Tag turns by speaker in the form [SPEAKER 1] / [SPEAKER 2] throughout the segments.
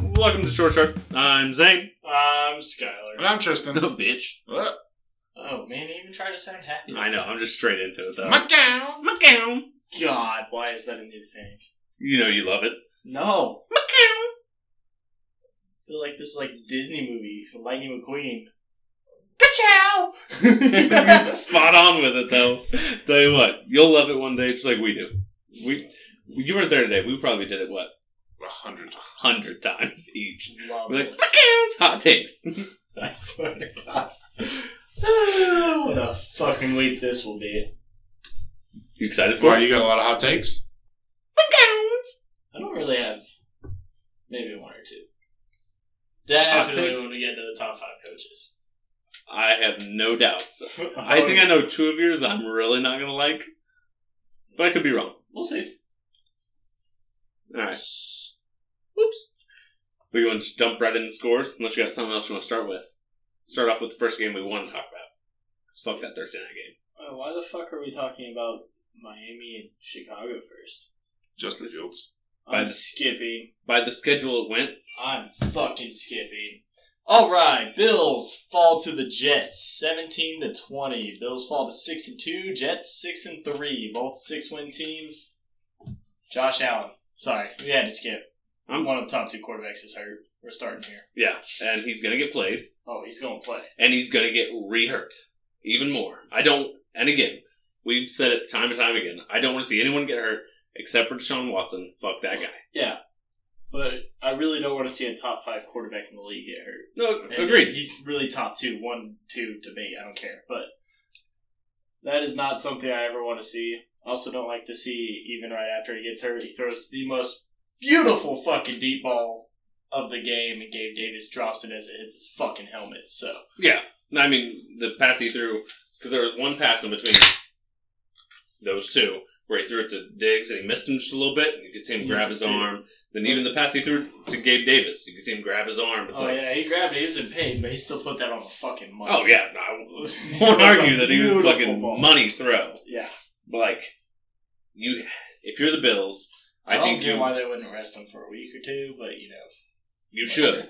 [SPEAKER 1] welcome to Short Shark. I'm Zane.
[SPEAKER 2] I'm
[SPEAKER 3] And
[SPEAKER 2] Skylar.
[SPEAKER 3] I'm Tristan.
[SPEAKER 1] No bitch.
[SPEAKER 3] What?
[SPEAKER 2] Oh man, he even tried to sound happy.
[SPEAKER 1] I know. I'm just straight into it though.
[SPEAKER 3] Macau.
[SPEAKER 1] Macau.
[SPEAKER 2] God, why is that a new thing?
[SPEAKER 1] You know you love it.
[SPEAKER 2] No,
[SPEAKER 1] Macau.
[SPEAKER 2] I feel like this is like Disney movie, Lightning McQueen.
[SPEAKER 1] Ka-chow. Spot on with it though. Tell you what, you'll love it one day, just like we do. We, you weren't there today. We probably did it what
[SPEAKER 3] A hundred times.
[SPEAKER 1] hundred times each.
[SPEAKER 2] Love
[SPEAKER 1] We're like,
[SPEAKER 2] it.
[SPEAKER 1] Macau, it's hot takes.
[SPEAKER 2] I swear to God. Ah, what a fucking week this will be.
[SPEAKER 1] You excited for
[SPEAKER 3] Why
[SPEAKER 1] it?
[SPEAKER 3] you got a lot of hot takes?
[SPEAKER 1] Macaws.
[SPEAKER 2] I don't really have maybe one or two. Definitely
[SPEAKER 1] takes?
[SPEAKER 2] when we get into the top five coaches. Oh,
[SPEAKER 1] I have no doubts.
[SPEAKER 3] Oh.
[SPEAKER 1] I think I know two of yours I'm really not gonna like, but I could be wrong.
[SPEAKER 2] We'll see.
[SPEAKER 1] All right. Whoops. We want to just jump right into scores, unless you got something else you want to start with. Start off with the first game we want to talk about. Let's fuck that Thursday night game.
[SPEAKER 2] Uh, Why the fuck are we talking about Miami and Chicago first?
[SPEAKER 3] Justin Fields.
[SPEAKER 1] By
[SPEAKER 2] I'm
[SPEAKER 1] the-
[SPEAKER 2] skipping.
[SPEAKER 1] By the schedule it went,
[SPEAKER 2] I'm fucking skipping. All right, Bills fall to the Jets, seventeen to twenty. Bills fall to six and two. Jets six and three. Both six win teams. Josh Allen. Sorry, we had to skip. I'm one of the top two quarterbacks is hurt. We're starting here.
[SPEAKER 1] yeah, and he's gonna get played,
[SPEAKER 2] Oh, he's gonna play.
[SPEAKER 1] and he's gonna get re-hurt even more. I don't, and again, we've said it time and time again. I don't want to see anyone get hurt except for Deshaun Watson. Fuck that guy.
[SPEAKER 2] Yeah, but I really don't want to see a top five quarterback in the league get hurt.
[SPEAKER 1] No,
[SPEAKER 2] And
[SPEAKER 1] agreed.
[SPEAKER 2] He's really top two, one, two debate. I don't care, but that is not something I ever want to see. Also, don't like to see even right after he gets hurt, he throws the most beautiful fucking deep ball of the game, and Gabe Davis drops it as it hits his fucking helmet. So
[SPEAKER 1] Yeah, I mean the pass he threw because there was one pass in between those two where he threw it to Diggs and he missed him just a little bit. You could see him
[SPEAKER 2] You
[SPEAKER 1] grab
[SPEAKER 2] could
[SPEAKER 1] his
[SPEAKER 2] see it.
[SPEAKER 1] arm. Then even the pass he threw to Gabe Davis, you could see him grab his arm. It's
[SPEAKER 2] oh
[SPEAKER 1] like,
[SPEAKER 2] yeah, he grabbed it. He was in pain, but he still put that on the fucking money.
[SPEAKER 1] oh yeah, I
[SPEAKER 2] It
[SPEAKER 1] won't
[SPEAKER 2] was a
[SPEAKER 1] argue that he was
[SPEAKER 2] beautiful
[SPEAKER 1] fucking
[SPEAKER 2] ball.
[SPEAKER 1] money throw.
[SPEAKER 2] Yeah,
[SPEAKER 1] But like you, if you're the Bills,
[SPEAKER 2] I,
[SPEAKER 1] I,
[SPEAKER 2] don't
[SPEAKER 1] think
[SPEAKER 2] get
[SPEAKER 1] you,
[SPEAKER 2] why they wouldn't rest him for a week or two, but you know,
[SPEAKER 1] you should.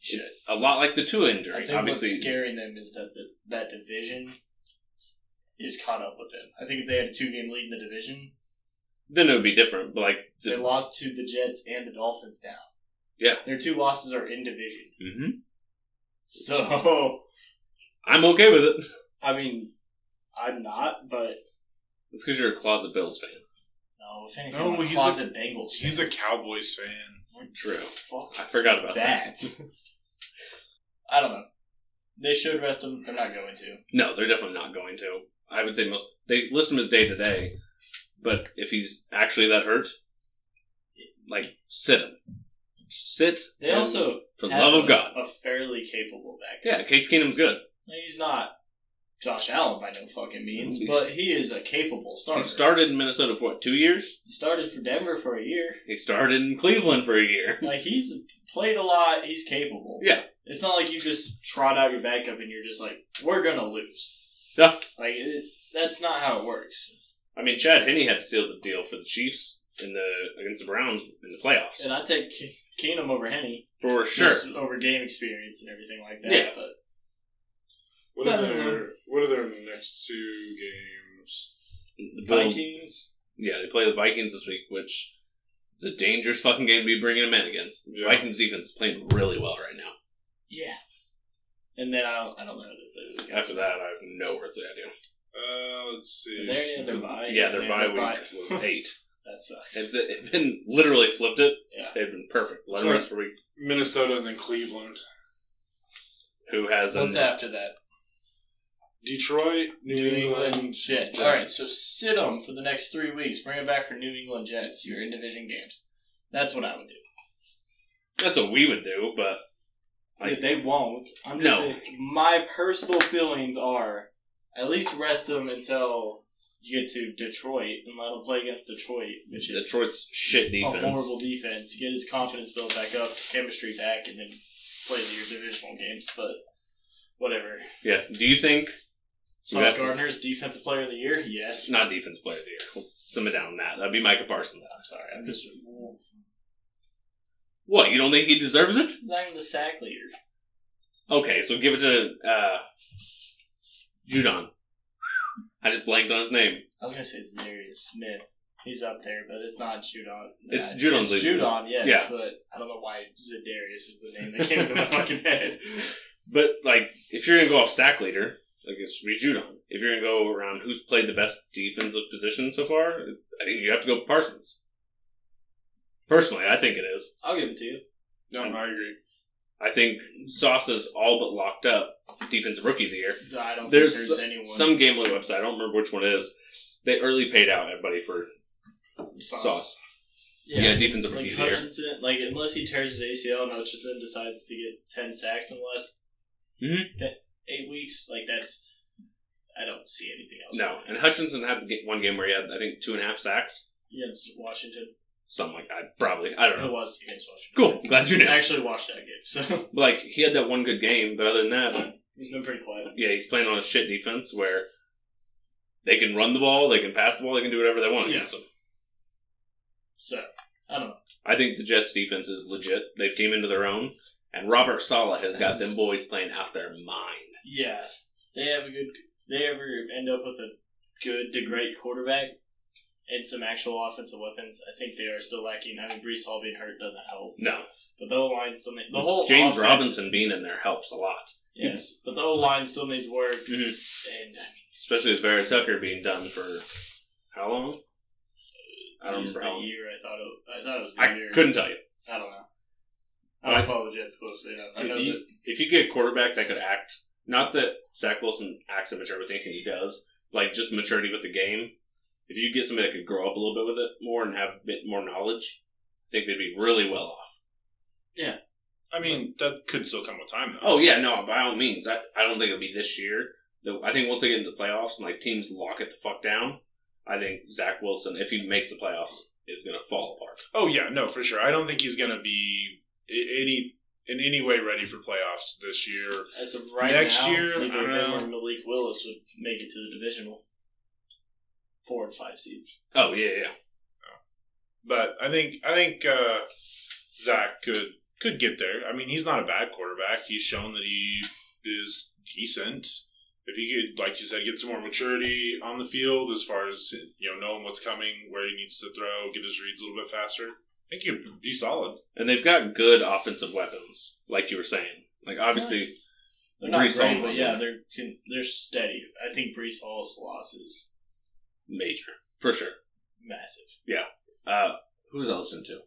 [SPEAKER 2] shit.
[SPEAKER 1] It's a lot like the two
[SPEAKER 2] I
[SPEAKER 1] injury.
[SPEAKER 2] think what's
[SPEAKER 1] Obviously,
[SPEAKER 2] scaring them is that the, that division is caught up with them. I think if they had a two game lead in the division,
[SPEAKER 1] then it would be different. But like
[SPEAKER 2] they
[SPEAKER 1] the,
[SPEAKER 2] lost to the Jets and the Dolphins now.
[SPEAKER 1] Yeah.
[SPEAKER 2] their two losses are in division.
[SPEAKER 1] Mhm.
[SPEAKER 2] So
[SPEAKER 1] I'm okay with it.
[SPEAKER 2] I mean, I'm not, but
[SPEAKER 1] It's because you're a closet Bills fan.
[SPEAKER 2] no, if anything,
[SPEAKER 3] No,
[SPEAKER 2] I'm a
[SPEAKER 3] he's a-
[SPEAKER 2] closet Bengals.
[SPEAKER 3] He's
[SPEAKER 2] fan.
[SPEAKER 3] a Cowboys fan.
[SPEAKER 2] What the
[SPEAKER 1] True.
[SPEAKER 2] fuck
[SPEAKER 1] I forgot about that.
[SPEAKER 2] that. I don't know. They should rest them. They're not going to.
[SPEAKER 1] No, they're definitely not going to. I would say most they list him as day to day, but if he's actually that hurt, like sit him, sit.
[SPEAKER 2] They
[SPEAKER 1] him
[SPEAKER 2] also,
[SPEAKER 1] for the
[SPEAKER 2] have
[SPEAKER 1] love
[SPEAKER 2] a-
[SPEAKER 1] of God,
[SPEAKER 2] a fairly capable back.
[SPEAKER 1] yeah, Case Keenum's good.
[SPEAKER 2] Now, He's not Josh Allen by no fucking means,
[SPEAKER 1] He's-
[SPEAKER 2] but he is a capable starter.
[SPEAKER 1] He started in Minnesota for what two years?
[SPEAKER 2] He started for Denver for a year.
[SPEAKER 1] He started in Cleveland for a year.
[SPEAKER 2] Like he's played a lot. He's capable.
[SPEAKER 1] Yeah.
[SPEAKER 2] It's not like you just trot out your backup and you're just like, we're gonna lose.
[SPEAKER 1] Yeah.
[SPEAKER 2] Like it, that's not how it works.
[SPEAKER 1] I mean, Chad Henney had to seal the deal for the Chiefs in the against the Browns in the playoffs
[SPEAKER 2] And I take Ke- Keenum over Henny,
[SPEAKER 1] for sure.
[SPEAKER 2] just over game experience and everything like that.
[SPEAKER 1] Yeah.
[SPEAKER 2] But
[SPEAKER 3] What are their What are their next two games?
[SPEAKER 1] The Bills-
[SPEAKER 2] Vikings,
[SPEAKER 1] Yeah, they play the Vikings this week, which is a dangerous fucking game to be bringing them in against.
[SPEAKER 3] Yeah.
[SPEAKER 1] Vikings defense is playing really well right now.
[SPEAKER 2] yeah. And then I don't, I don't know. who they play.
[SPEAKER 1] After that, I have no earthly idea.
[SPEAKER 3] Uh, let's see.
[SPEAKER 2] They're in their bye.
[SPEAKER 1] yeah, their
[SPEAKER 2] They're in
[SPEAKER 1] bye
[SPEAKER 2] their
[SPEAKER 1] week was eight.
[SPEAKER 2] That sucks.
[SPEAKER 1] It's it been literally flipped it.
[SPEAKER 2] Yeah.
[SPEAKER 1] They've been perfect. Let
[SPEAKER 3] It's
[SPEAKER 1] them
[SPEAKER 3] like-
[SPEAKER 1] rest for a week.
[SPEAKER 3] Minnesota and then Cleveland.
[SPEAKER 1] Who has
[SPEAKER 2] What's
[SPEAKER 1] an,
[SPEAKER 2] after that?
[SPEAKER 3] Detroit, New, England.
[SPEAKER 2] Jets. All right, so sit them for the next three weeks. Bring them back for New England Jets. Your in division games. That's what I would do.
[SPEAKER 1] That's what we would do, but Like-
[SPEAKER 2] they won't. I'm just
[SPEAKER 1] No.
[SPEAKER 2] saying, my personal feelings are at least rest them until you get to Detroit and let him play against Detroit, which is
[SPEAKER 1] Detroit's shit
[SPEAKER 2] a
[SPEAKER 1] defense.
[SPEAKER 2] Oh, horrible defense. Get his confidence built back up, chemistry back, and then play your divisional games. But whatever.
[SPEAKER 1] Yeah. Do you think
[SPEAKER 2] Sauce
[SPEAKER 1] That's-
[SPEAKER 2] Gardner's defensive player of the year. Yes.
[SPEAKER 1] it's not defense player of the year? Let's sum it down. on That that'd be Micah Parsons.
[SPEAKER 2] I'm sorry. I'm just
[SPEAKER 1] What? You don't think he deserves it?
[SPEAKER 2] He's not even the sack leader.
[SPEAKER 1] Okay, so give it to uh, Judon. I just blanked on his name.
[SPEAKER 2] I was gonna say Zanarius Smith. He's up there, but it's not Judon.
[SPEAKER 1] It's
[SPEAKER 2] Uh,
[SPEAKER 1] Judon's
[SPEAKER 2] It's
[SPEAKER 1] leader.
[SPEAKER 2] Judon, yes,
[SPEAKER 1] Yeah.
[SPEAKER 2] but I don't know why Zadarius is the name that came into my fucking head.
[SPEAKER 1] But like, if you're gonna go off sack leader, like it should be Judon. If you're gonna go around who's played the best defensive position so far, I think you have to go Parsons. Personally, I think it is.
[SPEAKER 2] I'll give it to you.
[SPEAKER 3] No, I agree.
[SPEAKER 1] I think Sauce's all but locked up defensive rookie of the year.
[SPEAKER 2] I don't
[SPEAKER 1] There's
[SPEAKER 2] think there's anyone.
[SPEAKER 1] Some gambling website, I don't remember which one it is. They early paid out everybody for Sauce. Yeah, defensive
[SPEAKER 2] like
[SPEAKER 1] rookie of the year.
[SPEAKER 2] Hutchinson, like unless he tears his ACL and Hutchinson decides to get ten sacks in the last
[SPEAKER 1] Mhm.
[SPEAKER 2] te- eight weeks, like that's I don't see anything else.
[SPEAKER 1] No, and Hutchinson had the ga- one game where he had I think two and a half sacks,
[SPEAKER 2] against Washington,
[SPEAKER 1] something like that. Probably, I don't
[SPEAKER 2] it
[SPEAKER 1] know.
[SPEAKER 2] was against Washington.
[SPEAKER 1] Cool, glad you know.
[SPEAKER 2] I actually watched that game, so
[SPEAKER 1] Like he had that one good game, but other than that,
[SPEAKER 2] he's been pretty quiet.
[SPEAKER 1] yeah, he's playing on a shit defense where they can run the ball, they can pass the ball, they can do whatever they want
[SPEAKER 2] Yeah.
[SPEAKER 1] against him.
[SPEAKER 2] So I don't know.
[SPEAKER 1] I think the Jets defense is legit. They've came into their own, and Robert Sala has got
[SPEAKER 2] Yes.
[SPEAKER 1] them boys playing out their mind.
[SPEAKER 2] Yeah, they have a good. They ever end up with a good to great quarterback and some actual offensive weapons. I think they are still lacking. I mean, Brees Hall being hurt doesn't help,
[SPEAKER 1] No,
[SPEAKER 2] but the whole line still needs the whole
[SPEAKER 1] James
[SPEAKER 2] offense-
[SPEAKER 1] Robinson being in there helps a lot,
[SPEAKER 2] Yes, but the whole line still needs work,
[SPEAKER 1] Mhm.
[SPEAKER 2] and
[SPEAKER 1] especially with Vera Tucker being done for how long? I
[SPEAKER 2] I
[SPEAKER 1] don't
[SPEAKER 2] don't
[SPEAKER 1] remember.
[SPEAKER 2] the
[SPEAKER 1] How long.
[SPEAKER 2] year. I thought it. I thought it was the
[SPEAKER 1] I
[SPEAKER 2] year.
[SPEAKER 1] couldn't tell you.
[SPEAKER 2] I don't know. I don't follow the Jets closely enough. I
[SPEAKER 1] If
[SPEAKER 2] know
[SPEAKER 1] you-
[SPEAKER 2] that
[SPEAKER 1] if you get a quarterback that could act, not that Zach Wilson acts immature with anything he does, like just maturity with the game. If you get somebody that could grow up a little bit with it more and have a bit more knowledge, I think they'd be really well off.
[SPEAKER 3] I mean, that could still come with time, though.
[SPEAKER 1] Oh yeah, no, by all means. I, I don't think it'll be this year. Though I think once they get into the playoffs and like teams lock it the fuck down, I think Zach Wilson, if he makes the playoffs, is gonna fall apart.
[SPEAKER 3] Oh, yeah, no, for sure. I don't think he's going to be i- any in any way ready for playoffs this year.
[SPEAKER 2] as of right
[SPEAKER 3] next
[SPEAKER 2] now,
[SPEAKER 3] year, I
[SPEAKER 2] either
[SPEAKER 3] don't
[SPEAKER 2] him
[SPEAKER 3] know.
[SPEAKER 2] or Malik Willis would make it to the divisional four and five seeds.
[SPEAKER 1] Oh yeah, yeah.
[SPEAKER 3] But I think I think uh, Zach could could get there. I mean, he's not a bad quarterback. He's shown that he is decent. If he could, like you said, get some more maturity on the field as far as you know, knowing what's coming, where he needs to throw, get his reads a little bit faster. I think he would be solid.
[SPEAKER 1] And they've got good offensive weapons, like you were saying. Like obviously
[SPEAKER 2] They're not
[SPEAKER 1] Brees Hall
[SPEAKER 2] great, but
[SPEAKER 1] won
[SPEAKER 2] yeah,
[SPEAKER 1] that.
[SPEAKER 2] they're can, they're steady. I think Brees Hall's loss is
[SPEAKER 1] major. For sure.
[SPEAKER 2] massive.
[SPEAKER 1] uh, who was I listening to?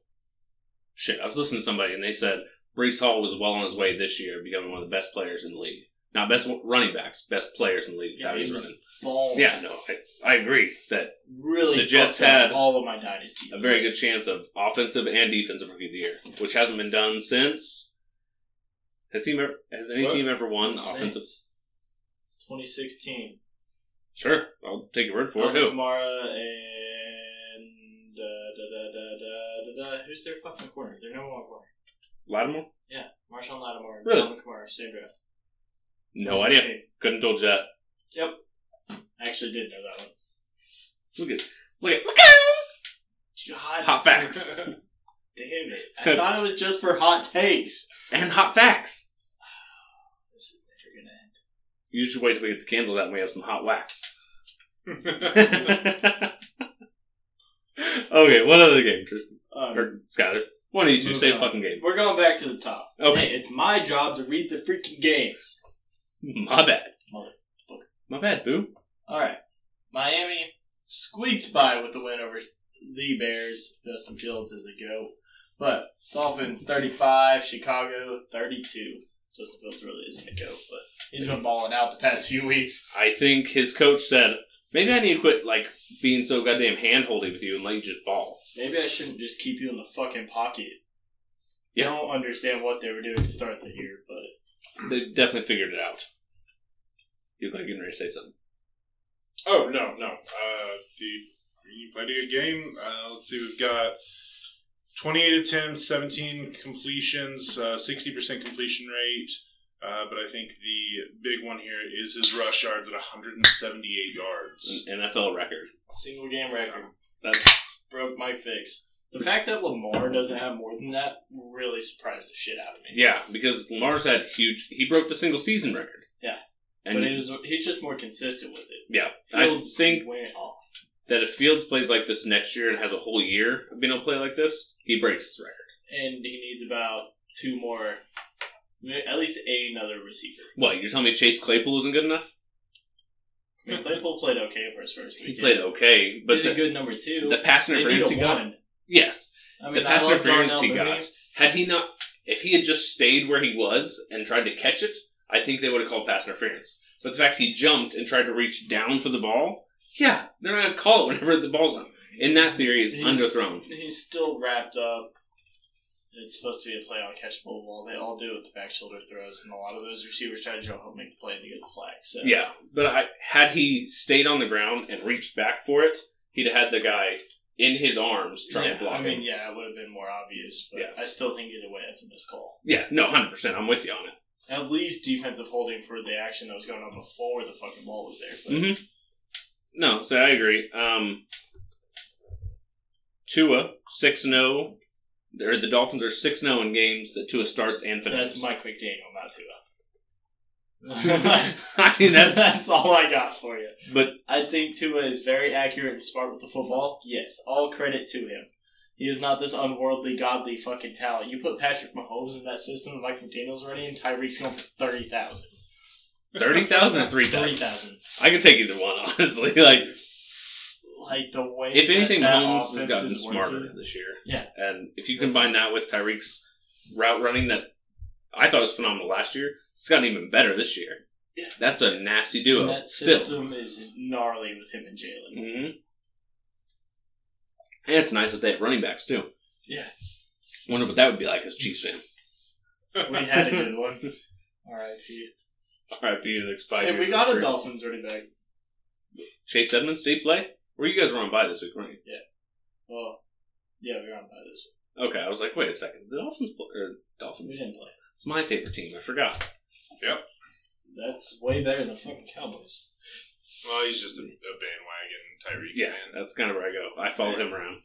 [SPEAKER 1] Shit, I was listening to somebody, and they said Brees Hall was well on his way this year, becoming one of the best players in the league. Not best running backs, best players in the league.
[SPEAKER 2] Yeah,
[SPEAKER 1] how
[SPEAKER 2] he
[SPEAKER 1] he's
[SPEAKER 2] was-
[SPEAKER 1] running.
[SPEAKER 2] Ball
[SPEAKER 1] Yeah, no, I, I agree that
[SPEAKER 2] really.
[SPEAKER 1] The Jets
[SPEAKER 2] fucked up
[SPEAKER 1] had
[SPEAKER 2] all of my dynasty.
[SPEAKER 1] a very good
[SPEAKER 2] years.
[SPEAKER 1] chance of offensive and defensive rookie of the year, which hasn't been done since. Has team ever, has any
[SPEAKER 3] What?
[SPEAKER 1] team ever won
[SPEAKER 2] Since.
[SPEAKER 1] offensive?
[SPEAKER 2] 2016.
[SPEAKER 1] Sure, I'll take your word for it.
[SPEAKER 2] Alvin
[SPEAKER 1] Who?
[SPEAKER 2] Kamara and uh, da, da, da, da, da, da. who's their fucking corner? Their number one corner.
[SPEAKER 1] Lattimore?
[SPEAKER 2] Marshawn Lattimore and
[SPEAKER 1] Really?
[SPEAKER 2] Alvin Kamara, same draft.
[SPEAKER 1] No idea.
[SPEAKER 2] 2016.
[SPEAKER 1] Couldn't told you that.
[SPEAKER 2] I actually did know that one.
[SPEAKER 1] Look at look at
[SPEAKER 2] God
[SPEAKER 1] hot facts
[SPEAKER 2] damn it! I thought it was just for hot takes.
[SPEAKER 1] and hot facts.
[SPEAKER 2] This is never gonna end.
[SPEAKER 1] You should wait till we get the candle out and we have some hot wax.
[SPEAKER 3] I
[SPEAKER 1] okay, what other game, Tristan?
[SPEAKER 2] Um,
[SPEAKER 1] Or Skyler? One of you two,
[SPEAKER 2] Move
[SPEAKER 1] say a
[SPEAKER 2] on.
[SPEAKER 1] fucking game.
[SPEAKER 2] We're going back to the top.
[SPEAKER 1] Okay.
[SPEAKER 2] Hey, it's my job to read the freaking games.
[SPEAKER 1] My bad.
[SPEAKER 2] Motherfucker.
[SPEAKER 1] My bad, boo.
[SPEAKER 2] All right. Miami squeaks by with the win over the Bears. Justin Fields is a go. But Dolphins 35, Chicago 32. Justin Fields really isn't a go, but he's been balling out the past few weeks.
[SPEAKER 1] I think his coach said, maybe I need to quit, like, being so goddamn hand-holdy with you and let you just ball.
[SPEAKER 2] Maybe I shouldn't just keep you in the fucking pocket.
[SPEAKER 1] Yeah.
[SPEAKER 2] I don't understand what they were doing to start the year, but
[SPEAKER 1] They definitely figured it out. You look like you're going to say something.
[SPEAKER 3] Oh no, no. Uh, the Green played a good game. Uh, let's see, we've got twenty-eight attempts, seventeen completions, uh, sixty percent completion rate. Uh, but I think the big one here is his rush yards at 178 yards.
[SPEAKER 1] An NFL record.
[SPEAKER 2] single game record.
[SPEAKER 1] That's,
[SPEAKER 2] broke my fix. The fact that Lamar doesn't have more than that really surprised the shit out of me.
[SPEAKER 1] Yeah, because Lamar's had huge. He broke the single season record.
[SPEAKER 2] Yeah.
[SPEAKER 1] and
[SPEAKER 2] but it was he's just more consistent with it.
[SPEAKER 1] yeah, I
[SPEAKER 2] Fields
[SPEAKER 1] think
[SPEAKER 2] went off.
[SPEAKER 1] that if Fields plays like this next year and has a whole year of being able to play like this, he breaks his record.
[SPEAKER 2] and he needs about two more, at least another receiver.
[SPEAKER 1] What you're telling me? Chase Claypool isn't good enough?
[SPEAKER 2] I mean, Claypool played okay for his first
[SPEAKER 1] He
[SPEAKER 2] week.
[SPEAKER 1] played okay, but
[SPEAKER 2] he's
[SPEAKER 1] the,
[SPEAKER 2] a good number two.
[SPEAKER 1] the pass
[SPEAKER 2] they
[SPEAKER 1] interference
[SPEAKER 2] need
[SPEAKER 1] he
[SPEAKER 2] a
[SPEAKER 1] got.
[SPEAKER 2] one.
[SPEAKER 1] Yes,
[SPEAKER 2] I mean,
[SPEAKER 1] the
[SPEAKER 2] I
[SPEAKER 1] pass
[SPEAKER 2] love
[SPEAKER 1] interference
[SPEAKER 2] Darnell
[SPEAKER 1] he
[SPEAKER 2] Mooney.
[SPEAKER 1] got. Had he not, if he had just stayed where he was and tried to catch it, I think they would have called pass interference. But the fact he jumped and tried to reach down for the ball, yeah, they're not going to call it whenever the ball's on. In that theory, is
[SPEAKER 2] He's-
[SPEAKER 1] underthrown.
[SPEAKER 2] He's still wrapped up. It's supposed to be a play on catchable ball. They all do with the back shoulder throws, and a lot of those receivers try to jump up, and make the play to get the flag. So
[SPEAKER 1] Yeah, but I, had he stayed on the ground and reached back for it, he'd have had the guy in his arms trying
[SPEAKER 2] Yeah,
[SPEAKER 1] to block
[SPEAKER 2] I mean,
[SPEAKER 1] him.
[SPEAKER 2] yeah, it would have been more obvious, but
[SPEAKER 1] Yeah.
[SPEAKER 2] I still think either way, it's a missed call.
[SPEAKER 1] Yeah, no, hundred percent. I'm with you on it.
[SPEAKER 2] At least defensive holding for the action that was going on before the fucking ball was there. But
[SPEAKER 1] hmm No, so I agree. Um, Tua six zero. Or the Dolphins are six zero in games that Tua starts and finishes.
[SPEAKER 2] That's Mike McDaniel, not Tua.
[SPEAKER 1] I mean that's
[SPEAKER 2] that's all I got for you.
[SPEAKER 1] but
[SPEAKER 2] I think Tua is very accurate and smart with the football. Yes, all credit to him. He is not this unworldly, godly fucking talent. You put Patrick Mahomes in that system, Mike McDaniel's already, and Tyreek's going for 30,000.
[SPEAKER 1] thirty thousand or three thousand.
[SPEAKER 2] 30,000.
[SPEAKER 1] I could take either one honestly. Like
[SPEAKER 2] Like the way.
[SPEAKER 1] if
[SPEAKER 2] that
[SPEAKER 1] anything,
[SPEAKER 2] that
[SPEAKER 1] Mahomes has
[SPEAKER 2] offense
[SPEAKER 1] gotten
[SPEAKER 2] is
[SPEAKER 1] smarter
[SPEAKER 2] working-
[SPEAKER 1] this year.
[SPEAKER 2] Yeah.
[SPEAKER 1] and if you combine that with Tyreek's route running that I thought was phenomenal last year, it's gotten even better this year.
[SPEAKER 2] Yeah.
[SPEAKER 1] That's a nasty
[SPEAKER 2] and
[SPEAKER 1] duo.
[SPEAKER 2] that
[SPEAKER 1] still.
[SPEAKER 2] system is gnarly with him and Jalen.
[SPEAKER 1] hmm And it's nice that they have running backs too.
[SPEAKER 2] Yeah.
[SPEAKER 1] Wonder what that would be like as Chiefs fan.
[SPEAKER 2] We had a good one. R.I.P.
[SPEAKER 1] R.I.P. the next five
[SPEAKER 2] Hey, we got a Dolphins running back.
[SPEAKER 1] Chase Edmonds, did he play? Or you guys were on by this week, weren't
[SPEAKER 2] Well, yeah, we were on by this
[SPEAKER 1] you? Okay, I was like, wait a second, the Dolphins play, or
[SPEAKER 2] one. We
[SPEAKER 1] Dolphins?
[SPEAKER 2] didn't play.
[SPEAKER 1] It's my favorite team. I forgot.
[SPEAKER 2] That's way better than fucking Cowboys.
[SPEAKER 3] Well, he's just a, a bandwagon Tyreek
[SPEAKER 1] Yeah,
[SPEAKER 3] fan.
[SPEAKER 1] that's kind of where I go. I follow him around.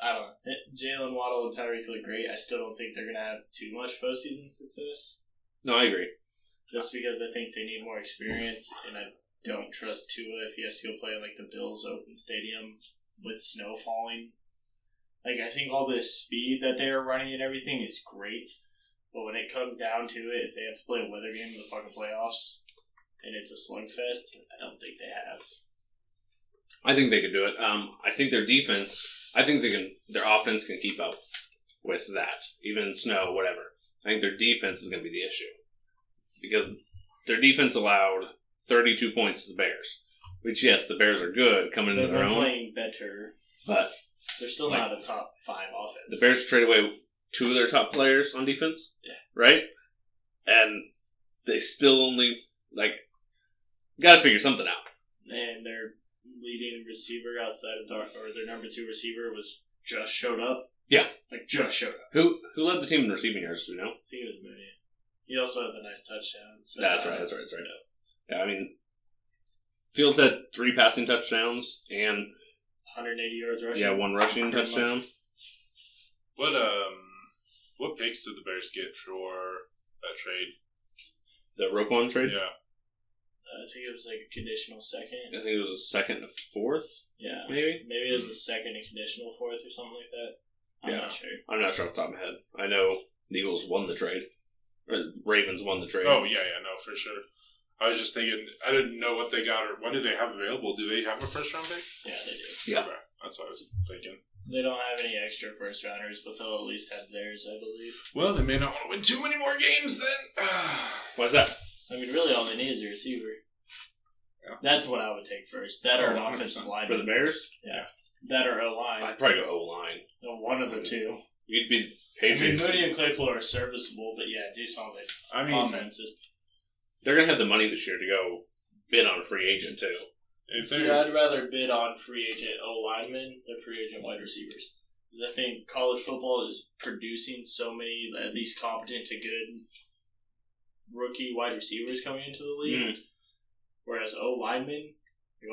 [SPEAKER 2] I don't know. Eh, Jalen Waddle and Tyreek look great. I still don't think they're gonna have too much postseason success,
[SPEAKER 1] No, I agree.
[SPEAKER 2] just because I think they need more experience, and I don't trust Tua if he has to go play in, like the Bills open stadium with snow falling. Like I think all the speed that they are running and everything is great, but when it comes down to it, if they have to play a weather game in the fucking playoffs, and it's a slugfest, I don't think they have.
[SPEAKER 1] I think they could do it. Um, I think their defense. I think they can. Their offense can keep up with that, even in snow, whatever. I think their defense is going to be the issue because their defense allowed 32 points to the Bears. Which yes, the Bears are good coming into
[SPEAKER 2] They're
[SPEAKER 1] their own,
[SPEAKER 2] playing better.
[SPEAKER 1] but
[SPEAKER 2] They're still
[SPEAKER 1] Like-
[SPEAKER 2] not a top five offense.
[SPEAKER 1] the Bears trade away two of their top players on defense.
[SPEAKER 2] Yeah.
[SPEAKER 1] Right, and they still only like got to figure something out.
[SPEAKER 2] and their leading receiver outside of Dar or their number two receiver was just showed up.
[SPEAKER 1] Yeah.
[SPEAKER 2] like just showed up.
[SPEAKER 1] Who who led the team in receiving yards? Do you know?
[SPEAKER 2] I think it was Mooney. He also had the nice touchdown. So
[SPEAKER 1] That's right. That's right. That's right. Yeah, I mean, Fields had three passing touchdowns and
[SPEAKER 2] 180 yards rushing.
[SPEAKER 1] yeah, one rushing
[SPEAKER 2] Pretty much.
[SPEAKER 1] touchdown.
[SPEAKER 3] What um, what picks did the Bears get for that trade?
[SPEAKER 1] The Roquan trade.
[SPEAKER 3] Yeah,
[SPEAKER 2] Uh, I think it was like a conditional second.
[SPEAKER 1] I think it was a second and fourth,
[SPEAKER 2] Yeah,
[SPEAKER 1] maybe.
[SPEAKER 2] maybe it was a second and conditional fourth or something like that. I'm
[SPEAKER 1] Yeah.
[SPEAKER 2] not sure.
[SPEAKER 1] I'm not sure off the top of my head. I know the Eagles won the trade, or the Ravens won the trade.
[SPEAKER 3] oh yeah, yeah, no, for sure. I was just thinking, I didn't know what they got or what do they have available. Do they have a first round pick?
[SPEAKER 2] Yeah, they do.
[SPEAKER 1] Yeah.
[SPEAKER 3] Okay, that's what I was thinking.
[SPEAKER 2] They don't have any extra first rounders, but they'll at least have theirs, I believe.
[SPEAKER 3] Well, they may not want to win too many more games then.
[SPEAKER 1] Why's that?
[SPEAKER 2] I mean, really, all they need is a receiver.
[SPEAKER 3] Yeah.
[SPEAKER 2] That's what I would take first. That or an
[SPEAKER 3] Oh,
[SPEAKER 2] offensive
[SPEAKER 3] 100%.
[SPEAKER 1] For
[SPEAKER 2] lineman.
[SPEAKER 1] the Bears,
[SPEAKER 2] that or O line.
[SPEAKER 1] I'd probably go O line.
[SPEAKER 2] One of the two.
[SPEAKER 1] You'd be
[SPEAKER 2] I mean,
[SPEAKER 1] Patriots.
[SPEAKER 2] Mooney and Claypool are serviceable, but yeah, do something
[SPEAKER 3] I mean,
[SPEAKER 2] offensive.
[SPEAKER 1] They're gonna have the money this year to go bid on a free agent too.
[SPEAKER 3] if
[SPEAKER 2] So
[SPEAKER 3] they're
[SPEAKER 2] I'd rather bid on free agent O linemen than free agent wide receivers. Because I think college football is producing so many at least competent to good rookie wide receivers coming into the league.
[SPEAKER 3] Hmm.
[SPEAKER 1] Mm.
[SPEAKER 2] Whereas O linemen,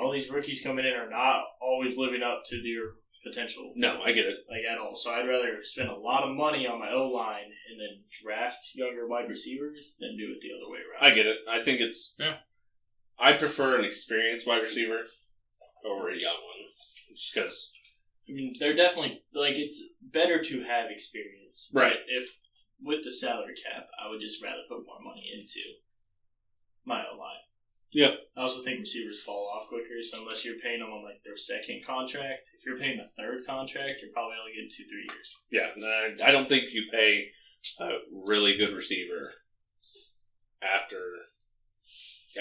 [SPEAKER 2] all these rookies coming in are not always living up to their potential,
[SPEAKER 1] No, I get it.
[SPEAKER 2] like at all. So I'd rather spend a lot of money on my O line and then draft younger wide receivers than do it the other way
[SPEAKER 1] I
[SPEAKER 2] around.
[SPEAKER 1] get it. I think it's.
[SPEAKER 3] Yeah.
[SPEAKER 1] I prefer an experienced wide receiver over a young one, just because.
[SPEAKER 2] I mean, they're definitely like it's better to have experience,
[SPEAKER 1] Right.
[SPEAKER 2] If with the salary cap, I would just rather put more money into my O line.
[SPEAKER 1] Yeah.
[SPEAKER 2] I also think receivers fall off quicker, so unless you're paying them on like their second contract, if you're paying a third contract, you're probably only getting two, three years.
[SPEAKER 1] Yeah, I- I don't think you pay a really good receiver after.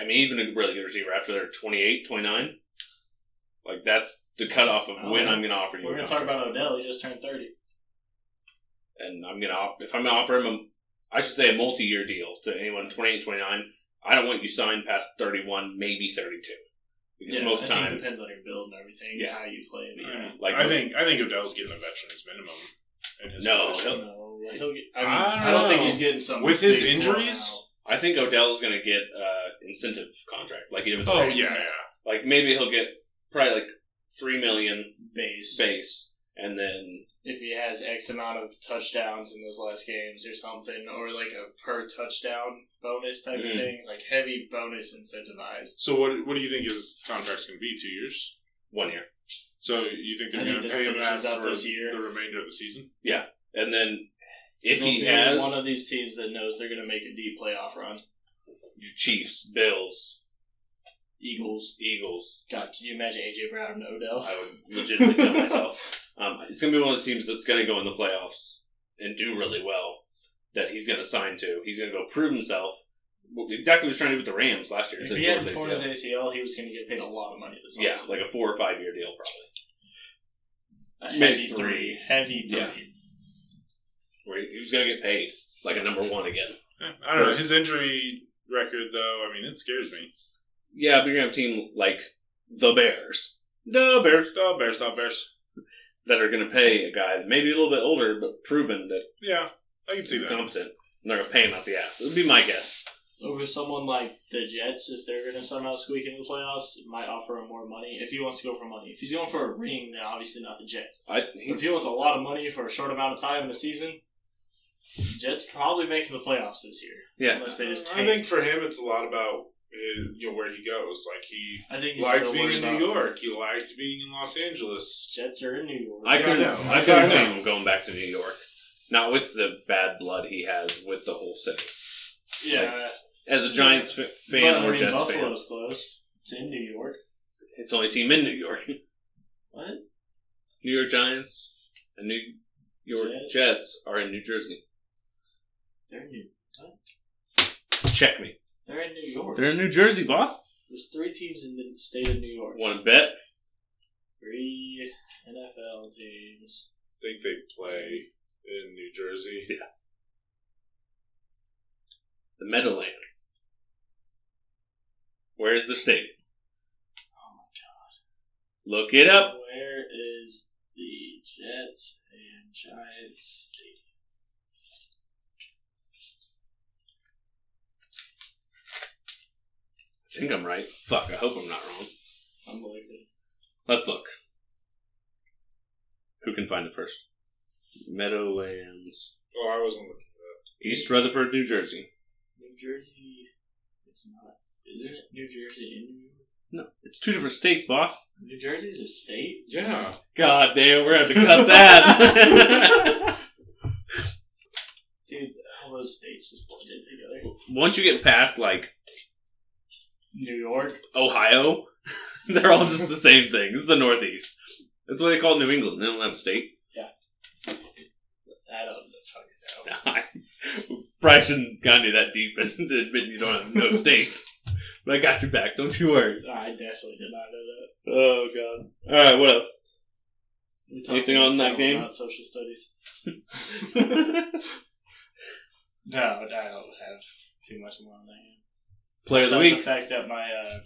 [SPEAKER 1] I mean, even a really good receiver after they're 28, 29. Like that's the cutoff of when I'm going to offer you.
[SPEAKER 2] Oh, We're
[SPEAKER 1] a
[SPEAKER 2] gonna talk
[SPEAKER 1] contract.
[SPEAKER 2] about Odell. He just turned thirty.
[SPEAKER 1] and I'm gonna off- if I'm gonna offer him a, I should say a multi-year deal to anyone 28, 29. I don't want you signed past 31, maybe 32, because most
[SPEAKER 2] I think it
[SPEAKER 1] time,
[SPEAKER 2] depends on your build and everything,
[SPEAKER 1] Yeah.
[SPEAKER 2] how you play.
[SPEAKER 1] Yeah.
[SPEAKER 2] Alright.
[SPEAKER 1] like
[SPEAKER 3] I think I think Odell's getting a veterans minimum. In his
[SPEAKER 1] No,
[SPEAKER 3] position.
[SPEAKER 1] he'll-
[SPEAKER 2] No, he'll get, I, mean,
[SPEAKER 3] I
[SPEAKER 2] I,
[SPEAKER 3] don't
[SPEAKER 2] don't think
[SPEAKER 3] know.
[SPEAKER 2] he's getting some
[SPEAKER 3] With his
[SPEAKER 2] big blowout.
[SPEAKER 3] injuries?
[SPEAKER 1] I think Odell's gonna get uh incentive contract, like he did with the
[SPEAKER 3] Oh
[SPEAKER 1] Rams.
[SPEAKER 3] yeah, yeah.
[SPEAKER 1] like maybe he'll get probably like three million
[SPEAKER 2] base.
[SPEAKER 1] base, and then
[SPEAKER 2] If he has X amount of touchdowns in those last games or something, or like a per touchdown bonus type
[SPEAKER 1] Mhm.
[SPEAKER 2] of thing, like heavy bonus incentivized.
[SPEAKER 3] So what what do you think his contract's going to be? Two years.
[SPEAKER 1] one year,
[SPEAKER 3] So you think
[SPEAKER 2] I think
[SPEAKER 3] they're going to
[SPEAKER 2] this
[SPEAKER 3] pay him that
[SPEAKER 2] finishes out
[SPEAKER 3] for
[SPEAKER 2] this year.
[SPEAKER 3] the remainder of the season?
[SPEAKER 1] and then if
[SPEAKER 2] He'll
[SPEAKER 1] he
[SPEAKER 2] be
[SPEAKER 1] has
[SPEAKER 2] one of these teams that knows they're going to make a deep playoff run,
[SPEAKER 1] your Chiefs, Bills,
[SPEAKER 2] Eagles.
[SPEAKER 1] Eagles,
[SPEAKER 2] God, could you imagine AJ Brown and Odell?
[SPEAKER 1] I would legitimately kill myself. Um, it's going to be one of those teams that's going to go in the playoffs and do really well that he's going to sign to. He's going to go prove himself. Well, Exactly what he was trying to do with the Rams last year.
[SPEAKER 2] If
[SPEAKER 1] So
[SPEAKER 2] he
[SPEAKER 1] he
[SPEAKER 2] hadn't
[SPEAKER 1] towards
[SPEAKER 2] torn
[SPEAKER 1] ACL.
[SPEAKER 2] his ACL, he was going to get paid a lot of money this
[SPEAKER 1] yeah,
[SPEAKER 2] offseason.
[SPEAKER 1] like a four or five year deal probably.
[SPEAKER 2] A
[SPEAKER 1] maybe
[SPEAKER 2] heavy three.
[SPEAKER 1] three.
[SPEAKER 2] Heavy three.
[SPEAKER 1] Yeah. Where he he was going to get paid like a number one again.
[SPEAKER 3] Eh, I don't know.
[SPEAKER 1] Sure.
[SPEAKER 3] His injury record, though, I mean, it scares me.
[SPEAKER 1] Yeah, but you're going to have a team like the Bears. The Bears
[SPEAKER 3] Stop Bears, stop Bears.
[SPEAKER 1] that are going to pay a guy that maybe a little bit older but proven that
[SPEAKER 3] Yeah, I can see
[SPEAKER 1] he's
[SPEAKER 3] that.
[SPEAKER 1] competent. And they're going to pay him out the ass. It would be my guess.
[SPEAKER 2] Over someone like the Jets, if they're going to somehow squeak into the playoffs, it might offer him more money if he wants to go for money. If he's going for a ring, then obviously not the Jets.
[SPEAKER 1] I
[SPEAKER 2] But
[SPEAKER 1] he,
[SPEAKER 2] if he wants a lot of money for a short amount of time in a season, Jets probably making the playoffs this year.
[SPEAKER 1] Yeah.
[SPEAKER 2] Unless they just
[SPEAKER 3] I
[SPEAKER 2] tank.
[SPEAKER 3] think for him, it's a lot about uh you know where he goes. Like he
[SPEAKER 2] I think he's
[SPEAKER 3] liked
[SPEAKER 2] still
[SPEAKER 3] being
[SPEAKER 2] worried
[SPEAKER 3] in New
[SPEAKER 2] about-
[SPEAKER 3] York. He liked being in Los Angeles.
[SPEAKER 2] Jets are in New York.
[SPEAKER 1] I
[SPEAKER 3] Yeah,
[SPEAKER 1] couldn't.
[SPEAKER 3] I know.
[SPEAKER 1] I
[SPEAKER 3] Yeah, I
[SPEAKER 1] couldn't see
[SPEAKER 3] know.
[SPEAKER 1] him going back to New York. Not with the bad blood he has with the whole city.
[SPEAKER 2] yeah.
[SPEAKER 1] As a Giants f-
[SPEAKER 2] but,
[SPEAKER 1] fan
[SPEAKER 2] I
[SPEAKER 1] or
[SPEAKER 2] mean,
[SPEAKER 1] Jets fan,
[SPEAKER 2] Buffalo's close. It's in New York.
[SPEAKER 1] it's the only team in New York.
[SPEAKER 2] What?
[SPEAKER 1] New York Giants and New York
[SPEAKER 2] Jets.
[SPEAKER 1] Jets, are in New Jersey.
[SPEAKER 2] They're in New,
[SPEAKER 1] Check me.
[SPEAKER 2] they're in New York.
[SPEAKER 1] They're in New Jersey, boss.
[SPEAKER 2] There's three teams in the state of New York.
[SPEAKER 1] Want to bet?
[SPEAKER 2] Three NFL teams.
[SPEAKER 3] I think they play in New Jersey.
[SPEAKER 1] The Meadowlands. Where is the state?
[SPEAKER 2] Oh my
[SPEAKER 1] Look it up.
[SPEAKER 2] Where is the Jets and Giants stadium?
[SPEAKER 1] I think I'm right. Fuck. I hope I'm not wrong.
[SPEAKER 2] Unlikely.
[SPEAKER 1] Let's look. Who can find it first? Meadowlands.
[SPEAKER 3] Oh, I wasn't looking.
[SPEAKER 1] East Rutherford, New Jersey.
[SPEAKER 2] New Jersey. It's not. Isn't it New Jersey in New York?
[SPEAKER 1] No, it's two different states, boss.
[SPEAKER 2] New Jersey's a state?
[SPEAKER 3] Yeah,
[SPEAKER 1] God damn, we're gonna have to cut that.
[SPEAKER 2] Dude, all those states just blended together.
[SPEAKER 1] Once you get past like
[SPEAKER 2] New York?
[SPEAKER 1] Ohio, they're all just the same thing. It's the Northeast. That's what they call New England. They don't have a state.
[SPEAKER 2] I don't fucking know.
[SPEAKER 1] Probably shouldn't gone to that deep and admit you don't have no states. But I got you back. Don't you worry.
[SPEAKER 2] I definitely did not know that.
[SPEAKER 1] Oh god. All right. What else?
[SPEAKER 2] We talked
[SPEAKER 1] Anything
[SPEAKER 2] about
[SPEAKER 1] on that
[SPEAKER 2] film,
[SPEAKER 1] game?
[SPEAKER 2] Not social studies. no, I don't have too much more on that game.
[SPEAKER 1] Player of the
[SPEAKER 2] Except
[SPEAKER 1] week.
[SPEAKER 2] The fact that my uh,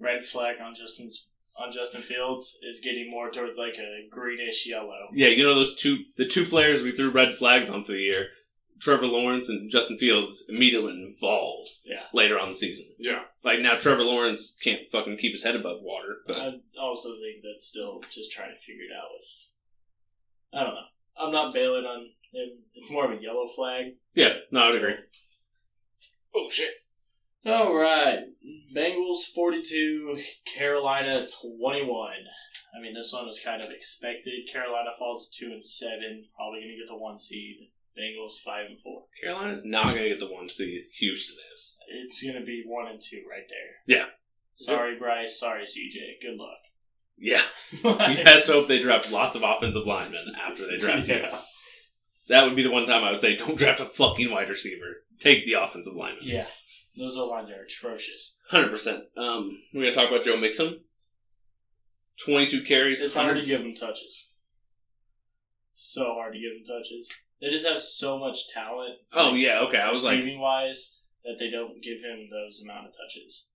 [SPEAKER 2] red flag on Justin's on Justin Fields is getting more towards like a greenish yellow.
[SPEAKER 1] Yeah, you know those two the two players we threw red flags on for the year, Trevor Lawrence and Justin Fields immediately involved
[SPEAKER 2] Yeah.
[SPEAKER 1] later on in the season.
[SPEAKER 3] yeah.
[SPEAKER 1] Like now, Trevor Lawrence can't fucking keep his head above water. But
[SPEAKER 2] I also think that's still just trying to figure it out. With I don't know. I'm not bailing on him. It's more of a yellow flag.
[SPEAKER 1] yeah, no, I would agree. Oh shit!
[SPEAKER 2] All right, Bengals 42, Carolina 21. I mean, this one was kind of expected. Carolina falls to two and seven, probably gonna get the one seed. Bengals five and four.
[SPEAKER 1] Carolina's not gonna get the one seed. Houston is.
[SPEAKER 2] It's gonna be one and two right there.
[SPEAKER 1] Yeah.
[SPEAKER 2] Sorry, Bryce. Sorry, CJ. Good luck.
[SPEAKER 1] Yeah, you best hope they draft lots of offensive linemen after they draft you.
[SPEAKER 2] Yeah.
[SPEAKER 1] That would be the one time I would say don't draft a fucking wide receiver. Take the offensive lineman.
[SPEAKER 2] Yeah, those O lines are atrocious.
[SPEAKER 1] Hundred percent. Um, we're gonna talk about Joe Mixon. Twenty-two carries.
[SPEAKER 2] It's hard to
[SPEAKER 1] 100
[SPEAKER 2] give them touches. So hard to give them touches. They just have so much talent.
[SPEAKER 1] Oh yeah, okay. I was like,
[SPEAKER 2] receiving wise that they don't give him those amount of touches.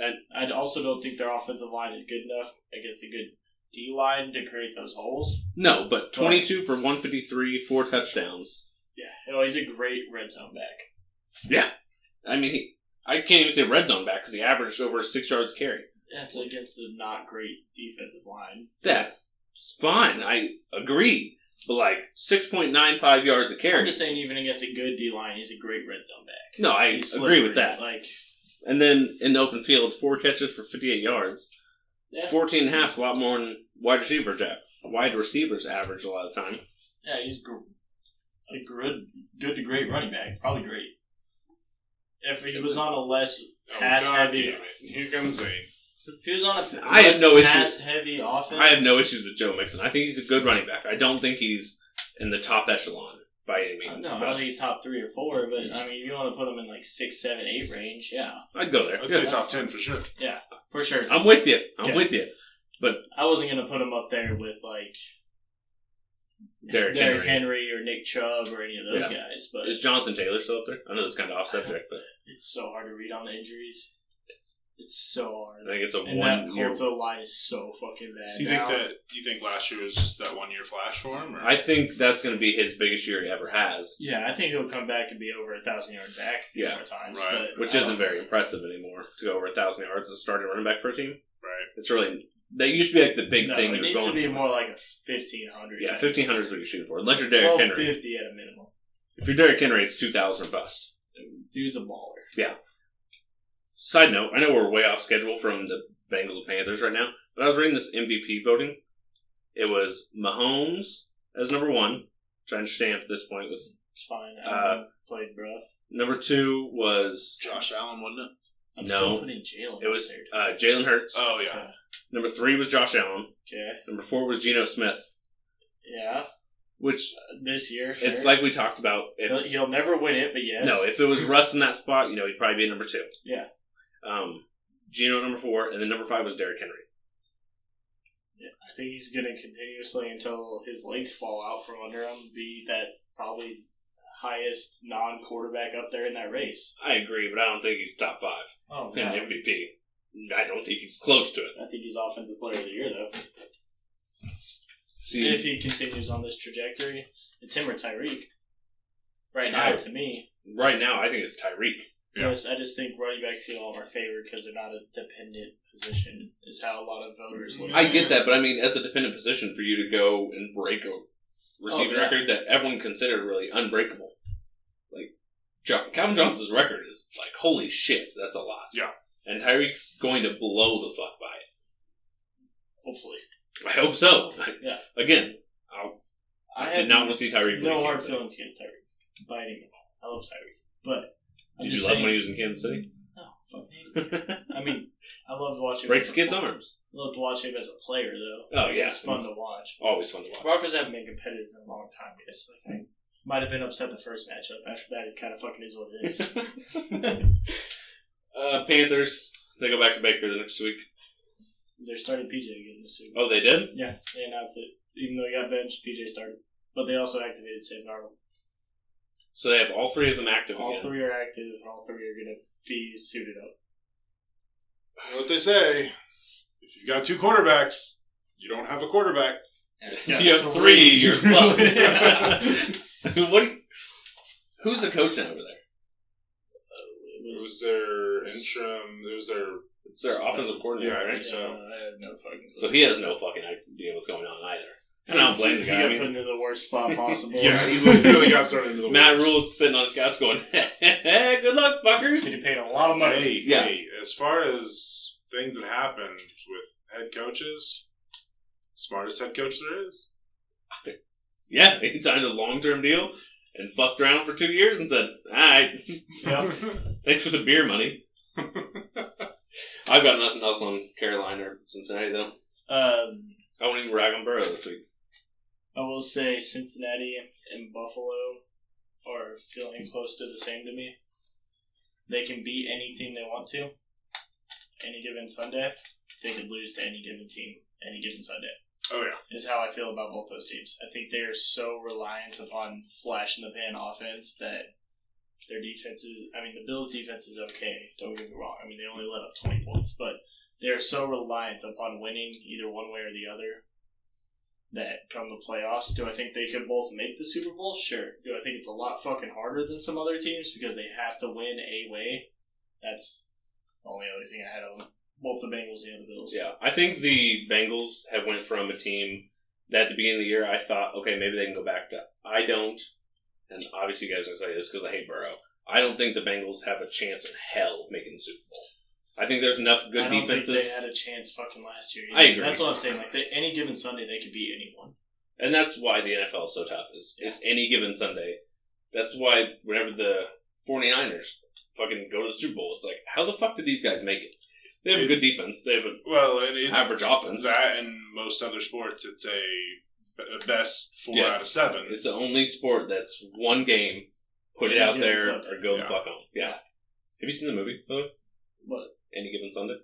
[SPEAKER 1] And-
[SPEAKER 2] I also don't think their offensive line is good enough against a good D line to create those holes.
[SPEAKER 1] no, but twenty-two for one fifty-three, four touchdowns.
[SPEAKER 2] Yeah, no, he's a great red zone back.
[SPEAKER 1] Yeah, I mean, he, I can't even say red zone back because he averaged over six yards a carry.
[SPEAKER 2] That's against the not great defensive line.
[SPEAKER 1] That's fine. I agree, but like six point nine five yards a
[SPEAKER 2] I'm
[SPEAKER 1] carry.
[SPEAKER 2] just saying, even against a good D line, he's a great red zone back.
[SPEAKER 1] No, I
[SPEAKER 2] He's
[SPEAKER 1] agree
[SPEAKER 2] slippery,
[SPEAKER 1] with that.
[SPEAKER 2] Like,
[SPEAKER 1] And then in the open field, four catches for 58 yards.
[SPEAKER 2] Yeah.
[SPEAKER 1] 14 and a half, a lot more than wide receivers, a- wide receivers average a lot of the time.
[SPEAKER 2] yeah, he's gr- a good, good to great running back. Probably great. If he was on a less,
[SPEAKER 3] Oh,
[SPEAKER 2] Pass
[SPEAKER 3] God
[SPEAKER 2] heavy.
[SPEAKER 3] damn it. Here comes Zane.
[SPEAKER 2] if he was on a
[SPEAKER 1] I have no issue-
[SPEAKER 2] pass heavy offense.
[SPEAKER 1] I have no issues with Joe Mixon. I think he's a good running back. I don't think he's in the top echelon by any means.
[SPEAKER 2] No, I
[SPEAKER 1] but
[SPEAKER 2] don't think he's top three or four, but I mean, if you want to put him in like six, seven, eight range, yeah,
[SPEAKER 1] I'd go there.
[SPEAKER 3] I'd
[SPEAKER 1] Yeah.
[SPEAKER 3] say top ten for sure.
[SPEAKER 2] for sure.
[SPEAKER 1] I'm with you. I'm
[SPEAKER 2] Okay.
[SPEAKER 1] with you.
[SPEAKER 2] I wasn't gonna put him up there with like
[SPEAKER 1] Derrick
[SPEAKER 2] Derrick
[SPEAKER 1] Henry.
[SPEAKER 2] Henry. or Nick Chubb or any of those guys, but
[SPEAKER 1] Is Jonathan Taylor still up there? I know it's kind of off subject, but
[SPEAKER 2] it's so hard to read on the injuries. It's so hard,
[SPEAKER 1] I think it's a
[SPEAKER 2] and
[SPEAKER 1] one
[SPEAKER 2] that
[SPEAKER 1] year.
[SPEAKER 2] Colts O line is so fucking bad.
[SPEAKER 3] Do you think
[SPEAKER 2] now.
[SPEAKER 3] that? Do you think last year was just that one year flash for him? Or?
[SPEAKER 1] I think that's going to be his biggest year he ever has,
[SPEAKER 2] Yeah, I think he'll come back and be over a thousand yard back a few
[SPEAKER 1] Yeah,
[SPEAKER 2] more times,
[SPEAKER 3] right.
[SPEAKER 2] but
[SPEAKER 1] which
[SPEAKER 2] I
[SPEAKER 1] isn't
[SPEAKER 2] don't-
[SPEAKER 1] very impressive anymore to go over a 1,000 yards as a starting running back for a team.
[SPEAKER 3] right.
[SPEAKER 1] It's really that used to be like the big
[SPEAKER 2] no,
[SPEAKER 1] thing
[SPEAKER 2] It
[SPEAKER 1] you're
[SPEAKER 2] needs
[SPEAKER 1] going
[SPEAKER 2] to be
[SPEAKER 1] for.
[SPEAKER 2] more like a fifteen hundred.
[SPEAKER 1] yeah, fifteen hundred is what you're shooting for. Unless you're Derrick Henry.
[SPEAKER 2] at a minimum.
[SPEAKER 1] If you're Derrick Henry, it's two thousand or bust.
[SPEAKER 2] Dude's a baller.
[SPEAKER 1] Side note: I know we're way off schedule from the Bengals and Panthers right now, but I was reading this MVP voting. It was Mahomes as number one, which I understand at this point. With
[SPEAKER 2] It's fine. I
[SPEAKER 1] Uh,
[SPEAKER 2] haven't played rough.
[SPEAKER 1] number two was
[SPEAKER 3] Josh Allen wasn't it?
[SPEAKER 2] I'm
[SPEAKER 1] no.
[SPEAKER 2] still putting jail.
[SPEAKER 1] it was uh, Jalen Hurts.
[SPEAKER 3] Oh yeah.
[SPEAKER 1] Number three was Josh Allen.
[SPEAKER 2] okay.
[SPEAKER 1] Number four was Geno Smith.
[SPEAKER 2] Yeah.
[SPEAKER 1] Which
[SPEAKER 2] This year, sure.
[SPEAKER 1] it's like we talked about. If
[SPEAKER 2] he'll, he'll never win it, but yes.
[SPEAKER 1] No, if it was Russ in that spot, you know, he'd probably be at number two.
[SPEAKER 2] Yeah.
[SPEAKER 1] Um, Gino at number four, and then number five was Derrick Henry.
[SPEAKER 2] I think he's gonna continuously until his legs fall out from under him be that probably highest non-quarterback up there in that race.
[SPEAKER 1] I agree, but I don't think he's top five
[SPEAKER 2] Oh
[SPEAKER 1] in MVP. I don't think he's close to it.
[SPEAKER 2] I think he's offensive player of the year though.
[SPEAKER 1] See,
[SPEAKER 2] If he continues on this trajectory, it's him or Tyreek. Right now,
[SPEAKER 1] Tyreek.
[SPEAKER 2] to me,
[SPEAKER 1] right now, I think it's Tyreek.
[SPEAKER 3] Yeah.
[SPEAKER 2] Yes, I just think running backs get all of our favor because they're not a dependent position. Is how a lot of voters look. at
[SPEAKER 1] I
[SPEAKER 2] it.
[SPEAKER 1] get that, but I mean, as a dependent position, for you to go and break a receiving
[SPEAKER 2] yeah.
[SPEAKER 1] record that everyone considered really unbreakable, like jo- Calvin Johnson's record is like holy shit, that's a lot.
[SPEAKER 3] Yeah.
[SPEAKER 1] and Tyreek's going to blow the fuck by it.
[SPEAKER 2] Hopefully,
[SPEAKER 1] I hope so.
[SPEAKER 2] Yeah.
[SPEAKER 1] Again,
[SPEAKER 2] I
[SPEAKER 1] I
[SPEAKER 2] have
[SPEAKER 1] did not want to see Tyreek.
[SPEAKER 2] no
[SPEAKER 1] win
[SPEAKER 2] hard
[SPEAKER 1] Kansas City.
[SPEAKER 2] feelings against Tyreek by any means. I love Tyreek, but I'm
[SPEAKER 1] Did
[SPEAKER 2] just
[SPEAKER 1] you love
[SPEAKER 2] saying,
[SPEAKER 1] when he was in Kansas City?
[SPEAKER 2] No, fuck me. I mean, I loved watching.
[SPEAKER 1] Breaks
[SPEAKER 2] him-
[SPEAKER 1] kids' arms.
[SPEAKER 2] Loved watching him as a player though.
[SPEAKER 1] Oh, yeah.
[SPEAKER 2] it's fun to watch.
[SPEAKER 1] Always fun to watch.
[SPEAKER 2] Broncos haven't been competitive in a long time. Guys, like I might have been upset the first matchup. After that, it kind of fucking is what it is.
[SPEAKER 1] Uh, Panthers. They go back to Baker the next week.
[SPEAKER 2] They're starting PJ again this week.
[SPEAKER 1] Oh, they did.
[SPEAKER 2] Yeah, they announced it. Even though he got benched, PJ started. But they also activated Sam Darnold.
[SPEAKER 1] So they have all three of them active
[SPEAKER 2] All
[SPEAKER 1] again.
[SPEAKER 2] three are active, and all three are going to be suited up.
[SPEAKER 3] You know what they say? If you've got two quarterbacks, you don't have a quarterback.
[SPEAKER 1] If you have three. You're fucked. what? do you- who's the coach now over there?
[SPEAKER 2] Uh, it
[SPEAKER 3] It
[SPEAKER 2] was
[SPEAKER 3] was their interim. It was their
[SPEAKER 1] It's their offensive coordinator,
[SPEAKER 3] Yeah, I
[SPEAKER 1] right?
[SPEAKER 3] think so.
[SPEAKER 2] I have no fucking clue.
[SPEAKER 1] So he has no fucking idea what's going on either. And I don't blame the
[SPEAKER 2] He
[SPEAKER 1] guy.
[SPEAKER 2] got
[SPEAKER 1] I
[SPEAKER 2] put
[SPEAKER 1] mean,
[SPEAKER 2] into the worst spot possible.
[SPEAKER 3] yeah. He really got thrown into the
[SPEAKER 1] Matt
[SPEAKER 3] wolves.
[SPEAKER 1] Rule's sitting on his couch going, good luck, fuckers.
[SPEAKER 2] He paid a lot of money.
[SPEAKER 3] Hey,
[SPEAKER 1] Yeah.
[SPEAKER 3] hey, as far as things that happened with head coaches, smartest head coach there is.
[SPEAKER 1] Yeah, he signed a long term deal and fucked around for two years and said, all right,
[SPEAKER 2] Yep.
[SPEAKER 1] thanks for the beer money. I've got nothing else on Carolina or Cincinnati, though.
[SPEAKER 2] Um,
[SPEAKER 1] I won't even rag on Burrow this week.
[SPEAKER 2] I will say Cincinnati and Buffalo are feeling close to the same to me. They can beat any team they want to, any given Sunday. They could lose to any given team, any given Sunday.
[SPEAKER 3] oh yeah,
[SPEAKER 2] Is how I feel about both those teams. I think they are so reliant upon flash in the pan offense that their defense is. I mean, the Bills' defense is okay. Don't get me wrong. I mean, they only let up twenty points, but they are so reliant upon winning either one way or the other that come the playoffs. Do I think they could both make the Super Bowl? Sure. Do I think it's a lot fucking harder than some other teams because they have to win a way? That's the only other thing I had on both the Bengals and the Bills.
[SPEAKER 1] Yeah, I think the Bengals have went from a team that at the beginning of the year I thought, okay, maybe they can go back to. I don't, and obviously you guys are going to say this because I hate Burrow. I don't think the Bengals have a chance in hell of making the Super Bowl. I think there's enough good
[SPEAKER 2] I don't
[SPEAKER 1] defenses,
[SPEAKER 2] think they had a chance fucking last year.
[SPEAKER 1] I agree.
[SPEAKER 2] That's what I'm saying. Like they, any given Sunday, they could beat anyone.
[SPEAKER 1] and that's why the NFL is so tough. Is it's any given Sunday. That's why whenever the 49ers fucking go to the Super Bowl, it's like, how the fuck did these guys make it? They have a good
[SPEAKER 3] It's-
[SPEAKER 1] defense. They have an
[SPEAKER 3] well, and it's
[SPEAKER 1] average offense.
[SPEAKER 3] that and most other sports, it's a, a best four
[SPEAKER 1] Yeah.
[SPEAKER 3] out of seven.
[SPEAKER 1] It's the only sport that's one game, put it
[SPEAKER 2] Any
[SPEAKER 1] out
[SPEAKER 2] given
[SPEAKER 1] there,
[SPEAKER 2] Sunday.
[SPEAKER 1] or go the
[SPEAKER 3] Yeah.
[SPEAKER 1] fuck home. Yeah. Have you seen the movie? by the way?
[SPEAKER 2] But
[SPEAKER 1] Any given Sunday?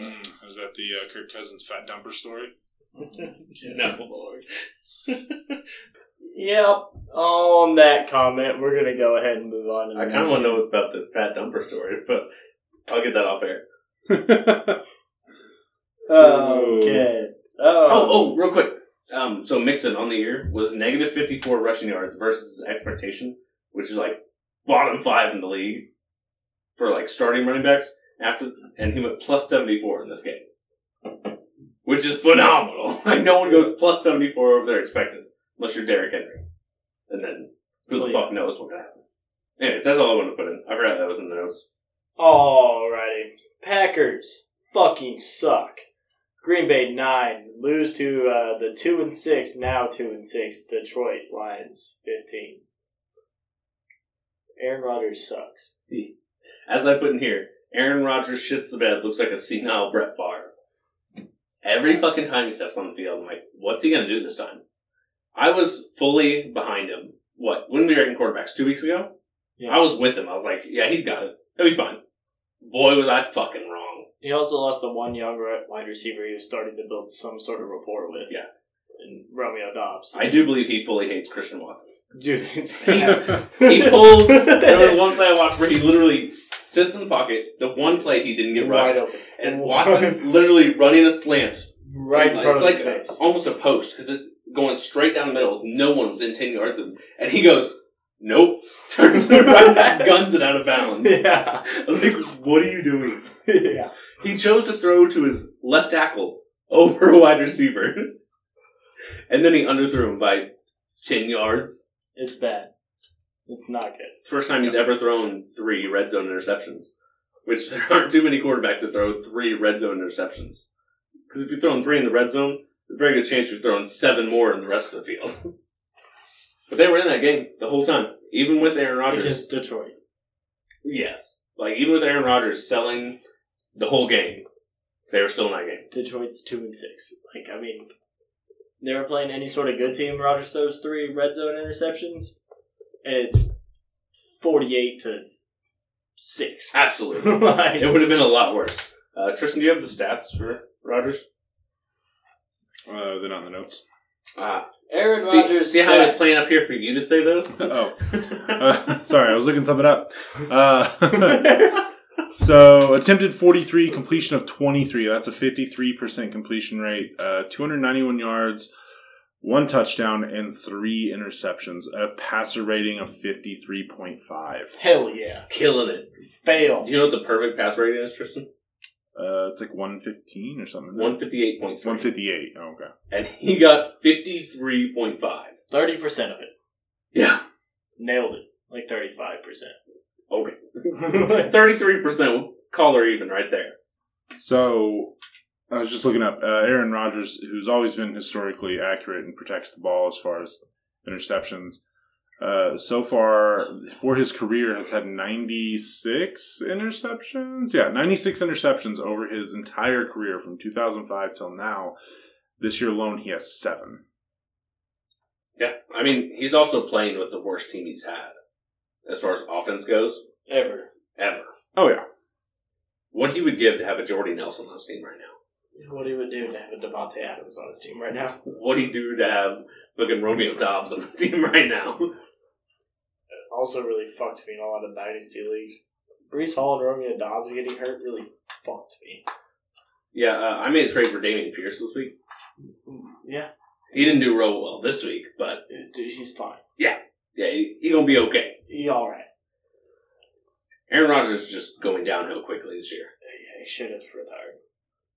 [SPEAKER 3] Mm, is that the uh, Kirk Cousins fat dumper story?
[SPEAKER 1] No.
[SPEAKER 2] Lord.
[SPEAKER 4] Yep. On that comment, we're gonna go ahead and move on. To the next
[SPEAKER 1] wanna
[SPEAKER 4] one.
[SPEAKER 1] about the fat dumper story, but I'll get that off air.
[SPEAKER 4] Okay.
[SPEAKER 1] Oh,
[SPEAKER 4] Oh,
[SPEAKER 1] oh, real quick. Um, so Mixon on the year was negative fifty four rushing yards versus expectation, which is like bottom five in the league for like starting running backs. After and he went plus seventy four in this game, which is phenomenal. Like no one goes plus seventy four over their expected, unless you're Derrick Henry, and then who the
[SPEAKER 4] Well, yeah.
[SPEAKER 1] fuck knows what could happen. Anyways, that's all I wanted to put in. I forgot that was in the notes.
[SPEAKER 4] Oh, Alrighty. Packers fucking suck. Green Bay nine lose to uh, the two and six now two and six Detroit Lions fifteen. Aaron Rodgers sucks.
[SPEAKER 1] As I put in here, Aaron Rodgers shits the bed, looks like a senile Brett Favre. Every fucking time he steps on the field, I'm like, what's he gonna do this time? I was fully behind him. What? When we were in quarterbacks two weeks ago,
[SPEAKER 4] Yeah.
[SPEAKER 1] I was with him. I was like, yeah, he's got it. He'll be fine. Boy, was I fucking wrong.
[SPEAKER 4] He also lost the one young re- wide receiver he was starting to build some sort of rapport with.
[SPEAKER 1] Yeah.
[SPEAKER 4] And Romeo Dobbs.
[SPEAKER 1] I do believe he fully hates Christian Watson.
[SPEAKER 4] Dude, it's
[SPEAKER 1] He pulled. there was one play I watched where he literally sits in the pocket. The one play he didn't get
[SPEAKER 4] Wide
[SPEAKER 1] rushed,
[SPEAKER 4] open.
[SPEAKER 1] and Watson's literally running a slant
[SPEAKER 4] right in front of
[SPEAKER 1] it's
[SPEAKER 4] his
[SPEAKER 1] like
[SPEAKER 4] face.
[SPEAKER 1] almost a post because it's going straight down the middle. No one within ten yards of him, and he goes, "Nope." Turns it around, just guns it out of bounds.
[SPEAKER 4] Yeah.
[SPEAKER 1] I was like, "What are you doing?"
[SPEAKER 4] yeah.
[SPEAKER 1] He chose to throw to his left tackle over a wide receiver, and then he underthrew him by ten yards.
[SPEAKER 4] It's bad. It's not good.
[SPEAKER 1] First time he's ever thrown three red zone interceptions, which there aren't too many quarterbacks that throw three red zone interceptions. Because if you're throwing three in the red zone, there's a very good chance you're throwing seven more in the rest of the field. but they were in that game the whole time, even with Aaron
[SPEAKER 4] Because
[SPEAKER 1] Rodgers.
[SPEAKER 4] Detroit.
[SPEAKER 1] Yes, like even with Aaron Rodgers selling the whole game, they were still in that game.
[SPEAKER 4] Detroit's two and six. Like I mean, they were playing any sort of good team. Rogers throws three red zone interceptions, and it's forty-eight to six.
[SPEAKER 1] Absolutely,
[SPEAKER 4] Like,
[SPEAKER 1] it would have been a lot worse. Uh, Tristan, do you have the stats for Rodgers?
[SPEAKER 3] Uh, they're not in the notes.
[SPEAKER 1] Ah,
[SPEAKER 4] Aaron
[SPEAKER 1] see,
[SPEAKER 4] Uh, Rodgers.
[SPEAKER 1] see how I was
[SPEAKER 4] stats.
[SPEAKER 1] playing up here for you to say those.
[SPEAKER 3] Oh, Uh, sorry, I was looking something up. Uh, so, attempted 43, completion of 23. That's a 53% completion rate. Uh, 291 yards, one touchdown, and three interceptions, a passer rating of 53.5.
[SPEAKER 5] Hell yeah.
[SPEAKER 6] Killing it.
[SPEAKER 5] Fail.
[SPEAKER 1] Do you know what the perfect pass rating is, Tristan?
[SPEAKER 3] Uh, it's like 115 or something.
[SPEAKER 1] One fifty eight point three.
[SPEAKER 3] 158. Oh, okay.
[SPEAKER 1] And he got fifty three point five.
[SPEAKER 5] 30% of it.
[SPEAKER 1] Yeah.
[SPEAKER 5] Nailed it. Like 35%.
[SPEAKER 1] Okay. Thirty three percent caller even right there.
[SPEAKER 3] So I was just looking up uh, Aaron Rodgers, who's always been historically accurate and protects the ball as far as interceptions. Uh, so far, for his career, has had 96 interceptions. Yeah, 96 interceptions over his entire career from 2005 till now. This year alone, he has seven.
[SPEAKER 1] Yeah. I mean, he's also playing with the worst team he's had as far as offense goes
[SPEAKER 5] Ever.
[SPEAKER 1] ever.
[SPEAKER 3] Oh, yeah.
[SPEAKER 1] What he would give to have a Jordy Nelson on his team right now.
[SPEAKER 5] What he would do to have a Devontae Adams on his team right now.
[SPEAKER 1] What'd he do to have fucking Romeo Dobbs on his team right now?
[SPEAKER 2] also really fucked me in a lot of dynasty leagues. Brees Hall and Romeo Dobbs getting hurt really fucked me.
[SPEAKER 1] Yeah, uh, I made a trade for Damian Pierce this week.
[SPEAKER 5] Mm,
[SPEAKER 2] Yeah,
[SPEAKER 1] He didn't do real well this week, but
[SPEAKER 2] dude, dude, he's fine.
[SPEAKER 1] yeah, he, he gonna be okay.
[SPEAKER 2] He all right.
[SPEAKER 1] Aaron Rodgers is just going downhill quickly this year.
[SPEAKER 2] Yeah, he should have retired.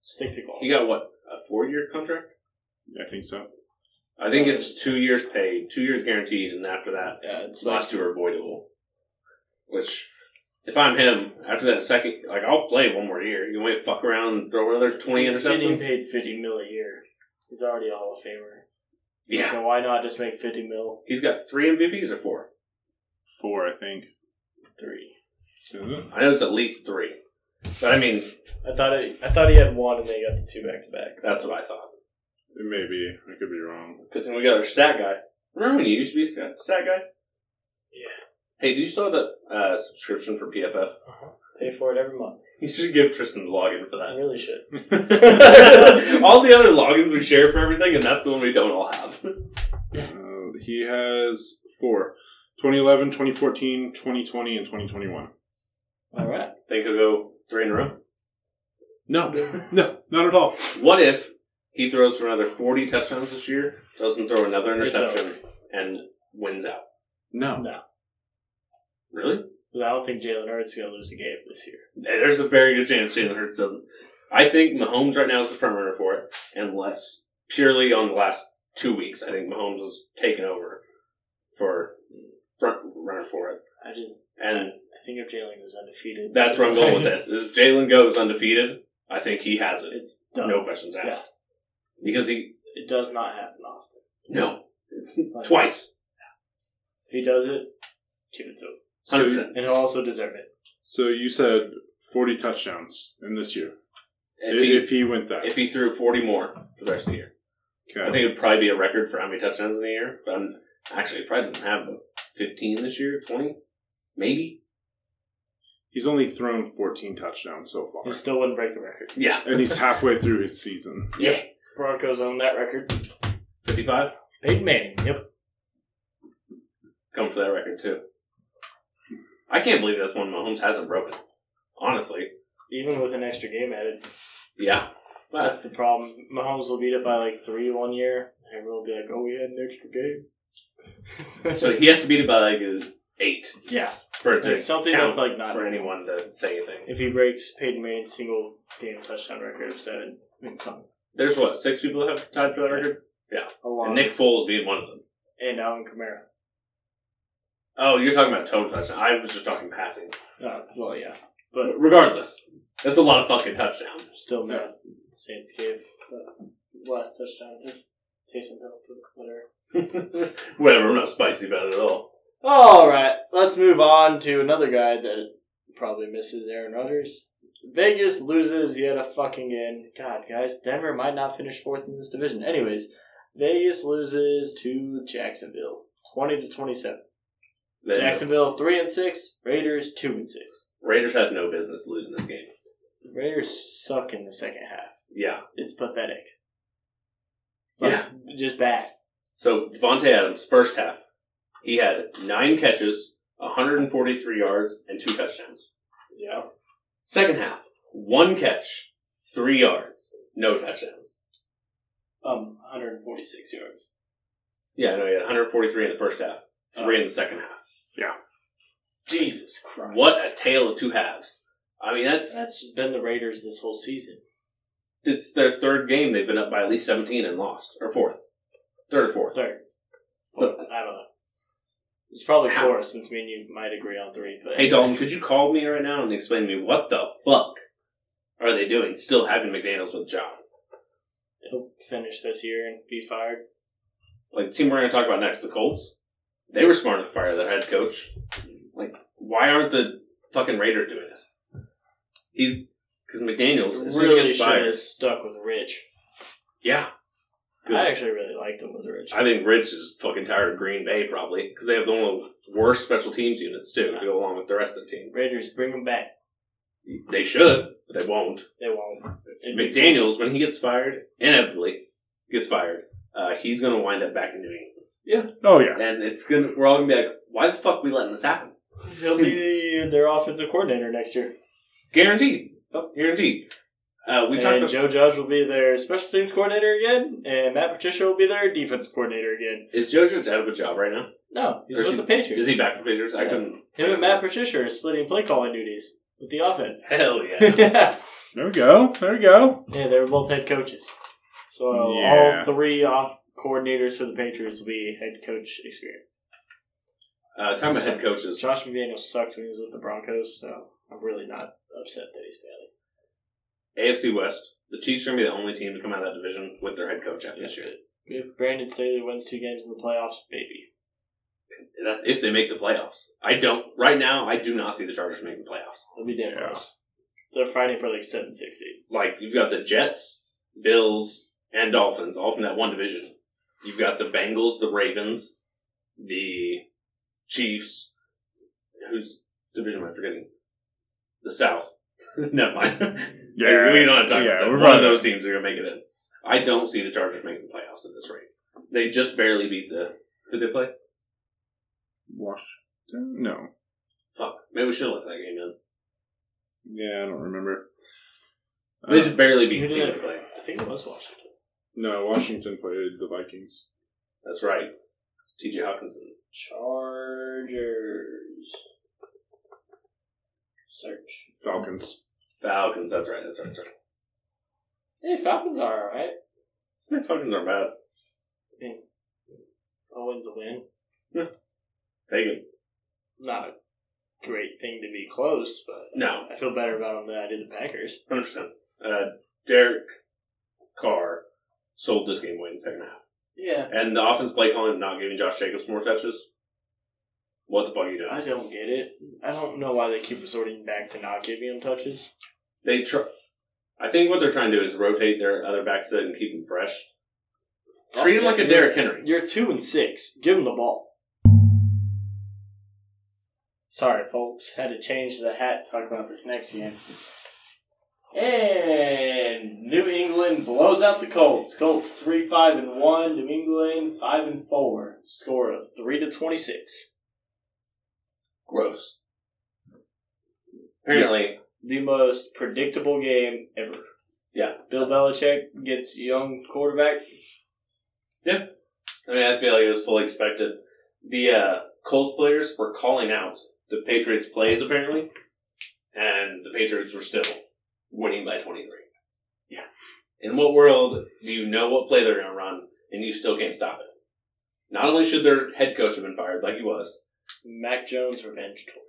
[SPEAKER 2] Stick to golf.
[SPEAKER 1] He got what a four-year contract?
[SPEAKER 3] I think so.
[SPEAKER 1] I think it's two years paid, two years guaranteed, and after that,
[SPEAKER 5] Yeah, it's like,
[SPEAKER 1] last two are avoidable. Which, if I'm him, after that second, like I'll play one more year. You want me to fuck around and throw another twenty
[SPEAKER 2] he's getting
[SPEAKER 1] interceptions?
[SPEAKER 2] paid fifty mil a year. He's already a Hall of Famer.
[SPEAKER 1] Yeah,
[SPEAKER 2] Now why not just make fifty mil
[SPEAKER 1] he's got three MVPs or four.
[SPEAKER 3] Four, I think.
[SPEAKER 2] three?
[SPEAKER 1] I know it's at least three, but I mean
[SPEAKER 2] I thought it, I thought he had one, and they got the two back to back.
[SPEAKER 1] that's what I thought.
[SPEAKER 3] Maybe. I could be wrong.
[SPEAKER 1] Good thing we got our stat guy. Remember when you used to be stat, stat guy?
[SPEAKER 2] Yeah.
[SPEAKER 1] Hey, do you still have that uh, subscription for PFF?
[SPEAKER 2] Pay for it every month.
[SPEAKER 1] You should give Tristan the login for
[SPEAKER 2] I
[SPEAKER 1] that.
[SPEAKER 2] really should.
[SPEAKER 1] all the other logins we share for everything, and that's the one we don't all have.
[SPEAKER 3] Uh, he has four 2011, 2014, 2020, and 2021.
[SPEAKER 2] All right.
[SPEAKER 1] Think he'll go three in a row.
[SPEAKER 3] No, no, not at all.
[SPEAKER 1] What if he throws for another 40 touchdowns this year, doesn't throw another
[SPEAKER 2] It's
[SPEAKER 1] interception, and wins out?
[SPEAKER 3] No.
[SPEAKER 1] Really?
[SPEAKER 2] But I don't think Jalen Hurts is gonna lose a game this year.
[SPEAKER 1] There's a very good chance Jalen Hurts doesn't. I think Mahomes right now is the front runner for it, unless purely on the last two weeks. I think Mahomes has taken over for front runner for it.
[SPEAKER 2] I just
[SPEAKER 1] And
[SPEAKER 2] I think if Jalen goes undefeated,
[SPEAKER 1] that's where I'm going with this. If Jalen goes undefeated, I think he has it.
[SPEAKER 2] It's done.
[SPEAKER 1] No questions asked. Because he.
[SPEAKER 2] It does not happen often.
[SPEAKER 1] No.
[SPEAKER 2] Like,
[SPEAKER 1] Twice.
[SPEAKER 2] If he does it, give it to him,
[SPEAKER 1] 100%.
[SPEAKER 2] and he'll also deserve it.
[SPEAKER 3] So you said 40 touchdowns in this year.
[SPEAKER 1] If
[SPEAKER 3] If
[SPEAKER 1] he,
[SPEAKER 3] he, went that.
[SPEAKER 1] if he threw 40 more for the rest of the year. I
[SPEAKER 3] okay.
[SPEAKER 1] think it would probably be a record for how many touchdowns in a year. But I'm, actually, he probably doesn't have but 15 this year, 20, maybe.
[SPEAKER 3] He's only thrown 14 touchdowns so far.
[SPEAKER 2] He still wouldn't break the record.
[SPEAKER 1] Yeah.
[SPEAKER 3] and he's halfway through his season.
[SPEAKER 1] Yeah.
[SPEAKER 2] Broncos own that record.
[SPEAKER 1] 55.
[SPEAKER 2] Peyton Manning. Yep.
[SPEAKER 1] Come for that record, too. I can't believe that's one Mahomes hasn't broken. Honestly.
[SPEAKER 2] Even with an extra game added,
[SPEAKER 1] Yeah. But
[SPEAKER 2] that's the problem. Mahomes will beat it by like three one year. Everyone will be like, "Oh, we had an extra game."
[SPEAKER 1] so he has to beat it by like his eight
[SPEAKER 2] yeah,
[SPEAKER 1] for it to
[SPEAKER 2] Like, something
[SPEAKER 1] count
[SPEAKER 2] that's like not
[SPEAKER 1] for anyone to say anything.
[SPEAKER 2] If he breaks Peyton Manning's single game touchdown record of seven, I mean, come
[SPEAKER 1] There's what, six people that have tied for that record?
[SPEAKER 2] along
[SPEAKER 1] And Nick Foles being one of them.
[SPEAKER 2] and Alvin Kamara.
[SPEAKER 1] Oh, you're talking about total touchdown. I was just talking passing.
[SPEAKER 2] Uh, well, yeah,
[SPEAKER 1] But regardless, that's a lot of fucking touchdowns.
[SPEAKER 2] still not Saints gave the last touchdown to Taysom Hill, whatever.
[SPEAKER 1] Whatever, I'm not spicy about it at all.
[SPEAKER 2] All right, let's move on to another guy that probably misses Aaron Rodgers. Vegas loses yet a fucking game. God, guys, Denver might not finish fourth in this division. Anyways, Vegas loses to Jacksonville, twenty to twenty-seven.
[SPEAKER 1] They-
[SPEAKER 2] Jacksonville three and six. Raiders two and six.
[SPEAKER 1] Raiders had no business losing this game.
[SPEAKER 2] Raiders suck in the second half.
[SPEAKER 1] Yeah.
[SPEAKER 2] It's pathetic. Like,
[SPEAKER 1] Yeah.
[SPEAKER 2] just bad.
[SPEAKER 1] So Devontae Adams, first half, he had nine catches, 143 yards, and two touchdowns.
[SPEAKER 2] Yeah.
[SPEAKER 1] Second half, one catch, three yards, no touchdowns.
[SPEAKER 2] Um, 146 yards.
[SPEAKER 1] Yeah, no, he had 143 in the first half, three in the second half.
[SPEAKER 2] Jesus Christ.
[SPEAKER 1] What a tale of two halves. I mean, that's
[SPEAKER 2] That's been the Raiders this whole season.
[SPEAKER 1] it's their third game. They've been up by at least 17 and lost, or fourth, third or fourth.
[SPEAKER 2] Third. Fourth. I don't know. It's probably four since me and you might agree on three. But
[SPEAKER 1] Hey Dalton, could you call me right now and explain to me what the fuck are they doing? Still having McDaniel's with a job?
[SPEAKER 2] he'll finish this year and be fired.
[SPEAKER 1] Like the team we're going to talk about next, the Colts. They were smart to fire their head coach. Like, why aren't the fucking Raiders doing this? He's because McDaniel's as soon as he
[SPEAKER 2] really
[SPEAKER 1] gets
[SPEAKER 2] should
[SPEAKER 1] fired.
[SPEAKER 2] have stuck with Rich.
[SPEAKER 1] Yeah, Good.
[SPEAKER 2] I actually really liked him with Rich.
[SPEAKER 1] I think Rich is fucking tired of Green Bay probably because they have the one of the worst special teams units too to go along with the rest of the team.
[SPEAKER 2] Raiders bring him back.
[SPEAKER 1] They should, but they won't.
[SPEAKER 2] They won't. It'd be-
[SPEAKER 1] McDaniel's, when he gets fired, inevitably gets fired, uh, he's going to wind up back in New England,
[SPEAKER 7] Oh yeah.
[SPEAKER 1] and it's gonna we're all gonna be like, why the fuck we letting this happen?
[SPEAKER 2] He'll be their offensive coordinator next year,
[SPEAKER 1] Guaranteed, oh, guaranteed. Uh, we talked
[SPEAKER 2] and
[SPEAKER 1] about
[SPEAKER 2] Joe Judge will be their special teams coordinator again, and Matt Patricia will be their defensive coordinator again.
[SPEAKER 1] is Joe Judge out of a job right now?
[SPEAKER 2] No, he's
[SPEAKER 1] Or is
[SPEAKER 2] with
[SPEAKER 1] he-
[SPEAKER 2] the Patriots.
[SPEAKER 1] Is he back with the Patriots? I
[SPEAKER 2] Yeah.
[SPEAKER 1] couldn't.
[SPEAKER 2] Him and Matt Patricia are splitting play calling duties with the offense.
[SPEAKER 1] Hell yeah.
[SPEAKER 2] yeah,
[SPEAKER 7] There we go. There we go.
[SPEAKER 2] they were both head coaches. So
[SPEAKER 7] Yeah.
[SPEAKER 2] all three off coordinators for the Patriots will be head coach experience.
[SPEAKER 1] Uh, talking about head coaches,
[SPEAKER 2] Josh McDaniel sucked when he was with the Broncos, so I'm really not upset that he's failing.
[SPEAKER 1] AFC West. The Chiefs are gonna be the only team to come out of that division with their head coach after this year.
[SPEAKER 2] If Brandon Staley wins two games in the playoffs, maybe.
[SPEAKER 1] That's if they make the playoffs. I don't. Right now, I do not see the Chargers making the playoffs.
[SPEAKER 2] It'll be damn
[SPEAKER 7] Yeah.
[SPEAKER 2] close. They're fighting for like seven, six seed.
[SPEAKER 1] like you've got the Jets, Bills, and Dolphins all from that one division. You've got the Bengals, the Ravens, the Chiefs. Whose division am I forgetting? The South. Never mind.
[SPEAKER 7] Yeah.
[SPEAKER 1] we don't have to talk
[SPEAKER 7] Yeah,
[SPEAKER 1] about that.
[SPEAKER 7] we're
[SPEAKER 1] One of
[SPEAKER 7] running.
[SPEAKER 1] those teams are going to make it in. I don't see the Chargers making the playoffs at this rate. They just barely beat the. Who they play?
[SPEAKER 7] Washington? No.
[SPEAKER 1] Fuck. Maybe we should have left that game in.
[SPEAKER 7] Yeah, I don't remember. Uh,
[SPEAKER 1] They just barely beat
[SPEAKER 2] Who
[SPEAKER 1] the
[SPEAKER 2] did
[SPEAKER 1] team
[SPEAKER 2] it?
[SPEAKER 1] they play.
[SPEAKER 2] I think it was Washington.
[SPEAKER 7] no, Washington played the Vikings.
[SPEAKER 1] That's right. T.J. Hawkinson.
[SPEAKER 2] Chargers. Search.
[SPEAKER 7] Falcons.
[SPEAKER 1] Falcons. That's right. That's right. That's right.
[SPEAKER 2] Hey, Falcons are alright.
[SPEAKER 1] Yeah, Falcons aren't bad.
[SPEAKER 2] A win's a win.
[SPEAKER 1] Take it.
[SPEAKER 2] Not a great thing to be close, but
[SPEAKER 1] No,
[SPEAKER 2] I feel better about them than I did the Packers.
[SPEAKER 1] hundred percent. Uh, Derek Carr sold this game away in the second half,
[SPEAKER 2] Yeah.
[SPEAKER 1] and the offense play calling of not giving Josh Jacobs more touches. What the fuck are you
[SPEAKER 2] I
[SPEAKER 1] doing?
[SPEAKER 2] don't get it. I don't know why they keep resorting back to not giving him touches.
[SPEAKER 1] They try. I think what they're trying to do is rotate their other backs and keep them fresh. Treat him like a Derrick Henry.
[SPEAKER 2] You're two and six. Give him the ball. Sorry, folks. Had to change the hat. to Talk about this next game. And New England blows out the Colts. Colts three five and one. New England five and four. Score of three to twenty six.
[SPEAKER 1] Gross. Apparently,
[SPEAKER 2] The most predictable game ever.
[SPEAKER 1] Yeah.
[SPEAKER 2] Bill Belichick gets young quarterback.
[SPEAKER 1] I mean, I feel like it was fully expected. The uh, Colts players were calling out the Patriots plays apparently, and the Patriots were still winning by twenty three.
[SPEAKER 2] Yeah.
[SPEAKER 1] In what world do you know what play they're going to run and you still can't stop it? Not only should their head coach have been fired, like he was,
[SPEAKER 2] Mac Jones revenge tour.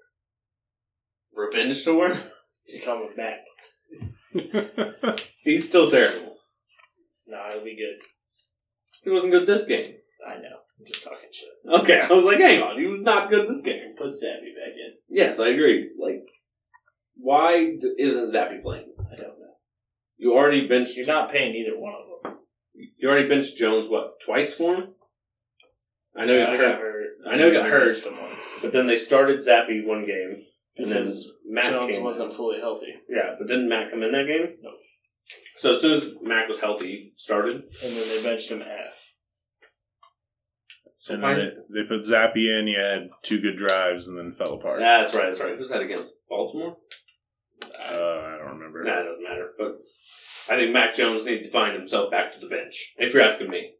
[SPEAKER 1] revenge tour.
[SPEAKER 2] He's coming back.
[SPEAKER 1] He's still terrible.
[SPEAKER 2] No, it'll be good.
[SPEAKER 1] He wasn't good this game.
[SPEAKER 2] I know. I'm just talking shit.
[SPEAKER 1] Okay, I was like, hang on, he was not good this game.
[SPEAKER 2] Put Zabby back in.
[SPEAKER 1] Yes, I agree. Like, why d- isn't Zappy playing?
[SPEAKER 2] I don't know.
[SPEAKER 1] You already benched
[SPEAKER 2] You're not paying either one of them.
[SPEAKER 1] You already benched Jones what twice for him? I know he got hurt,
[SPEAKER 2] hurt.
[SPEAKER 1] I know he got hurt.
[SPEAKER 2] Him once.
[SPEAKER 1] but then they started Zappy one game, and then
[SPEAKER 2] Because
[SPEAKER 1] Mac
[SPEAKER 2] Jones
[SPEAKER 1] came.
[SPEAKER 2] wasn't fully healthy.
[SPEAKER 1] Yeah, but didn't Mac come in that game?
[SPEAKER 2] No.
[SPEAKER 1] So as soon as Mac was healthy, he started.
[SPEAKER 2] And then they benched him half.
[SPEAKER 1] So
[SPEAKER 7] And
[SPEAKER 1] why
[SPEAKER 7] then
[SPEAKER 1] is-
[SPEAKER 7] they, they put Zappy in. You had two good drives and then fell apart.
[SPEAKER 1] that's right. That's right. Who's that against? Baltimore?
[SPEAKER 7] Uh, I don't remember.
[SPEAKER 1] Nah, it doesn't matter. But I think Mac Jones needs to find himself back to the bench. If you're asking me,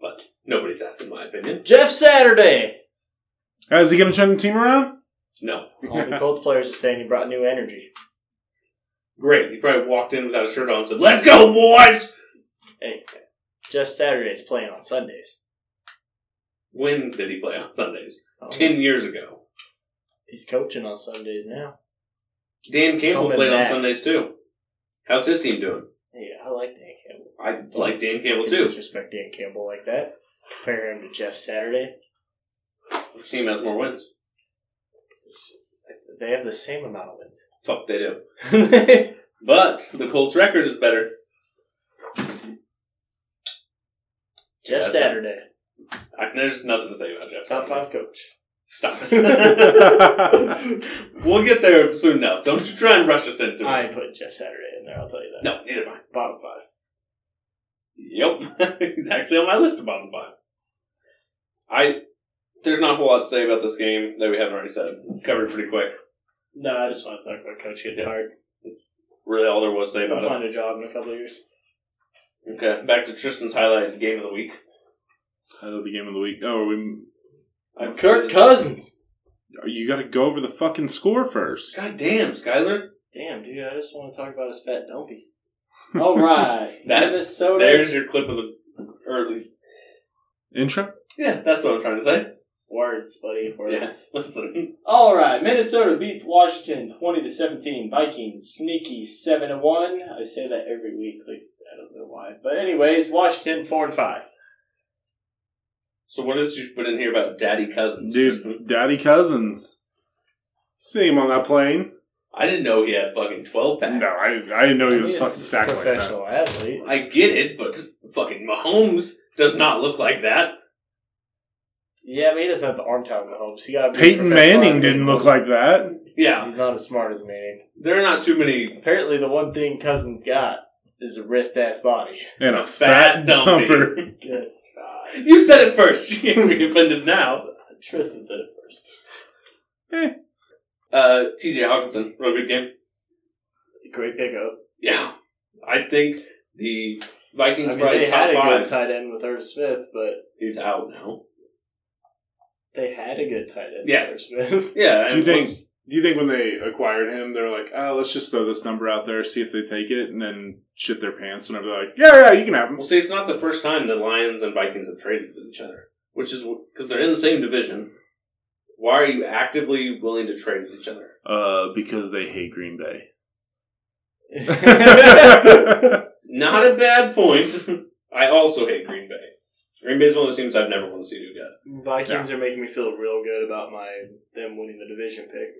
[SPEAKER 1] But nobody's asking my opinion.
[SPEAKER 8] Jeff Saturday.
[SPEAKER 7] Uh, is he going to turn the team around?
[SPEAKER 1] No.
[SPEAKER 2] All the Colts players are saying he brought new energy.
[SPEAKER 1] Great. He probably walked in without a shirt on and said, Let's go, boys!
[SPEAKER 2] Hey, Jeff Saturday's playing on Sundays.
[SPEAKER 1] When did he play on Sundays?
[SPEAKER 2] Oh,
[SPEAKER 1] Ten years ago.
[SPEAKER 2] he's coaching on Sundays now.
[SPEAKER 1] Dan Campbell
[SPEAKER 2] Coming
[SPEAKER 1] played on
[SPEAKER 2] back.
[SPEAKER 1] Sundays too. How's his team doing?
[SPEAKER 2] Hey, I like Dan Campbell.
[SPEAKER 1] I like Dan Campbell
[SPEAKER 2] Can
[SPEAKER 1] too.
[SPEAKER 2] disrespect Dan Campbell like that. Compare him to Jeff Saturday.
[SPEAKER 1] His team has more wins.
[SPEAKER 2] They have the same amount of wins.
[SPEAKER 1] Fuck, they do. But the Colts' record is better.
[SPEAKER 2] Jeff
[SPEAKER 1] That's-
[SPEAKER 2] Saturday,
[SPEAKER 1] I, there's nothing to say about Jeff.
[SPEAKER 2] top five coach.
[SPEAKER 1] Stop. we'll get there soon enough. Don't you try and rush us into it.
[SPEAKER 2] I ain't putting Jeff Saturday in there. I'll tell you that.
[SPEAKER 1] No, neither am I.
[SPEAKER 2] Bottom five.
[SPEAKER 1] Yep, he's actually on my list of bottom five. I there's not a whole lot to say about this game that we haven't already said. Covered it pretty quick.
[SPEAKER 2] No, I just want to talk about coach getting
[SPEAKER 1] Yeah.
[SPEAKER 2] fired.
[SPEAKER 1] Really, all there was to say
[SPEAKER 2] He'll
[SPEAKER 1] about
[SPEAKER 2] find a job in a couple of years.
[SPEAKER 1] it. Okay, back to Tristan's highlight of the game of the week.
[SPEAKER 7] I love the game of the week. Oh, are we,
[SPEAKER 2] Kirk Cousins.
[SPEAKER 7] you got to go over the fucking score first.
[SPEAKER 1] God damn, Skyler.
[SPEAKER 2] Damn, dude, I just want to talk about his fat dumpy. All right,
[SPEAKER 1] That's-
[SPEAKER 2] Minnesota.
[SPEAKER 1] There's your clip of the early.
[SPEAKER 7] Intro?
[SPEAKER 1] Yeah, that's what I'm trying to say.
[SPEAKER 2] Words, buddy. Words.
[SPEAKER 1] Yes, listen.
[SPEAKER 2] All right, Minnesota beats Washington twenty to seventeen. Vikings sneaky seven to one. I say that every week. Like I don't know why, but anyways, Washington four and five.
[SPEAKER 1] So what is you put in here about Daddy Cousins,
[SPEAKER 7] Dude,
[SPEAKER 1] Tristan?
[SPEAKER 7] Daddy Cousins. See him on that plane.
[SPEAKER 1] I didn't know he had fucking twelve pack.
[SPEAKER 7] No, I, I didn't know he was
[SPEAKER 2] He's
[SPEAKER 7] fucking
[SPEAKER 2] a
[SPEAKER 7] stacked like that.
[SPEAKER 2] professional athlete.
[SPEAKER 1] I get it, but fucking Mahomes does not look like that.
[SPEAKER 2] Yeah, but he doesn't have the arm talent of Mahomes. He got
[SPEAKER 7] Peyton Manning didn't look like that.
[SPEAKER 1] Yeah,
[SPEAKER 2] He's not as smart as Manning.
[SPEAKER 1] there are not too many
[SPEAKER 2] Apparently, the one thing Cousins got is a ripped ass body.
[SPEAKER 7] And a, fat,
[SPEAKER 1] dumpy.
[SPEAKER 7] dumper.
[SPEAKER 2] Good God.
[SPEAKER 1] You said it first. You can't be offended now.
[SPEAKER 2] Tristan said it first.
[SPEAKER 1] Uh, TJ Hawkinson, real good game.
[SPEAKER 2] Great pickup.
[SPEAKER 1] Yeah. I think the Vikings
[SPEAKER 2] I mean,
[SPEAKER 1] probably
[SPEAKER 2] they
[SPEAKER 1] top
[SPEAKER 2] had a
[SPEAKER 1] five.
[SPEAKER 2] good tight end with Irv Smith, but
[SPEAKER 1] He's out now.
[SPEAKER 2] they had a good tight end.
[SPEAKER 1] Yeah.
[SPEAKER 2] with Irv Smith.
[SPEAKER 1] Yeah.
[SPEAKER 7] Do you
[SPEAKER 1] and
[SPEAKER 7] think?
[SPEAKER 1] once-
[SPEAKER 7] Do you think when they acquired him, they're like, "Oh, let's just throw this number out there, see if they take it, and then shit their pants whenever they're like, yeah, yeah, you can have him."
[SPEAKER 1] Well, see, it's not the first time the Lions and Vikings have traded with each other, which is because they're in the same division. Why are you actively willing to trade with each other?
[SPEAKER 7] Uh, because they hate Green Bay.
[SPEAKER 1] Not a bad point. I also hate Green Bay. Green Bay is one of those teams I've never want to see do good.
[SPEAKER 2] Vikings are making me feel real good about my them winning the division pick.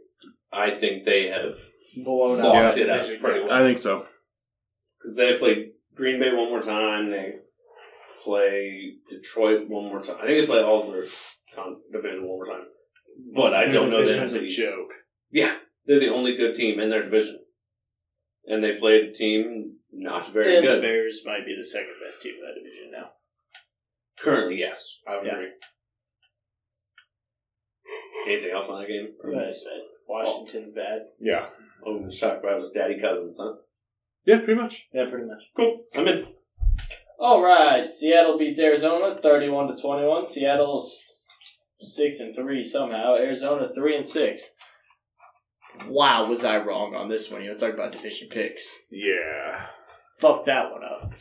[SPEAKER 1] I think they have
[SPEAKER 2] Blown out
[SPEAKER 1] locked
[SPEAKER 2] that
[SPEAKER 1] it up
[SPEAKER 2] division
[SPEAKER 1] pretty
[SPEAKER 2] game.
[SPEAKER 1] well.
[SPEAKER 7] I think so.
[SPEAKER 1] because they play Green Bay one more time. They play Detroit one more time. I think they play all their con- division one more time. But I
[SPEAKER 2] Their
[SPEAKER 1] don't know
[SPEAKER 2] division
[SPEAKER 1] them.
[SPEAKER 2] is a joke.
[SPEAKER 1] Yeah, they're the only good team in their division, and they played a team not very
[SPEAKER 2] And the
[SPEAKER 1] good
[SPEAKER 2] Bears might be the second best team in that division now.
[SPEAKER 1] currently. Yes, I would
[SPEAKER 2] Yeah.
[SPEAKER 1] agree. Anything else on that game?
[SPEAKER 2] Washington's bad.
[SPEAKER 7] Yeah.
[SPEAKER 1] Oh, let's talk about it was Daddy Cousins, huh?
[SPEAKER 7] Yeah, pretty much.
[SPEAKER 2] Yeah, pretty much.
[SPEAKER 1] Cool. I'm in.
[SPEAKER 2] All right, Seattle beats Arizona thirty-one to twenty-one. Seattle's six and three somehow. Arizona three and six. Wow, was I wrong on this one? You know, talk about division picks.
[SPEAKER 7] Yeah.
[SPEAKER 2] Fuck that one up.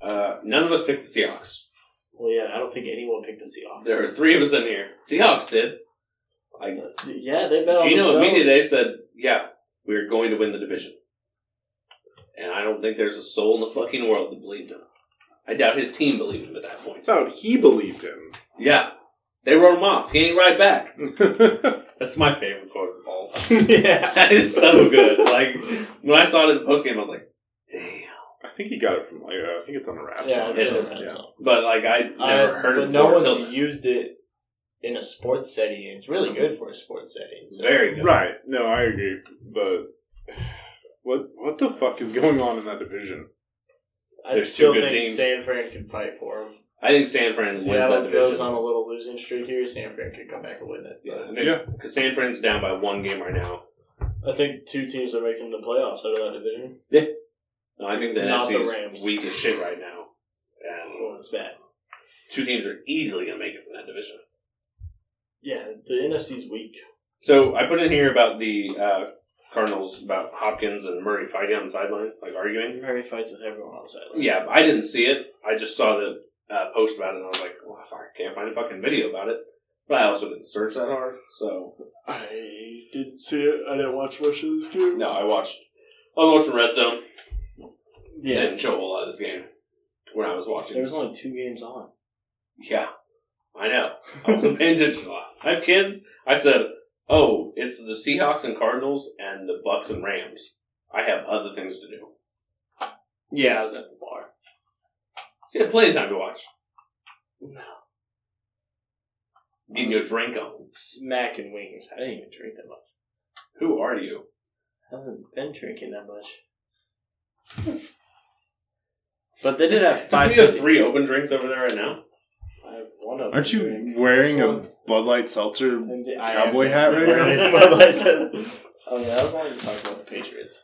[SPEAKER 1] Uh, none of us picked the Seahawks.
[SPEAKER 2] Well, yeah, I don't think anyone picked the Seahawks.
[SPEAKER 1] There are three of us in here. Seahawks did. I
[SPEAKER 2] yeah, they bet on
[SPEAKER 1] Gino
[SPEAKER 2] themselves.
[SPEAKER 1] and me today said, "Yeah, we're going to win the division," and I don't think there's a soul in the fucking world that believed him. I doubt his team believed him at that point.
[SPEAKER 7] Doubt he believed him.
[SPEAKER 1] Yeah, they wrote him off. He ain't right back. That's my favorite quote of all. time.
[SPEAKER 2] yeah.
[SPEAKER 1] That is so good. Like when I saw it in the postgame, I was like, "Damn!"
[SPEAKER 7] I think he got it from like uh, I think it's on a rap
[SPEAKER 2] Yeah,
[SPEAKER 7] song.
[SPEAKER 2] it's
[SPEAKER 1] It
[SPEAKER 2] on a
[SPEAKER 1] is,
[SPEAKER 2] rap
[SPEAKER 7] yeah.
[SPEAKER 2] song.
[SPEAKER 1] But like I never
[SPEAKER 2] I-
[SPEAKER 1] heard it
[SPEAKER 2] but no
[SPEAKER 1] before
[SPEAKER 2] one's
[SPEAKER 1] until
[SPEAKER 2] used it in a sports setting. It's really good for a sports setting.
[SPEAKER 1] it's
[SPEAKER 2] So.
[SPEAKER 1] very good.
[SPEAKER 7] Right. No, I agree. But what what the fuck is going on in that division?
[SPEAKER 2] I
[SPEAKER 1] There's
[SPEAKER 2] still
[SPEAKER 1] two good
[SPEAKER 2] think
[SPEAKER 1] teams.
[SPEAKER 2] San Fran can fight for him.
[SPEAKER 1] I think San Fran wins that
[SPEAKER 2] Seattle goes
[SPEAKER 1] division
[SPEAKER 2] on a little losing streak here. San Fran could come back and win it. But
[SPEAKER 7] Yeah.
[SPEAKER 1] because San Fran's down by one game right now.
[SPEAKER 2] I think two teams are making the playoffs out of that division.
[SPEAKER 1] No, I think
[SPEAKER 2] It's
[SPEAKER 1] the
[SPEAKER 2] not the
[SPEAKER 1] NFC is
[SPEAKER 2] Rams.
[SPEAKER 1] weak as shit right now. And
[SPEAKER 2] Well, it's bad.
[SPEAKER 1] two teams are easily going to make it from that division.
[SPEAKER 2] Yeah, the NFC's weak.
[SPEAKER 1] So I put in here about the uh, Cardinals, about Hopkins and Murray fighting on the sideline, like arguing.
[SPEAKER 2] Murray fights with everyone on the sidelines.
[SPEAKER 1] Yeah, I didn't see it. I just saw the uh, post about it, and I was like, well, fuck, I can't find a fucking video about it. But I also didn't search that hard, so
[SPEAKER 2] I didn't see it. I didn't watch much of this game.
[SPEAKER 1] no, I watched. I was watching Red Zone. They
[SPEAKER 2] Yeah,
[SPEAKER 1] Didn't show a whole lot of this game when I was watching.
[SPEAKER 2] there was only two games on.
[SPEAKER 1] Yeah, I know. I wasn't paying attention a lot. I have kids. I said, "Oh, it's the Seahawks and Cardinals and the Bucks and Rams." I have other things to do.
[SPEAKER 2] Yeah, I was at the bar.
[SPEAKER 1] So you had plenty of time to watch.
[SPEAKER 2] No,
[SPEAKER 1] Getting your drink on.
[SPEAKER 2] smacking wings. I didn't even drink that much.
[SPEAKER 1] Who are you?
[SPEAKER 2] I haven't been drinking that much. But they did have
[SPEAKER 1] Five.
[SPEAKER 2] five.
[SPEAKER 1] We have three open drinks over there right now.
[SPEAKER 2] I have one of
[SPEAKER 3] Aren't
[SPEAKER 2] them
[SPEAKER 3] you
[SPEAKER 2] drink.
[SPEAKER 3] wearing a
[SPEAKER 2] Someone's-
[SPEAKER 3] Bud Light seltzer?
[SPEAKER 2] And the- I
[SPEAKER 3] cowboy
[SPEAKER 2] am-
[SPEAKER 3] hat right
[SPEAKER 2] That's
[SPEAKER 3] now?
[SPEAKER 2] what I said. Oh yeah, I was only talking about the Patriots.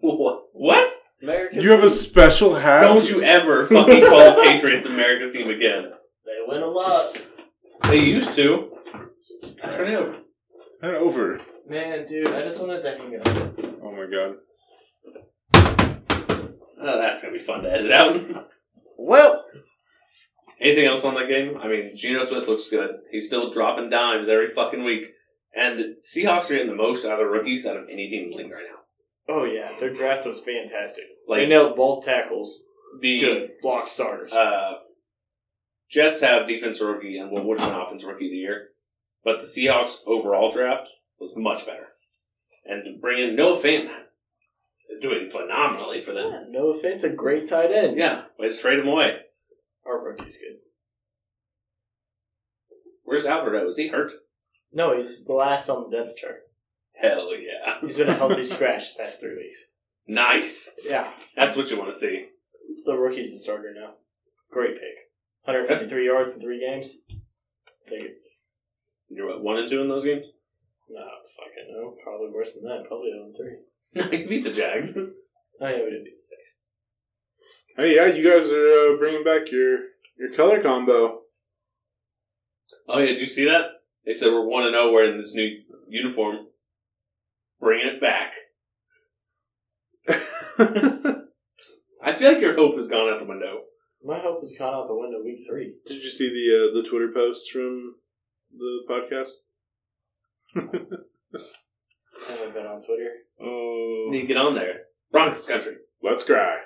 [SPEAKER 1] What? What?
[SPEAKER 2] America's
[SPEAKER 3] You have a special hat.
[SPEAKER 1] Don't you ever fucking call the Patriots America's team again?
[SPEAKER 2] They win a lot.
[SPEAKER 1] They used to. Turn it over.
[SPEAKER 3] Turn it over.
[SPEAKER 2] Man, dude, I just wanted to hang out.
[SPEAKER 3] Oh my god.
[SPEAKER 1] Oh, that's gonna be fun to edit out.
[SPEAKER 2] Well,
[SPEAKER 1] Anything else on that game? I mean, Geno Smith looks good. He's still dropping dimes every fucking week. And the Seahawks are getting the most out of rookies out of any team in the league right now.
[SPEAKER 2] oh yeah, their draft was fantastic. they
[SPEAKER 1] Like
[SPEAKER 2] nailed both tackles.
[SPEAKER 1] the
[SPEAKER 2] Good block starters.
[SPEAKER 1] Uh, Jets have defense rookie and what would have been offense rookie of the year, but the Seahawks overall draft was much better. And to bring in Noah Fant is doing phenomenally for them.
[SPEAKER 2] Yeah, no offense, a great tight end.
[SPEAKER 1] Yeah, way to trade him away.
[SPEAKER 2] our rookie's good.
[SPEAKER 1] Where's Alberto? Is he hurt?
[SPEAKER 2] No, he's the last on the depth chart.
[SPEAKER 1] Hell yeah.
[SPEAKER 2] He's been a healthy scratch the past three weeks.
[SPEAKER 1] Nice.
[SPEAKER 2] Yeah,
[SPEAKER 1] That's what you want to see.
[SPEAKER 2] the rookie's the starter now. Great pick. 153 yards in three games. Take it.
[SPEAKER 1] You're what, one and two in those games?
[SPEAKER 2] Nah, fucking no. Probably worse than that. Probably 0 3.
[SPEAKER 1] No, you beat the Jags.
[SPEAKER 2] Oh, yeah, we did beat the Jags.
[SPEAKER 3] Hey, yeah, you guys are uh, bringing back your your color combo.
[SPEAKER 1] Oh yeah, did you see that? They said we're one and zero wearing this new uniform. Bringing it back.
[SPEAKER 3] Did
[SPEAKER 1] I feel like your hope has gone out the window.
[SPEAKER 2] My hope was gone out the window week three.
[SPEAKER 3] you see the uh, the Twitter post from the podcast?
[SPEAKER 2] I haven't been on Twitter.
[SPEAKER 1] You
[SPEAKER 3] Oh,
[SPEAKER 1] need to get on there. Broncos country.
[SPEAKER 3] let's cry.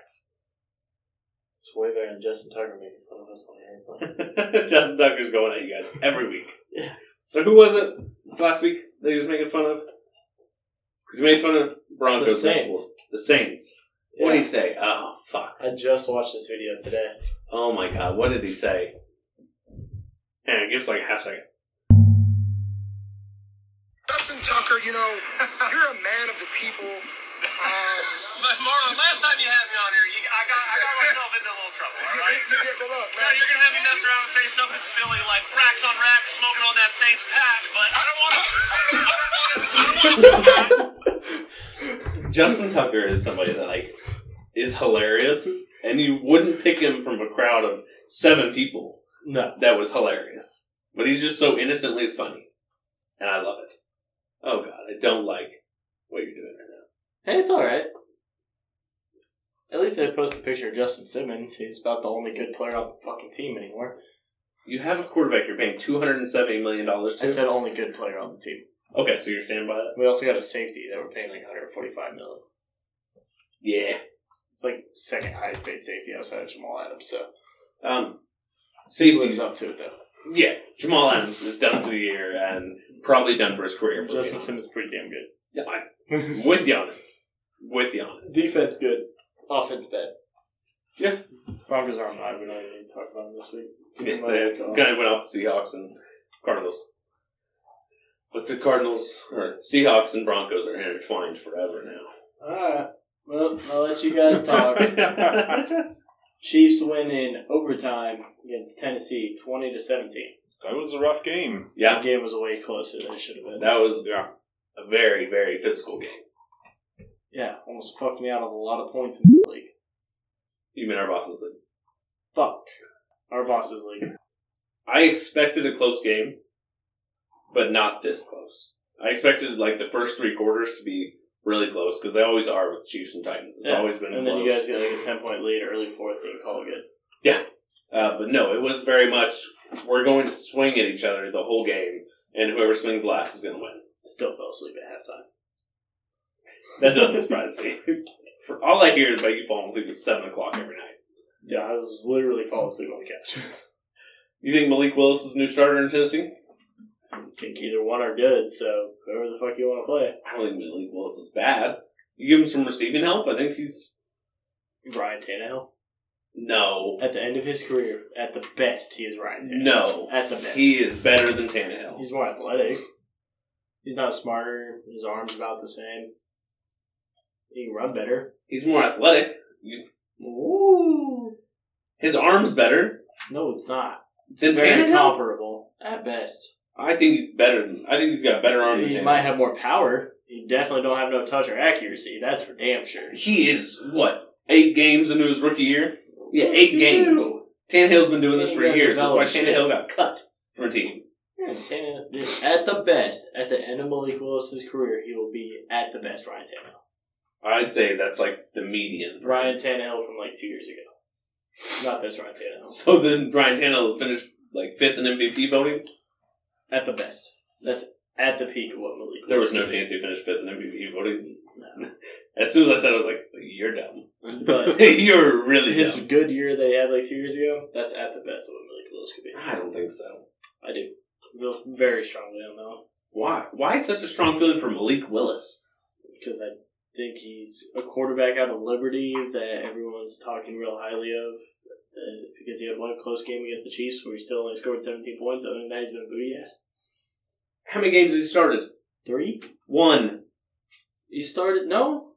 [SPEAKER 2] It's way better than Justin Tucker making fun of us on the airplane.
[SPEAKER 1] Justin Tucker's going at you guys every week.
[SPEAKER 2] Yeah.
[SPEAKER 1] So who was it this last week that he was making fun of? Because he made fun of Broncos.
[SPEAKER 2] The Saints.
[SPEAKER 1] before. The Saints. What did he say? Oh fuck.
[SPEAKER 2] I just watched this video today.
[SPEAKER 1] Oh my god. What did he say? And give us like a half second.
[SPEAKER 9] Justin Tucker, you know, you're a man of the people. Um,
[SPEAKER 10] But Marlon, last time you had me on here, you, I got I got myself into a little trouble. All
[SPEAKER 9] you,
[SPEAKER 10] right.
[SPEAKER 9] you get the look,
[SPEAKER 10] Now
[SPEAKER 9] man.
[SPEAKER 10] you're gonna have me mess around and say something silly like racks on racks, smoking on that Saints patch, but I don't want to. I don't want to. I don't want to.
[SPEAKER 1] Justin Tucker is somebody that like is hilarious, and you wouldn't pick him from a crowd of seven people
[SPEAKER 2] No.
[SPEAKER 1] that was hilarious. But he's just so innocently funny, and I love it. Oh god, I don't like what you're doing right now.
[SPEAKER 2] Hey, it's alright. At least they posted a picture of Justin Simmons. He's about the only good player on the fucking team anymore.
[SPEAKER 1] You have a quarterback you're paying two hundred and seventy million dollars to.
[SPEAKER 2] I said only good player on the team.
[SPEAKER 1] okay, so you're standing by that.
[SPEAKER 2] We also got a safety that we're paying like 145 million.
[SPEAKER 1] Yeah.
[SPEAKER 2] It's like second highest paid safety outside of Jamal Adams. So
[SPEAKER 1] Um,
[SPEAKER 2] he lives
[SPEAKER 1] safeties.
[SPEAKER 2] up to it though.
[SPEAKER 1] Yeah, Jamal Adams is done for the year and probably done for his career. For
[SPEAKER 2] Justin Simmons pretty damn good.
[SPEAKER 1] yeah, I, with Yana, with Yana.
[SPEAKER 2] Defense good, offense bad.
[SPEAKER 1] Yeah.
[SPEAKER 2] Broncos are not. We don't even need to talk about them this week.
[SPEAKER 1] Yeah, so kind of went off the Seahawks and Cardinals. But the Cardinals or Seahawks and Broncos are intertwined forever now.
[SPEAKER 2] Alright. Well, I'll let you guys talk. Chiefs win in overtime against Tennessee, twenty to seventeen.
[SPEAKER 7] That was a rough game.
[SPEAKER 1] Yeah,
[SPEAKER 2] That game was way closer than it should have been.
[SPEAKER 1] that was
[SPEAKER 7] Yeah.
[SPEAKER 1] a very very physical game.
[SPEAKER 2] yeah, almost fucked me out of a lot of points in the league.
[SPEAKER 1] You mean our bosses?
[SPEAKER 2] Fuck. Our bosses league.
[SPEAKER 1] I expected a close game, but not this close. I expected like the first three quarters to be really close because they always are with Chiefs and Titans. It's
[SPEAKER 2] Yeah.
[SPEAKER 1] always been
[SPEAKER 2] And
[SPEAKER 1] close.
[SPEAKER 2] then you guys get like a ten point lead early fourth and call it good.
[SPEAKER 1] Uh, but no, it was very much we're going to swing at each other the whole game, and whoever swings last is going to win.
[SPEAKER 2] Still fell asleep at halftime.
[SPEAKER 1] That doesn't surprise me. For all I hear is about you falling asleep at seven o'clock every night.
[SPEAKER 2] Yeah, I was literally falling asleep on the couch.
[SPEAKER 1] You think Malik Willis is the new starter in Tennessee?
[SPEAKER 2] think either one are good, so whoever the fuck you want to play.
[SPEAKER 1] I don't think Malik Willis is bad. You give him some receiving help. I think he's
[SPEAKER 2] Ryan Tannehill.
[SPEAKER 1] no,
[SPEAKER 2] At the end of his career, at the best, he is Ryan Tannehill.
[SPEAKER 1] no.
[SPEAKER 2] At the best.
[SPEAKER 1] He is better than Tannehill.
[SPEAKER 2] He's more athletic. He's not smarter. His arm's about the same. He can run better.
[SPEAKER 1] He's more athletic.
[SPEAKER 2] Ooh.
[SPEAKER 1] His arm's better
[SPEAKER 2] No, it's not.
[SPEAKER 1] than
[SPEAKER 2] Very
[SPEAKER 1] Tannehill.
[SPEAKER 2] comparable at best.
[SPEAKER 1] I think he's better than. I think he's got a better arm
[SPEAKER 2] He
[SPEAKER 1] than
[SPEAKER 2] might
[SPEAKER 1] Tannehill.
[SPEAKER 2] have more power. He definitely don't have no touch or accuracy. That's for damn sure.
[SPEAKER 1] He is what eight games into his rookie year. Yeah, eight games. Tannehill's been doing this for
[SPEAKER 2] Tannehill
[SPEAKER 1] years. That's why
[SPEAKER 2] developed shit.
[SPEAKER 1] Tannehill got cut from a team.
[SPEAKER 2] Yeah, Tannehill- this- At the best, at the end of Malik Willis's career, he will be at the best Ryan Tannehill.
[SPEAKER 1] I'd say that's like the median.
[SPEAKER 2] Ryan Tannehill from like two years ago. Not this Ryan Tannehill.
[SPEAKER 1] So then Brian Tannehill finished like fifth in MVP voting.
[SPEAKER 2] At the best. That's at the peak of what Malik
[SPEAKER 1] There
[SPEAKER 2] Willis
[SPEAKER 1] was no
[SPEAKER 2] could be.
[SPEAKER 1] chance he finished fifth in MVP voting. As soon as I said, it, I was like, "You're dumb.
[SPEAKER 2] But
[SPEAKER 1] You're really
[SPEAKER 2] his
[SPEAKER 1] dumb."
[SPEAKER 2] good year that he had like two years ago, that's at the best of what Malik Willis could be.
[SPEAKER 1] I don't think so.
[SPEAKER 2] I do. Feel very strongly on that one.
[SPEAKER 1] Why? Why such a strong feeling for Malik Willis?
[SPEAKER 2] Because I think he's a quarterback out of Liberty that everyone's talking real highly of. Uh, because he had one close game against the Chiefs where he still only scored 17 points. Other than that, he's been booty ass.
[SPEAKER 1] How many games has he started?
[SPEAKER 2] Three?
[SPEAKER 1] One.
[SPEAKER 2] He started. No?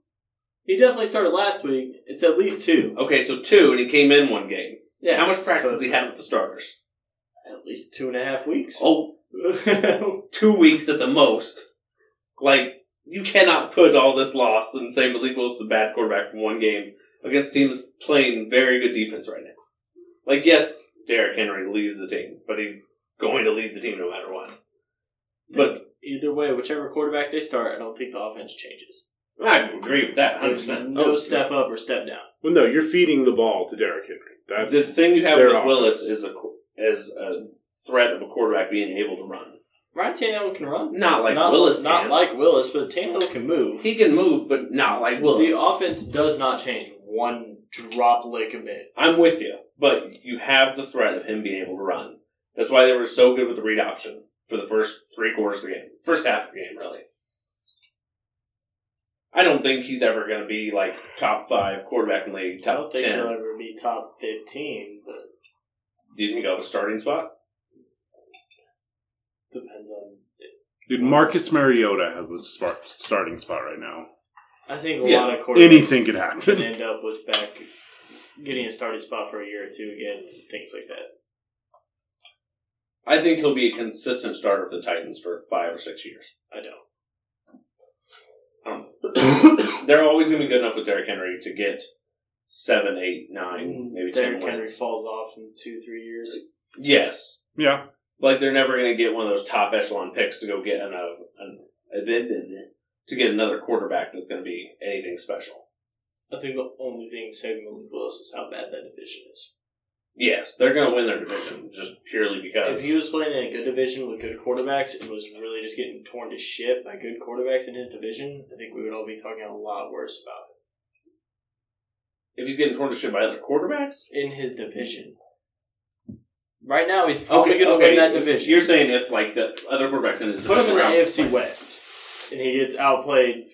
[SPEAKER 2] He definitely started last week. It's at least two.
[SPEAKER 1] Okay, so two, and he came in one game.
[SPEAKER 2] Yeah.
[SPEAKER 1] How much practice
[SPEAKER 2] So
[SPEAKER 1] has he
[SPEAKER 2] it's
[SPEAKER 1] had with the starters?
[SPEAKER 2] At least two and a half weeks.
[SPEAKER 1] Oh, two weeks at the most. Like, you cannot put all this loss and say Malik Willis is a bad quarterback from one game against a team that's playing very good defense right now. Like, yes, Derrick Henry leads the team, but he's going to lead the team no matter what. But
[SPEAKER 2] Either way, whichever quarterback they start, I don't think the offense changes.
[SPEAKER 1] I agree with that 100%.
[SPEAKER 2] There's no
[SPEAKER 3] Oh,
[SPEAKER 2] step up or step down.
[SPEAKER 3] Well, no, you're feeding the ball to Derrick Henry. That's
[SPEAKER 1] the thing you have
[SPEAKER 3] their
[SPEAKER 1] with Willis
[SPEAKER 3] offense.
[SPEAKER 1] is a, qu- is a threat of a quarterback being able to run.
[SPEAKER 2] Ryan Tannehill can run.
[SPEAKER 1] Not like
[SPEAKER 2] not,
[SPEAKER 1] Willis.
[SPEAKER 2] not
[SPEAKER 1] can.
[SPEAKER 2] like Willis, but Tannehill can move.
[SPEAKER 1] He can move, but not like Willis.
[SPEAKER 2] The offense does not change one drop lick a bit.
[SPEAKER 1] I'm with you, but you have the threat of him being able to run. That's why they were so good with the read option for the first three quarters of the game, first half of the game, really. I don't think he's ever going to be like top five quarterback in the league,
[SPEAKER 2] I
[SPEAKER 1] top
[SPEAKER 2] don't think
[SPEAKER 1] ten.
[SPEAKER 2] he'll ever be top fifteen, but
[SPEAKER 1] Do you think he'll have a starting spot?
[SPEAKER 2] depends on.
[SPEAKER 3] dude. Marcus Mariota has a spark, starting spot right now.
[SPEAKER 2] I think a
[SPEAKER 1] Yeah,
[SPEAKER 2] lot of quarterbacks
[SPEAKER 3] Anything could
[SPEAKER 2] can
[SPEAKER 3] happen.
[SPEAKER 2] end up with back getting a starting spot for a year or two again, things like that.
[SPEAKER 1] I think he'll be a consistent starter for the Titans for five or six years.
[SPEAKER 2] I
[SPEAKER 1] I don't
[SPEAKER 2] don't.
[SPEAKER 1] Um, They're always going to be good enough with Derrick Henry to get seven, eight, nine, maybe
[SPEAKER 2] Mm, Derrick
[SPEAKER 1] ten
[SPEAKER 2] Henry
[SPEAKER 1] wins.
[SPEAKER 2] falls off in two, three years.
[SPEAKER 1] Yes,
[SPEAKER 3] yeah,
[SPEAKER 1] like they're never going to get one of those top echelon picks to go get an, uh, an, an to get another quarterback that's going to be anything special.
[SPEAKER 2] I think the only thing saving Malik Willis is how bad that division is.
[SPEAKER 1] Yes, they're going to win their division just purely because
[SPEAKER 2] If he was playing in a good division with good quarterbacks and was really just getting torn to shit by good quarterbacks in his division, I think we would all be talking a lot worse about
[SPEAKER 1] if he's getting torn to shit by other quarterbacks,
[SPEAKER 2] it. In his division. Right now, he's probably going to win that division.
[SPEAKER 1] You're saying if like the other quarterbacks in his
[SPEAKER 2] Put him in
[SPEAKER 1] division
[SPEAKER 2] the
[SPEAKER 1] were out-
[SPEAKER 2] AFC West, and he gets outplayed.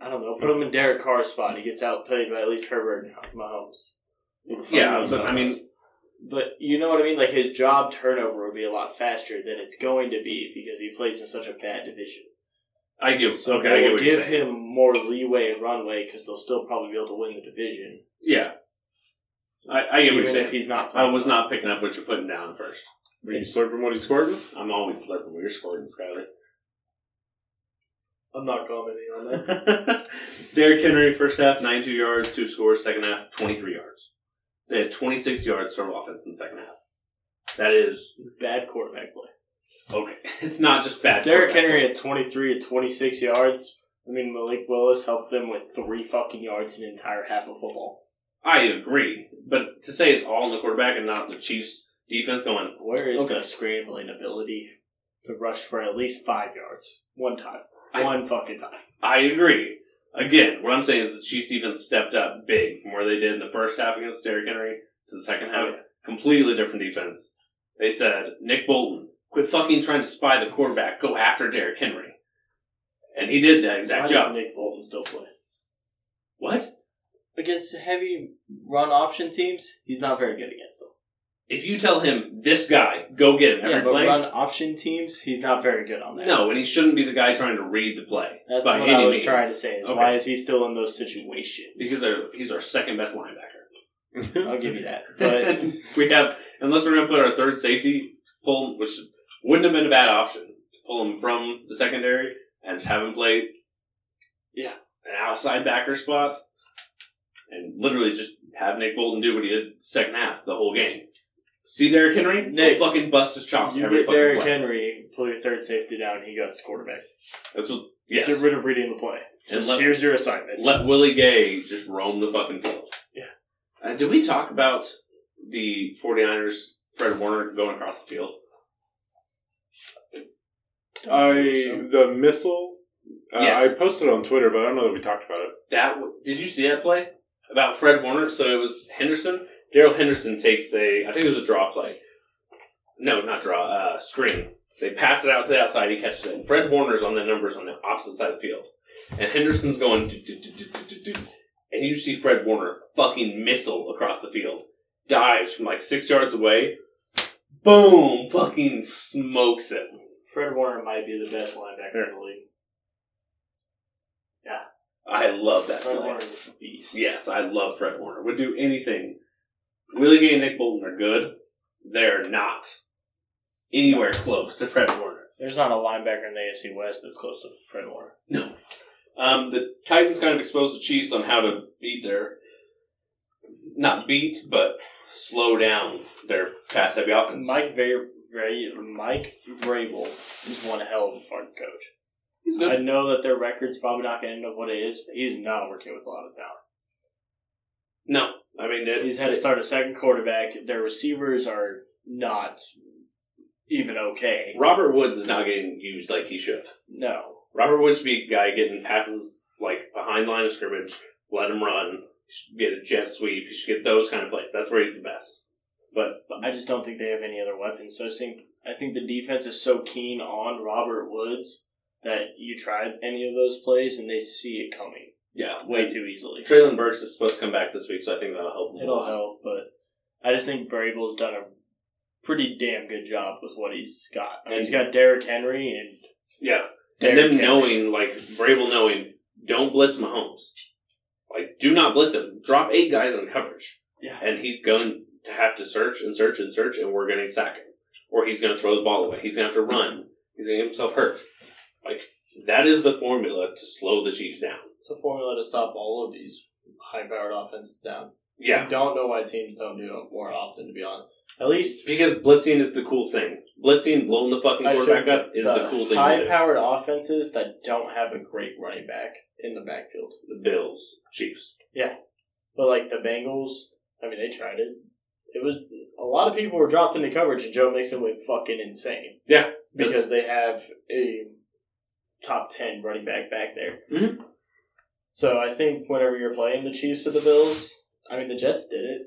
[SPEAKER 2] I don't know. Put him in Derek Carr's spot. He gets outplayed by at least Herbert and Mahomes.
[SPEAKER 1] Yeah, but I mean-
[SPEAKER 2] but you know what I mean. Like his job turnover would be a lot faster than it's going to be because he plays in such a bad division.
[SPEAKER 1] I give
[SPEAKER 2] So
[SPEAKER 1] okay, I get
[SPEAKER 2] they'll
[SPEAKER 1] what you're
[SPEAKER 2] give
[SPEAKER 1] saying.
[SPEAKER 2] him more leeway and runway because they'll still probably be able to win the division,
[SPEAKER 1] yeah, I, I get what
[SPEAKER 2] even
[SPEAKER 1] you're
[SPEAKER 2] if
[SPEAKER 1] saying.
[SPEAKER 2] he's not.
[SPEAKER 1] I
[SPEAKER 2] playing
[SPEAKER 1] was
[SPEAKER 2] well.
[SPEAKER 1] not picking up what you're putting down first.
[SPEAKER 3] were you slurping what he's scoring?
[SPEAKER 1] I'm always slurping when you're scoring, Skyler.
[SPEAKER 2] I'm not commenting on that.
[SPEAKER 1] Derrick Henry, first half, 92 yards, two scores. Second half, 23 yards. They had 26 yards total offense in the second half. That is
[SPEAKER 2] Bad quarterback play.
[SPEAKER 1] okay. It's not just bad.
[SPEAKER 2] Derrick
[SPEAKER 1] quarterback.
[SPEAKER 2] Henry had 23 at 26 yards. I mean, Malik Willis helped them with three fucking yards in an entire half of football.
[SPEAKER 1] I agree, but to say it's all on the quarterback and not the Chiefs defense going
[SPEAKER 2] Where is
[SPEAKER 1] Okay.
[SPEAKER 2] the scrambling ability to rush for at least five yards? One time.
[SPEAKER 1] I-
[SPEAKER 2] One fucking time.
[SPEAKER 1] I agree. Again, what I'm saying is the Chiefs defense stepped up big from where they did in the first half against Derrick Henry to the second half. Completely different defense. They said, Nick Bolton, quit fucking trying to spy the quarterback. Go after Derrick Henry. And he did that
[SPEAKER 2] Why
[SPEAKER 1] exact
[SPEAKER 2] does
[SPEAKER 1] job.
[SPEAKER 2] Nick Bolton still play?
[SPEAKER 1] what?
[SPEAKER 2] Against heavy run option teams, he's not very good against them.
[SPEAKER 1] If you tell him, this guy, go get him every
[SPEAKER 2] yeah, but
[SPEAKER 1] play.
[SPEAKER 2] run option teams, he's not very good on that.
[SPEAKER 1] no, and he shouldn't be the guy trying to read the play.
[SPEAKER 2] That's
[SPEAKER 1] by
[SPEAKER 2] what
[SPEAKER 1] any
[SPEAKER 2] I was
[SPEAKER 1] means.
[SPEAKER 2] trying to say. Is
[SPEAKER 1] Okay.
[SPEAKER 2] Why is he still in those situations?
[SPEAKER 1] Because they're- he's our second best linebacker.
[SPEAKER 2] I'll give you that. But
[SPEAKER 1] we have, unless we're going to put our third safety, pull him, which wouldn't have been a bad option, to pull him from the secondary and just have him play
[SPEAKER 2] Yeah.
[SPEAKER 1] an outside backer spot and literally just have Nick Bolton do what he did second half the whole game. See Derrick Henry?
[SPEAKER 2] Nick,
[SPEAKER 1] He'll fucking bust his chops
[SPEAKER 2] you
[SPEAKER 1] every
[SPEAKER 2] get
[SPEAKER 1] fucking
[SPEAKER 2] Derrick
[SPEAKER 1] play.
[SPEAKER 2] Henry, pull your third safety down, he goes quarterback.
[SPEAKER 1] That's what, yes.
[SPEAKER 2] Get rid of reading the play.
[SPEAKER 1] And
[SPEAKER 2] Just
[SPEAKER 1] let-
[SPEAKER 2] here's your assignments.
[SPEAKER 1] Let Willie Gay just roam the fucking field.
[SPEAKER 2] Yeah.
[SPEAKER 1] Uh, did we talk about the 49ers, Fred Warner going across the field?
[SPEAKER 3] I the missile. Uh,
[SPEAKER 1] Yes.
[SPEAKER 3] I posted it on Twitter, but I don't know that we talked about it.
[SPEAKER 1] That w- did you see that play about Fred Warner? So it was Henderson. Daryl Henderson takes a, I think it was a draw play. No, not draw. Uh, screen. They pass it out to the outside. He catches it. And Fred Warner's on the numbers on the opposite side of the field, and Henderson's going, do, do, do, do, do, do, do. and you see Fred Warner fucking missile across the field, dives from like six yards away, boom, fucking smokes it.
[SPEAKER 2] Fred Warner might be the best linebacker in the league.
[SPEAKER 1] I love that.
[SPEAKER 2] Fred
[SPEAKER 1] play.
[SPEAKER 2] Warner is a beast.
[SPEAKER 1] Yes, I love Fred Warner. Would do anything. Willie Gay and Nick Bolton are good. They're not anywhere close to Fred Warner.
[SPEAKER 2] There's not a linebacker in the AFC West that's close to Fred Warner.
[SPEAKER 1] No. Um, the Titans kind of exposed the Chiefs on how to beat their, not beat, but slow down their pass heavy offense.
[SPEAKER 2] Mike Ver- Ver- Mike Vrabel is one hell of a fucking coach.
[SPEAKER 1] He's
[SPEAKER 2] I
[SPEAKER 1] good.
[SPEAKER 2] know that their record's probably not going to end up what it is, but he's not working with a lot of talent.
[SPEAKER 1] no, I mean, it,
[SPEAKER 2] He's had to start a second quarterback. Their receivers are not even okay.
[SPEAKER 1] Robert Woods is not getting used like he should.
[SPEAKER 2] No.
[SPEAKER 1] Robert Woods should be a guy getting passes like behind the line of scrimmage, let him run, he should get a jet sweep, he should get those kind of plays. That's where he's the best. But
[SPEAKER 2] I just don't think they have any other weapons. So I think I think the defense is so keen on Robert Woods that you tried any of those plays and they see it coming
[SPEAKER 1] yeah,
[SPEAKER 2] way
[SPEAKER 1] wait.
[SPEAKER 2] too easily.
[SPEAKER 1] Traylon Burks is supposed to come back this week, so I think that'll help. him a
[SPEAKER 2] It'll
[SPEAKER 1] lot.
[SPEAKER 2] help, but I just think Vrabel's done a pretty damn good job with what he's got. I mean, he's got Derrick Henry and
[SPEAKER 1] Yeah, and
[SPEAKER 2] Derrick
[SPEAKER 1] them
[SPEAKER 2] Henry.
[SPEAKER 1] knowing like Vrabel knowing, don't blitz Mahomes. Like, do not blitz him. Drop eight guys on coverage,
[SPEAKER 2] yeah.
[SPEAKER 1] and he's going to have to search and search and search, and we're going to sack him, or he's going to throw the ball away. He's going to have to run. He's going to get himself hurt. Like that is the formula to slow the Chiefs down.
[SPEAKER 2] It's a formula to stop all of these high-powered offenses down.
[SPEAKER 1] Yeah,
[SPEAKER 2] I don't know why teams don't do it more often, to be honest. At least
[SPEAKER 1] because blitzing is the cool thing. Blitzing, blowing the fucking
[SPEAKER 2] I
[SPEAKER 1] quarterback
[SPEAKER 2] should-
[SPEAKER 1] up is the, cool thing. to do.
[SPEAKER 2] High-powered offenses that don't have a great running back in the backfield,
[SPEAKER 1] The Bills, Chiefs.
[SPEAKER 2] but like the Bengals, I mean, they tried it. It was a lot of people were dropped into coverage, and Joe Mixon went fucking insane.
[SPEAKER 1] Yeah,
[SPEAKER 2] because they have a top ten running back back there.
[SPEAKER 1] Mhm.
[SPEAKER 2] So I think whenever you're playing the Chiefs or the Bills, I mean, the Jets did it.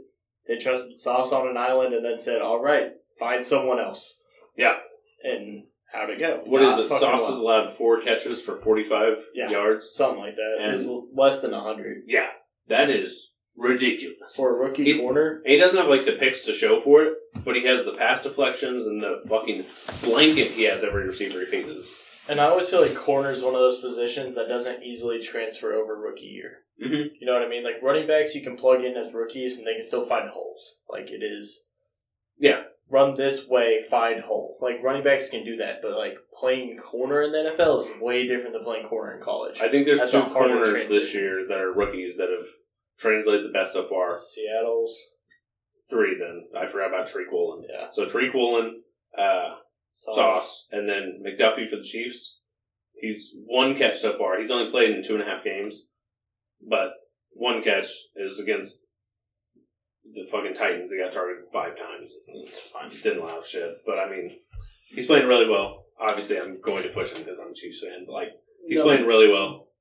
[SPEAKER 2] They trusted Sauce on an island and then said, "All right, find someone else."
[SPEAKER 1] Yeah.
[SPEAKER 2] and how'd it go?
[SPEAKER 1] What is
[SPEAKER 2] Not
[SPEAKER 1] it?
[SPEAKER 2] fucking
[SPEAKER 1] Sauce
[SPEAKER 2] well.
[SPEAKER 1] is allowed four catches for forty-five
[SPEAKER 2] Yeah.
[SPEAKER 1] yards.
[SPEAKER 2] something like that.
[SPEAKER 1] And-
[SPEAKER 2] it's less than hundred
[SPEAKER 1] Yeah, that is ridiculous.
[SPEAKER 2] for a rookie
[SPEAKER 1] It-
[SPEAKER 2] corner.
[SPEAKER 1] And he doesn't have like the picks to show for it, but he has the pass deflections and the fucking blanket he has every receiver he faces.
[SPEAKER 2] And I always feel like corner is one of those positions that doesn't easily transfer over rookie year.
[SPEAKER 1] Mhm.
[SPEAKER 2] You know what I mean? Like running backs, you can plug in as rookies and they can still find holes. Like it is,
[SPEAKER 1] Yeah.
[SPEAKER 2] run this way, find hole. Like running backs can do that, but like playing corner in the NFL is way different than playing corner in college.
[SPEAKER 1] I think there's
[SPEAKER 2] That's
[SPEAKER 1] two
[SPEAKER 2] a harder
[SPEAKER 1] corners this
[SPEAKER 2] transition.
[SPEAKER 1] year that are rookies that have translated the best so far.
[SPEAKER 2] Seattle's
[SPEAKER 1] three then. I forgot about Trequelin.
[SPEAKER 2] Yeah.
[SPEAKER 1] So Trequelin, uh,
[SPEAKER 2] Sauce.
[SPEAKER 1] Sauce, and then McDuffie for the Chiefs. He's one catch so far. He's only played in two and a half games, but one catch is against the fucking Titans. They got targeted five times. It's fine. Didn't allow shit, but I mean, he's playing really well. Obviously, I'm going to push him because I'm a Chiefs fan. But like, he's
[SPEAKER 2] No,
[SPEAKER 1] playing really well.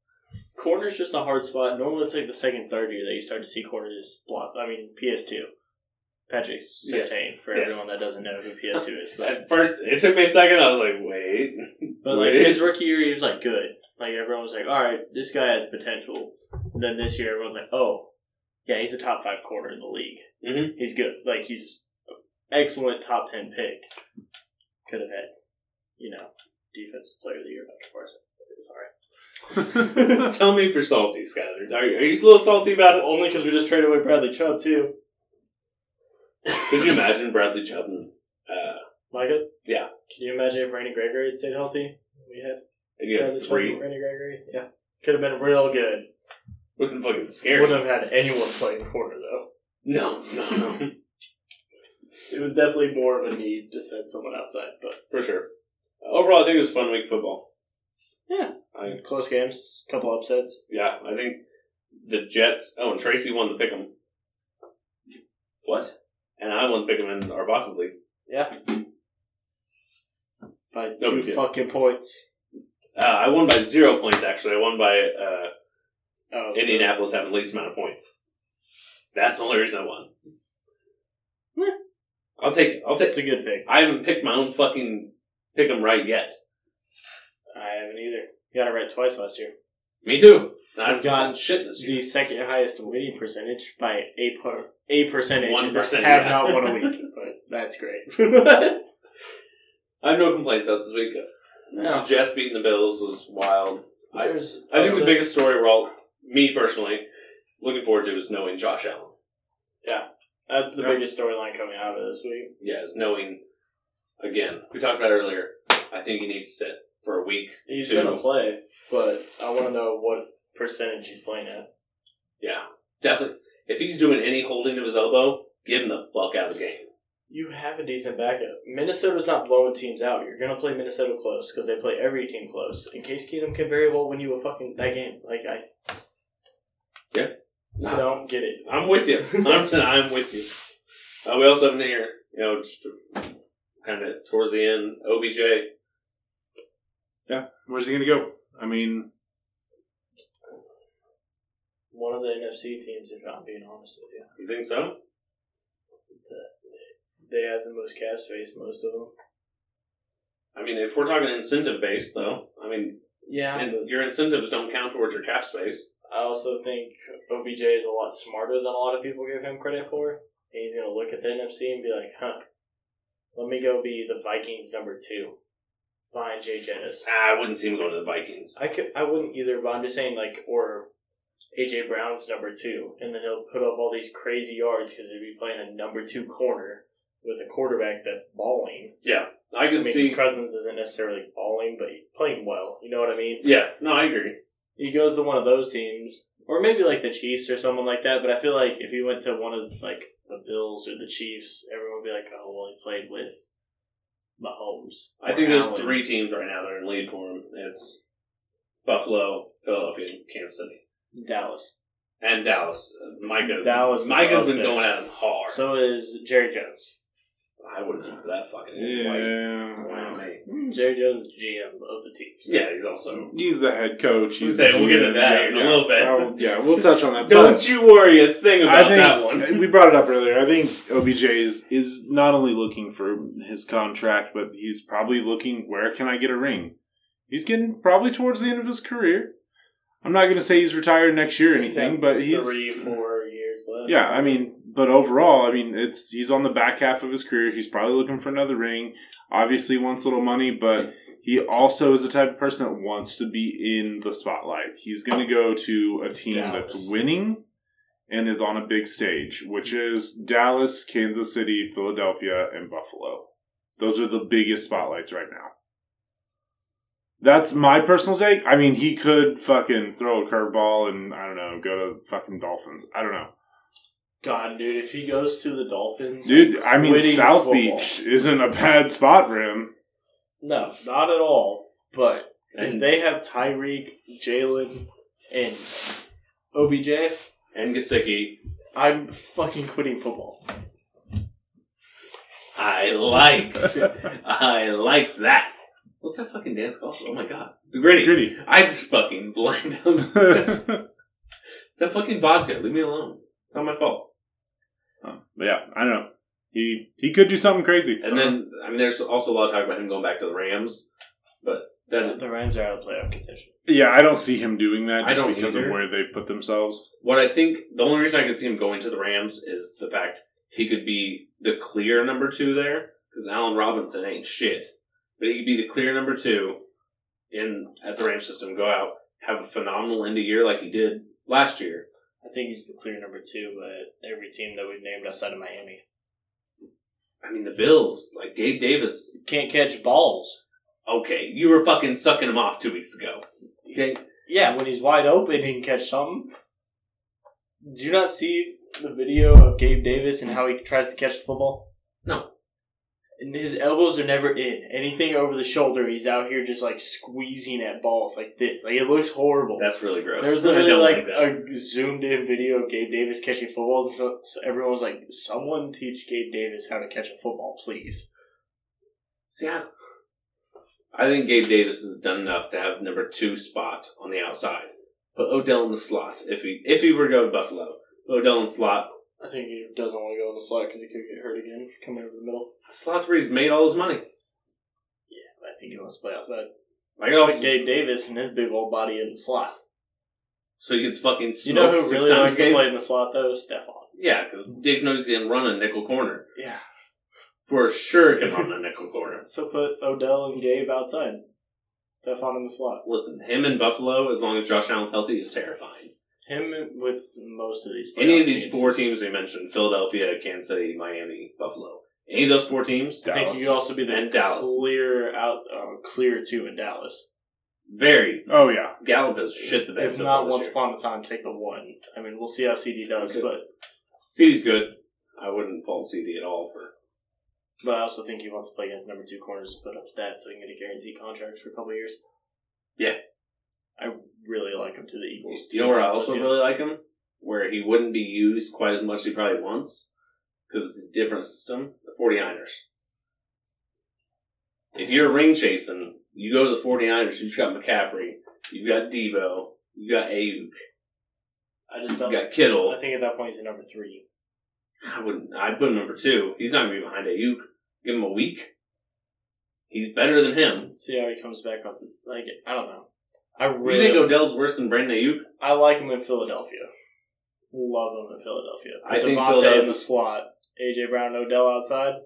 [SPEAKER 2] Corner's just a hard spot. Normally, it's like the second third year that you start to see corners block. I mean, PS2. Patrick Sertain, for
[SPEAKER 1] Yeah.
[SPEAKER 2] everyone that doesn't know who PS2 is. But,
[SPEAKER 1] At first, it took me a second. I was like, wait.
[SPEAKER 2] but like
[SPEAKER 1] Wait.
[SPEAKER 2] his rookie year, he was like good. Like everyone was like, all right, this guy has potential. And then this year, everyone's like, oh, yeah, he's a top five corner in the league.
[SPEAKER 1] Mhm.
[SPEAKER 2] He's good. Like he's an excellent top ten pick. Could have had, you know, defensive player of the year by Parsons. but It's all right.
[SPEAKER 1] Tell me if you're salty, Skyler. Are, are you a little salty about it?
[SPEAKER 2] Only because we just traded away Bradley Chubb too.
[SPEAKER 1] Could you imagine Bradley Chubb and, uh,
[SPEAKER 2] Micah?
[SPEAKER 1] Yeah.
[SPEAKER 2] Can you imagine if Randy Gregory had stayed healthy? We had
[SPEAKER 1] and you
[SPEAKER 2] Bradley
[SPEAKER 1] have
[SPEAKER 2] Chubb and
[SPEAKER 1] three?
[SPEAKER 2] Randy Gregory. Yeah. Could have been real good.
[SPEAKER 1] Wouldn't fucking scare
[SPEAKER 2] Wouldn't
[SPEAKER 1] me.
[SPEAKER 2] have had anyone playing corner though.
[SPEAKER 1] No, no, no.
[SPEAKER 2] It was definitely more of a need to send someone outside, but
[SPEAKER 1] For sure. Overall, I think it was a fun week of football.
[SPEAKER 2] Yeah.
[SPEAKER 1] I,
[SPEAKER 2] close games, couple upsets.
[SPEAKER 1] yeah, I think the Jets. Oh, and Tracy won the pick 'em. What? And I won the pick 'em in our bosses league.
[SPEAKER 2] Yeah. By
[SPEAKER 1] No, we
[SPEAKER 2] two
[SPEAKER 1] did.
[SPEAKER 2] fucking points.
[SPEAKER 1] Uh, I won by zero points, actually. I won by uh,
[SPEAKER 2] Oh,
[SPEAKER 1] Indianapolis having the least amount of points. That's the only reason I won.
[SPEAKER 2] Yeah.
[SPEAKER 1] I'll take. I'll take.
[SPEAKER 2] That's a good pick.
[SPEAKER 1] I haven't picked my own fucking pick 'em right yet.
[SPEAKER 2] I haven't either. You got it right twice last year.
[SPEAKER 1] Me too. And
[SPEAKER 2] I've
[SPEAKER 1] I've
[SPEAKER 2] gotten
[SPEAKER 1] gotten shit this year.
[SPEAKER 2] The second highest winning percentage by a per a percentage.
[SPEAKER 1] One
[SPEAKER 2] and I
[SPEAKER 1] percent,
[SPEAKER 2] have
[SPEAKER 1] yeah.
[SPEAKER 2] not won a week, but that's great.
[SPEAKER 1] I have no complaints out this week.
[SPEAKER 2] No.
[SPEAKER 1] Jets beating the Bills was wild. I,
[SPEAKER 2] There's-
[SPEAKER 1] I think the
[SPEAKER 2] so-
[SPEAKER 1] biggest story we're all, me personally, looking forward to is knowing Josh Allen.
[SPEAKER 2] That's the
[SPEAKER 3] Yeah.
[SPEAKER 2] biggest storyline coming out of this week.
[SPEAKER 1] Yeah, is knowing. Again, we talked about it earlier. I think he needs to sit for a week.
[SPEAKER 2] He's
[SPEAKER 1] Two.
[SPEAKER 2] gonna play, but I want to know what percentage he's playing at.
[SPEAKER 1] Yeah, definitely. If he's doing any holding of his elbow, get him the fuck out of the game.
[SPEAKER 2] You have a decent backup. Minnesota's not blowing teams out. You're gonna play Minnesota close because they play every team close. And Case Keenum can very well win you a fucking that game. Like I,
[SPEAKER 1] Yeah.
[SPEAKER 2] I don't get it.
[SPEAKER 1] I'm with you. 100%, I'm with you. Uh, we also have in here, you know, just kind of towards the end, OBJ.
[SPEAKER 3] Where's he gonna go? I mean,
[SPEAKER 2] One of the NFC teams, if I'm being honest with you,
[SPEAKER 1] You think so?
[SPEAKER 2] they have the most cap space, most of them.
[SPEAKER 1] I mean, if we're talking incentive based, though, I mean,
[SPEAKER 2] Yeah,
[SPEAKER 1] and your incentives don't count towards your cap space.
[SPEAKER 2] I also think OBJ is a lot smarter than a lot of people give him credit for. And he's going to look at the NFC and be like, huh, let me go be the Vikings number two behind Jay Jettis.
[SPEAKER 1] Ah, I wouldn't see him going to the Vikings.
[SPEAKER 2] I, could, I wouldn't either, but I'm just saying, like, or AJ Brown's number two. And then he'll put up all these crazy yards because he'll be playing a number two corner with a quarterback that's balling.
[SPEAKER 1] Yeah, I
[SPEAKER 2] I
[SPEAKER 1] can
[SPEAKER 2] mean,
[SPEAKER 1] see.
[SPEAKER 2] Cousins isn't necessarily balling, but he's playing well. You know what I mean?
[SPEAKER 1] Yeah, no, I agree.
[SPEAKER 2] he goes to one of those teams, or maybe like the Chiefs or someone like that. But I feel like if he went to one of like the Bills or the Chiefs, everyone would be like, "Oh, well, he played with Mahomes."
[SPEAKER 1] I
[SPEAKER 2] or
[SPEAKER 1] think there's
[SPEAKER 2] Allen."
[SPEAKER 1] three teams right now that are in lead for him. It's Buffalo, Philadelphia, and Kansas City,
[SPEAKER 2] Dallas.
[SPEAKER 1] and Dallas. Uh, Micah.
[SPEAKER 2] Dallas is
[SPEAKER 1] Micah's
[SPEAKER 2] up
[SPEAKER 1] been
[SPEAKER 2] there.
[SPEAKER 1] going at him hard.
[SPEAKER 2] So is Jerry Jones.
[SPEAKER 1] I wouldn't have that fucking white.
[SPEAKER 3] yeah,
[SPEAKER 1] Wow.
[SPEAKER 2] Jerry Jones is GM of the teams.
[SPEAKER 1] Yeah, he's also.
[SPEAKER 3] he's the head coach.
[SPEAKER 1] You
[SPEAKER 3] He's
[SPEAKER 1] say
[SPEAKER 3] the
[SPEAKER 1] we'll get
[SPEAKER 3] GM.
[SPEAKER 1] to that in
[SPEAKER 3] Yeah,
[SPEAKER 1] a little bit.
[SPEAKER 3] yeah. Oh, yeah, we'll touch on that. but-
[SPEAKER 1] Don't you worry a thing about
[SPEAKER 3] I think
[SPEAKER 1] that one.
[SPEAKER 3] we brought it up earlier. I think OBJ is is not only looking for his contract, but he's probably looking where can I get a ring. He's getting probably towards the end of his career. I'm not going to say he's retired next year or anything, but he's
[SPEAKER 2] three, four years left.
[SPEAKER 3] yeah. I mean, but overall, I mean, it's he's on the back half of his career. He's probably looking for another ring. Obviously, wants a little money, but he also is the type of person that wants to be in the spotlight. He's going to go to a team
[SPEAKER 2] Dallas.
[SPEAKER 3] that's winning and is on a big stage, which is Dallas, Kansas City, Philadelphia, and Buffalo. Those are the biggest spotlights right now. That's my personal take. I mean, he could fucking throw a curveball and I don't know, go to fucking Dolphins. I don't know.
[SPEAKER 2] God, dude, if he goes to the Dolphins,
[SPEAKER 3] Dude, I mean,
[SPEAKER 2] Quitting
[SPEAKER 3] South
[SPEAKER 2] football.
[SPEAKER 3] Beach isn't a bad spot for him.
[SPEAKER 2] no, not at all. But if
[SPEAKER 1] And-
[SPEAKER 2] they have Tyreek, Jalen, and OBJ,
[SPEAKER 1] And Gasicki,
[SPEAKER 2] I'm fucking quitting football.
[SPEAKER 1] I like. I like that. What's that fucking dance called? Oh my god. The gritty.
[SPEAKER 3] Gritty.
[SPEAKER 1] I just fucking blanked on that
[SPEAKER 3] but
[SPEAKER 1] fucking vodka. Leave me alone. It's not my fault.
[SPEAKER 3] yeah, I don't know. He he could do something crazy.
[SPEAKER 1] And then, I mean, there's also a lot of talk about him going back to the Rams, but that
[SPEAKER 2] The Rams are out of playoff contention.
[SPEAKER 3] yeah, I don't see him doing that
[SPEAKER 1] I
[SPEAKER 3] just
[SPEAKER 1] don't
[SPEAKER 3] because
[SPEAKER 1] either.
[SPEAKER 3] of where they've put themselves.
[SPEAKER 1] what I think the only reason I could see him going to the Rams is the fact he could be the clear number two there because Allen Robinson ain't shit, but he could be the clear number two in at the Rams system. Go out, have a phenomenal end of year like he did last year.
[SPEAKER 2] I think he's the clear number two, but every team that we've named outside of Miami
[SPEAKER 1] I mean, the Bills, like Gabe Davis.
[SPEAKER 2] can't catch balls.
[SPEAKER 1] Okay, you were fucking sucking him off two weeks ago. Okay,
[SPEAKER 2] Yeah, when he's wide open, he can catch something. Do you not see the video of Gabe Davis and how he tries to catch the football?
[SPEAKER 1] No.
[SPEAKER 2] And his elbows are never in. Anything over the shoulder, he's out here just like squeezing at balls like this. Like it looks horrible.
[SPEAKER 1] that's really gross.
[SPEAKER 2] There was
[SPEAKER 1] I
[SPEAKER 2] literally
[SPEAKER 1] don't
[SPEAKER 2] like
[SPEAKER 1] that.
[SPEAKER 2] a zoomed in video of Gabe Davis catching footballs, and so, so everyone was like, "Someone teach Gabe Davis how to catch a football, please."
[SPEAKER 1] See, I, I think Gabe Davis has done enough to have number two spot on the outside. Put Odell in the slot if he if he were to go to Buffalo. Put Odell in the slot.
[SPEAKER 2] I think he doesn't want to go on the slot because he could get hurt again coming over the middle.
[SPEAKER 1] Slot's where he's made all his money.
[SPEAKER 2] I think he wants to play outside.
[SPEAKER 1] Like
[SPEAKER 2] Oh,
[SPEAKER 1] also,
[SPEAKER 2] Gabe Davis and his big old body in the slot.
[SPEAKER 1] so he gets fucking
[SPEAKER 2] You
[SPEAKER 1] smoked
[SPEAKER 2] know who
[SPEAKER 1] six
[SPEAKER 2] really
[SPEAKER 1] times
[SPEAKER 2] likes
[SPEAKER 1] a
[SPEAKER 2] to
[SPEAKER 1] game.
[SPEAKER 2] play in the slot though? Stephon.
[SPEAKER 1] Yeah, because Diggs knows he can run a nickel corner
[SPEAKER 2] Yeah.
[SPEAKER 1] for sure. Can run a nickel corner.
[SPEAKER 2] So put Odell and Gabe outside. Stephon in the slot.
[SPEAKER 1] Listen, him in Buffalo, as long as Josh Allen's healthy, is terrifying.
[SPEAKER 2] Him with most of these.
[SPEAKER 1] Any
[SPEAKER 2] playoff
[SPEAKER 1] of these
[SPEAKER 2] teams.
[SPEAKER 1] four teams we mentioned Philadelphia, Kansas City, Miami, Buffalo. Any of those four teams,
[SPEAKER 2] I think
[SPEAKER 3] Dallas.
[SPEAKER 2] you could also be the
[SPEAKER 1] And Dallas.
[SPEAKER 2] clear out, uh, clear two in Dallas.
[SPEAKER 1] very.
[SPEAKER 3] Oh yeah,
[SPEAKER 1] Gallup has shit the bed.
[SPEAKER 2] Uh, If
[SPEAKER 1] so
[SPEAKER 2] not,
[SPEAKER 1] far this
[SPEAKER 2] once
[SPEAKER 1] year.
[SPEAKER 2] upon a time, take the one. I mean, we'll see how CD does,
[SPEAKER 1] Okay.
[SPEAKER 2] but
[SPEAKER 1] CD's good. I wouldn't fault CD at all for.
[SPEAKER 2] but I also think he wants to play against number two corners to put up stats, so he can get a guaranteed contract for a couple of years.
[SPEAKER 1] Yeah.
[SPEAKER 2] I really like him to the Eagles.
[SPEAKER 1] You know where I
[SPEAKER 2] So,
[SPEAKER 1] also
[SPEAKER 2] yeah.
[SPEAKER 1] really like him, where he wouldn't be used quite as much as he probably wants, because it's a different system. The 49ers. If you're ring chasing, you go to the 49ers. You've got McCaffrey, you've got Debo, you've got Ayuk,
[SPEAKER 2] I just
[SPEAKER 1] you've
[SPEAKER 2] don't.
[SPEAKER 1] got
[SPEAKER 2] I
[SPEAKER 1] Kittle.
[SPEAKER 2] think at that point he's at number three.
[SPEAKER 1] I wouldn't. I'd put him number two. He's not gonna be behind Ayuk. Give him a week. He's better than him.
[SPEAKER 2] See how he comes back off. The, like I don't know. I
[SPEAKER 1] You
[SPEAKER 2] really
[SPEAKER 1] think Odell's worse than Brandon Ayuk?
[SPEAKER 2] I like him in Philadelphia. Love him in Philadelphia. Put
[SPEAKER 1] I think
[SPEAKER 2] Devontae
[SPEAKER 1] Philadelphia-
[SPEAKER 2] in the slot. AJ Brown, and Odell outside.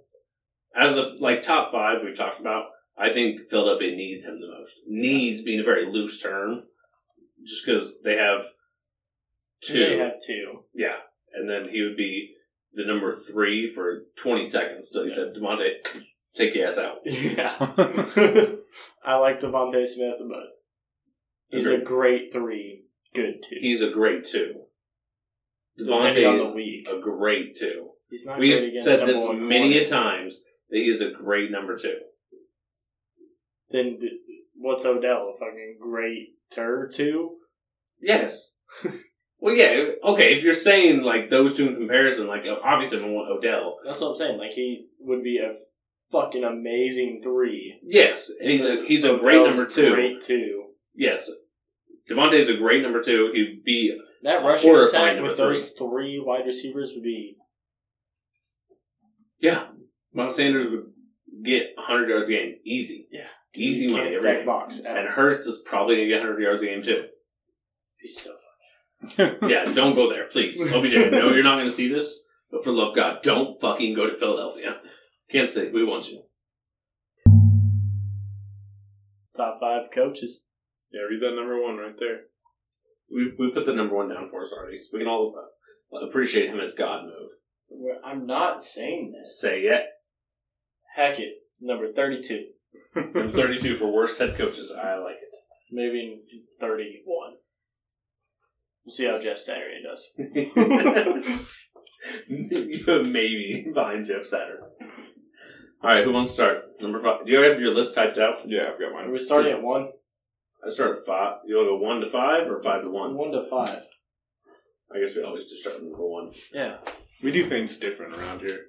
[SPEAKER 1] out of the like top five we've talked about, I think Philadelphia needs him the most. Needs being a very loose term, just because they have two,
[SPEAKER 2] They have two.
[SPEAKER 1] yeah, and then he would be the number three for twenty seconds. So he
[SPEAKER 2] Yeah.
[SPEAKER 1] said, "Demonte, take your ass out."
[SPEAKER 2] Yeah. I like Devontae Smith, but he's a
[SPEAKER 1] Agreed.
[SPEAKER 2] great three, good two.
[SPEAKER 1] He's a great two.
[SPEAKER 2] Depending on
[SPEAKER 1] Devontae
[SPEAKER 2] the
[SPEAKER 1] is
[SPEAKER 2] week.
[SPEAKER 1] a great two.
[SPEAKER 2] He's not great
[SPEAKER 1] We've
[SPEAKER 2] against
[SPEAKER 1] said
[SPEAKER 2] number
[SPEAKER 1] this
[SPEAKER 2] one
[SPEAKER 1] many a
[SPEAKER 2] corners.
[SPEAKER 1] times that he is a great number two.
[SPEAKER 2] Then th- what's Odell? A fucking great tur two?
[SPEAKER 1] Yes. well, yeah. Okay, if you're saying like those two in comparison, like obviously I want Odell,
[SPEAKER 2] That's what I'm saying. Like he would be a fucking amazing three.
[SPEAKER 1] Yes, and he's a he's a great
[SPEAKER 2] Odell's
[SPEAKER 1] number two.
[SPEAKER 2] Great two.
[SPEAKER 1] Yes, Devontae's a great number two. He'd be
[SPEAKER 2] That
[SPEAKER 1] A
[SPEAKER 2] rushing
[SPEAKER 1] horrifying
[SPEAKER 2] attack
[SPEAKER 1] number
[SPEAKER 2] with those three wide receivers would be
[SPEAKER 1] yeah. Miles Sanders would get 100 yards a game easy.
[SPEAKER 2] Yeah.
[SPEAKER 1] easy
[SPEAKER 2] you
[SPEAKER 1] money
[SPEAKER 2] can't
[SPEAKER 1] every
[SPEAKER 2] stack
[SPEAKER 1] game.
[SPEAKER 2] box.
[SPEAKER 1] And Hurst is probably gonna get 100 yards a game too.
[SPEAKER 2] He's so
[SPEAKER 1] yeah, don't go there, please. OBJ, no, you're not gonna see this. But for love of God, don't fucking go to Philadelphia. Can't say we want you.
[SPEAKER 2] top five coaches.
[SPEAKER 3] yeah, read that number one right there.
[SPEAKER 1] We we put the number one down for us already. So we can all uh, appreciate him as God mode.
[SPEAKER 2] Well, I'm not saying this.
[SPEAKER 1] Say it.
[SPEAKER 2] Hackett, number thirty-two.
[SPEAKER 1] Number 32 for worst head coaches. I like it.
[SPEAKER 2] maybe in 31. We'll see how Jeff Saturday does.
[SPEAKER 1] Maybe behind Jeff Saturn. All right, who wants to start? Number five. Do you have your list typed out?
[SPEAKER 3] Yeah, I've got
[SPEAKER 2] Are
[SPEAKER 3] mine.
[SPEAKER 2] we starting at one?
[SPEAKER 1] I start at five. You want to go one to five or five to one?
[SPEAKER 2] One to five.
[SPEAKER 1] I guess we always just start with number one.
[SPEAKER 2] Yeah.
[SPEAKER 3] We do things different around here.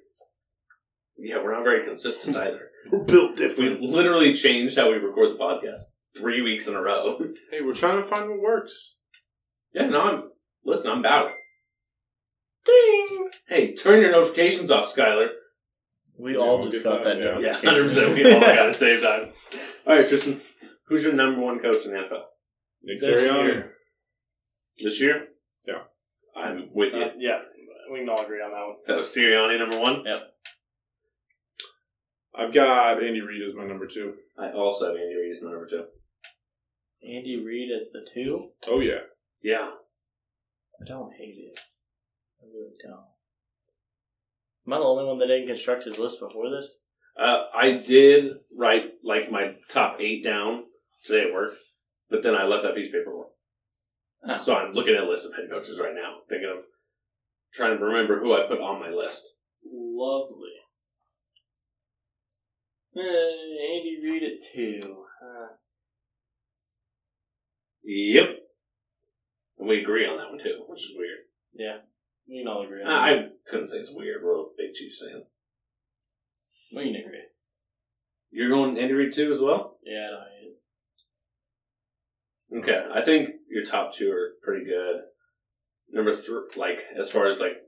[SPEAKER 1] Yeah, we're not very consistent either.
[SPEAKER 3] We're built
[SPEAKER 1] we
[SPEAKER 3] different.
[SPEAKER 1] literally changed how we record the podcast three weeks in a row.
[SPEAKER 3] Hey, we're trying to find what works.
[SPEAKER 1] Yeah, no, I'm listen. I'm about it. Ding. Hey, turn your notifications off, Skylar.
[SPEAKER 2] We
[SPEAKER 3] Yeah,
[SPEAKER 2] all
[SPEAKER 3] we'll
[SPEAKER 2] just
[SPEAKER 3] get
[SPEAKER 2] got
[SPEAKER 3] that,
[SPEAKER 2] that
[SPEAKER 3] yeah.
[SPEAKER 1] Yeah,
[SPEAKER 2] notification.
[SPEAKER 1] hundred percent. We all got it at the same time. All right, Tristan. Who's your number one coach in the NFL
[SPEAKER 3] Nick
[SPEAKER 2] This
[SPEAKER 3] Sirianni.
[SPEAKER 2] year.
[SPEAKER 1] this year?
[SPEAKER 3] Yeah.
[SPEAKER 1] I'm with you.
[SPEAKER 2] Uh, yeah, we can all agree on that one.
[SPEAKER 1] So Sirianni number one.
[SPEAKER 3] I've got Andy Reid as my number two.
[SPEAKER 1] I also have Andy Reid as my number two.
[SPEAKER 2] Andy Reid as the two.
[SPEAKER 3] Oh yeah.
[SPEAKER 1] Yeah,
[SPEAKER 2] I don't hate it. I really don't. Am I the only one that didn't construct his list before this?
[SPEAKER 1] uh, I did write like my top eight down today at work, but then I left that piece of paper. work.
[SPEAKER 2] Oh.
[SPEAKER 1] So I'm looking at a list of head coaches right now, thinking of trying to remember who I put on my list.
[SPEAKER 2] Lovely. Eh, Andy Reid at two. Uh,
[SPEAKER 1] Yep. And we agree on that one too, which is weird.
[SPEAKER 2] yeah, we can all agree on
[SPEAKER 1] I
[SPEAKER 2] that.
[SPEAKER 1] I couldn't say it's weird. We're both big Chiefs fans.
[SPEAKER 2] We can agree.
[SPEAKER 1] You're going Andy Reid too as well?
[SPEAKER 2] Yeah, I don't hate it.
[SPEAKER 1] Okay. I think your top two are pretty good. Number three, like, as far as like,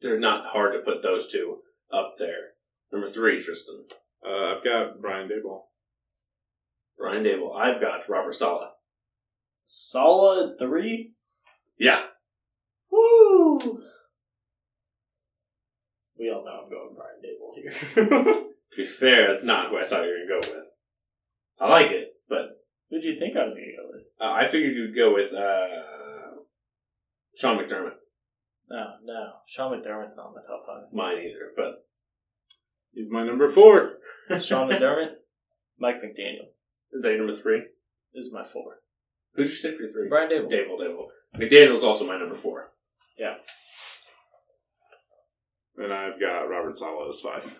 [SPEAKER 1] they're not hard to put those two up there. Number three, Tristan.
[SPEAKER 3] Uh, I've got Brian Dayball.
[SPEAKER 1] Ryan Dable. I've got Robert Sala.
[SPEAKER 8] Sala at three?
[SPEAKER 1] Yeah.
[SPEAKER 2] Woo! We all know I'm going Brian Dable here.
[SPEAKER 1] To be fair, that's not who I thought you were going to go with. I like it, but
[SPEAKER 2] Who'd you think I was going to go with?
[SPEAKER 1] uh, I figured you'd go with uh, Sean McDermott.
[SPEAKER 2] No, no. Sean McDermott's not in my top five.
[SPEAKER 1] Mine either, but
[SPEAKER 3] He's my number four.
[SPEAKER 2] Sean McDermott, Mike McDaniel
[SPEAKER 1] Is that your number three?
[SPEAKER 2] is my four.
[SPEAKER 1] Who'd you say for your three?
[SPEAKER 2] Brian Dable.
[SPEAKER 1] Dable, Dable. McDaniel's also my number four.
[SPEAKER 3] And I've got Robert Sala as five.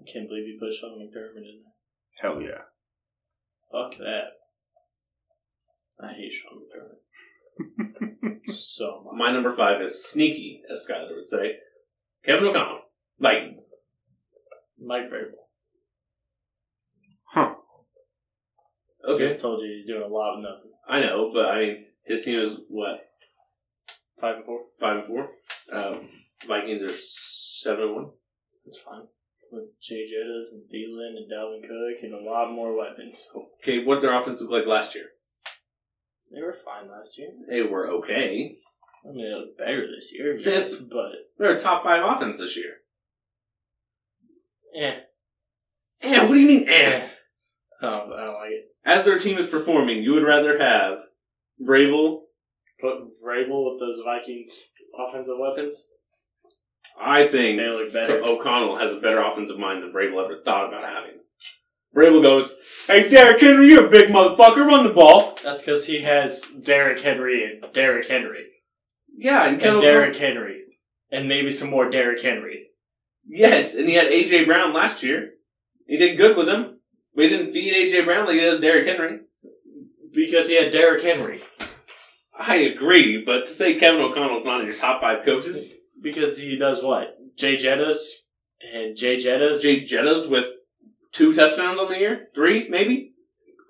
[SPEAKER 2] I can't believe you put Sean McDermott in there.
[SPEAKER 3] Hell yeah.
[SPEAKER 2] Fuck that. I hate Sean McDermott. so much.
[SPEAKER 1] My number five is sneaky, as Skyler would say. Kevin O'Connell, Vikings.
[SPEAKER 2] Mike Vrabel.
[SPEAKER 3] Huh.
[SPEAKER 2] I
[SPEAKER 1] Okay,
[SPEAKER 2] just told you he's doing a lot of nothing.
[SPEAKER 1] I know, but I mean, his team is what
[SPEAKER 2] Five and four.
[SPEAKER 1] five and four. Um, Vikings are seven and one.
[SPEAKER 2] That's fine. With Jay Jettas and Thielen and Dalvin Cook and a lot more weapons.
[SPEAKER 1] Okay, what did their offense look like last year?
[SPEAKER 2] They were fine last year.
[SPEAKER 1] They were okay.
[SPEAKER 2] I mean, they look better this year, yes, but
[SPEAKER 1] They're a top five offense this year.
[SPEAKER 2] eh.
[SPEAKER 1] Eh, what do you mean? Eh.
[SPEAKER 2] I don't, I don't like it.
[SPEAKER 1] As their team is performing, you would rather have Vrabel.
[SPEAKER 2] Put Vrabel with those Vikings offensive weapons.
[SPEAKER 1] I think
[SPEAKER 2] They look better.
[SPEAKER 1] O'Connell has a better offensive mind than Vrabel ever thought about having. Vrabel goes, "Hey Derek Henry, you're a big motherfucker. Run the ball."
[SPEAKER 2] That's because he has Derrick Henry and Derrick Henry
[SPEAKER 1] Yeah, and,
[SPEAKER 2] and
[SPEAKER 1] Kevin
[SPEAKER 2] Derrick Henry and maybe some more Derrick Henry.
[SPEAKER 1] Yes, and he had AJ Brown last year. He did good with him. But he didn't feed AJ Brown like he does Derek Henry.
[SPEAKER 2] Because he had Derrick Henry.
[SPEAKER 1] I agree, but to say Kevin O'Connell's not in your top five coaches,
[SPEAKER 2] Because he does what? Jay Jettas and Jay Jettas.
[SPEAKER 1] Jay Jettas with two touchdowns on the year, three maybe.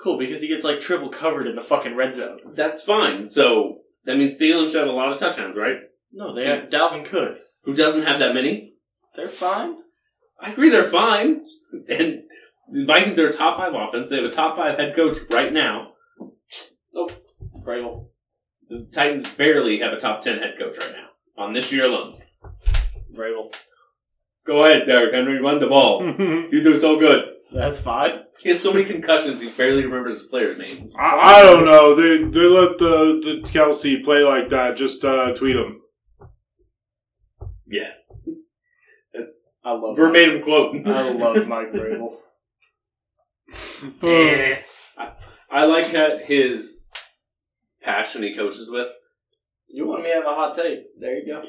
[SPEAKER 2] cool, because he gets like triple covered in the fucking red zone.
[SPEAKER 1] That's fine. So that means Thielen should have a lot of touchdowns, right?
[SPEAKER 2] No, they have Dalvin Cook.
[SPEAKER 1] Who doesn't have that many?
[SPEAKER 2] They're fine.
[SPEAKER 1] I agree they're fine. And the Vikings are a top five offense. They have a top five head coach right now.
[SPEAKER 2] Vrabel.
[SPEAKER 1] The Titans barely have a top ten head coach right now. On this year alone.
[SPEAKER 2] Vrabel.
[SPEAKER 1] Go ahead, Derek Henry, run the
[SPEAKER 2] Hmm.
[SPEAKER 1] ball.
[SPEAKER 3] I,
[SPEAKER 1] You do so good.
[SPEAKER 2] That's fine.
[SPEAKER 1] He has so many concussions he barely remembers his players' names.
[SPEAKER 3] I don't know. They they let the, the Kelsey play like that. Just uh, tweet him.
[SPEAKER 1] Yes. That's
[SPEAKER 2] I love
[SPEAKER 1] verbatim quote.
[SPEAKER 2] I love Mike Vrabel.
[SPEAKER 1] Eh. I, I like that his passion he coaches with.
[SPEAKER 2] You want me to have a hot take? There you go.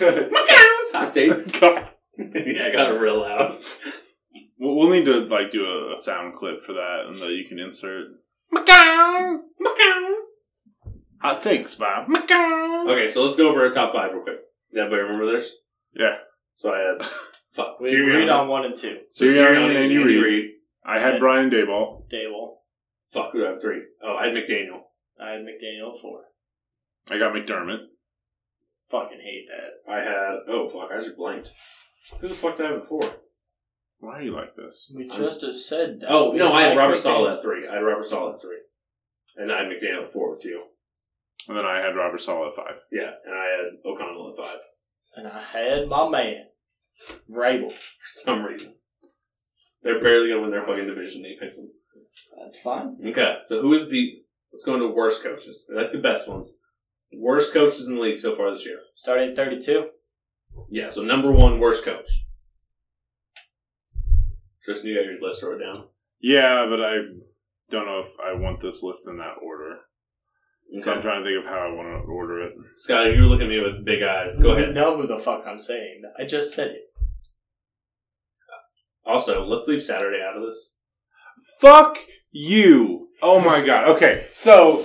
[SPEAKER 1] It's hot takes.
[SPEAKER 3] God.
[SPEAKER 1] yeah, I got it real loud.
[SPEAKER 3] We'll, we'll need to like do a, a sound clip for that, and that you can insert. Hot takes, Bob.
[SPEAKER 1] Okay, so let's go over our top five real quick. Did everybody remember this?
[SPEAKER 3] Yeah.
[SPEAKER 1] So I had fuck
[SPEAKER 2] We
[SPEAKER 1] Sirianni.
[SPEAKER 2] agreed on one and two.
[SPEAKER 1] So
[SPEAKER 3] Sirianni
[SPEAKER 1] Sirianni,
[SPEAKER 3] and Andy Reid. I had Brian Dayball.
[SPEAKER 2] Dable.
[SPEAKER 1] Fuck, who do I have three? Oh, I had McDaniel.
[SPEAKER 2] I had McDaniel at four.
[SPEAKER 3] I got McDermott.
[SPEAKER 2] Fucking hate that.
[SPEAKER 1] I had oh fuck, I just blanked. Who the fuck did I have before?
[SPEAKER 3] Why are you like this?
[SPEAKER 2] We
[SPEAKER 1] I'm-
[SPEAKER 2] just said that.
[SPEAKER 1] Oh
[SPEAKER 2] We
[SPEAKER 1] no, I had
[SPEAKER 2] like
[SPEAKER 1] Robert
[SPEAKER 2] McDaniel.
[SPEAKER 1] Sala at three. I had Robert Sala at three, and I had McDaniel at four with you.
[SPEAKER 3] And then I had Robert Sala at five.
[SPEAKER 1] Yeah, and I had O'Connell at five
[SPEAKER 2] And I had my man, Rabel.
[SPEAKER 1] for some reason. They're barely gonna win their fucking division. They picks them.
[SPEAKER 2] That's fine.
[SPEAKER 1] Okay, so who is the? Let's go into worst coaches. I like the best ones. Worst coaches in the league so far this year.
[SPEAKER 2] Starting at 32.
[SPEAKER 1] Yeah, so number one worst coach. Tristan, you got your list wrote down.
[SPEAKER 3] Yeah, but I don't know if I want this list in that order. So I'm trying to think of how I want to order it.
[SPEAKER 1] Skyler, you were looking at me with big eyes. Go
[SPEAKER 3] Mm-hmm.
[SPEAKER 2] You
[SPEAKER 1] ahead.
[SPEAKER 2] know who the fuck I'm saying. I just said it.
[SPEAKER 1] Also, let's leave Saturday out of this.
[SPEAKER 3] Fuck you. Oh my god. Okay. So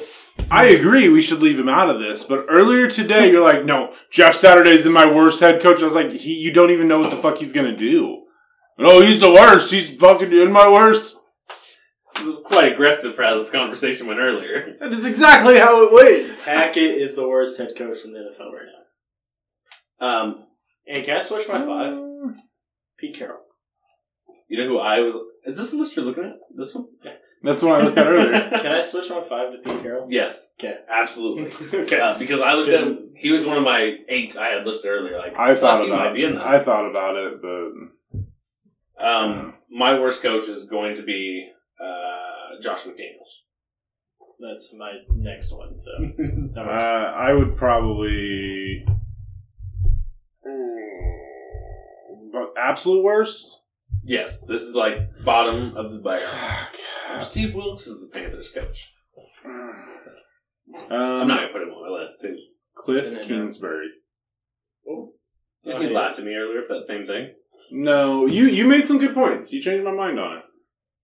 [SPEAKER 3] I agree we should leave him out of this, but earlier today you're like, no, Jeff Saturday's in my worst head coach. I was like, he you don't even know what the fuck he's gonna do. No, he's the worst. He's fucking in my worst.
[SPEAKER 1] This is quite aggressive for how this conversation went earlier.
[SPEAKER 3] That is exactly how it went.
[SPEAKER 2] Hackett is the worst head coach in the NFL right now.
[SPEAKER 1] Um,
[SPEAKER 2] And can I switch my five? Pete Carroll.
[SPEAKER 1] you know who I was? Is this the list you're looking at? This one?
[SPEAKER 3] That's the one I looked at earlier.
[SPEAKER 2] Can I switch my five to Pete Carroll?
[SPEAKER 1] Yes.
[SPEAKER 2] Okay.
[SPEAKER 1] Absolutely.
[SPEAKER 2] okay.
[SPEAKER 1] Uh, because I looked at him. He was one of my eight I had listed earlier. Like
[SPEAKER 3] I
[SPEAKER 1] fuck,
[SPEAKER 3] thought
[SPEAKER 1] he might
[SPEAKER 3] about
[SPEAKER 1] be in
[SPEAKER 3] it.
[SPEAKER 1] this.
[SPEAKER 3] I thought about it, but
[SPEAKER 1] um, my worst coach is going to be uh, Josh McDaniels.
[SPEAKER 2] That's my next one. So
[SPEAKER 3] uh, I would probably. But absolute worst.
[SPEAKER 1] Yes, this is like bottom of the barrel.
[SPEAKER 3] Fuck.
[SPEAKER 1] Steve Wilkes is the Panthers coach.
[SPEAKER 3] Um,
[SPEAKER 1] I'm not gonna put him on my list. Too.
[SPEAKER 3] Cliff
[SPEAKER 2] Isn't it
[SPEAKER 3] Kingsbury. Oh,
[SPEAKER 1] Didn't he laugh at me earlier for that same thing?
[SPEAKER 3] No, you you made some good points. You changed my mind on it.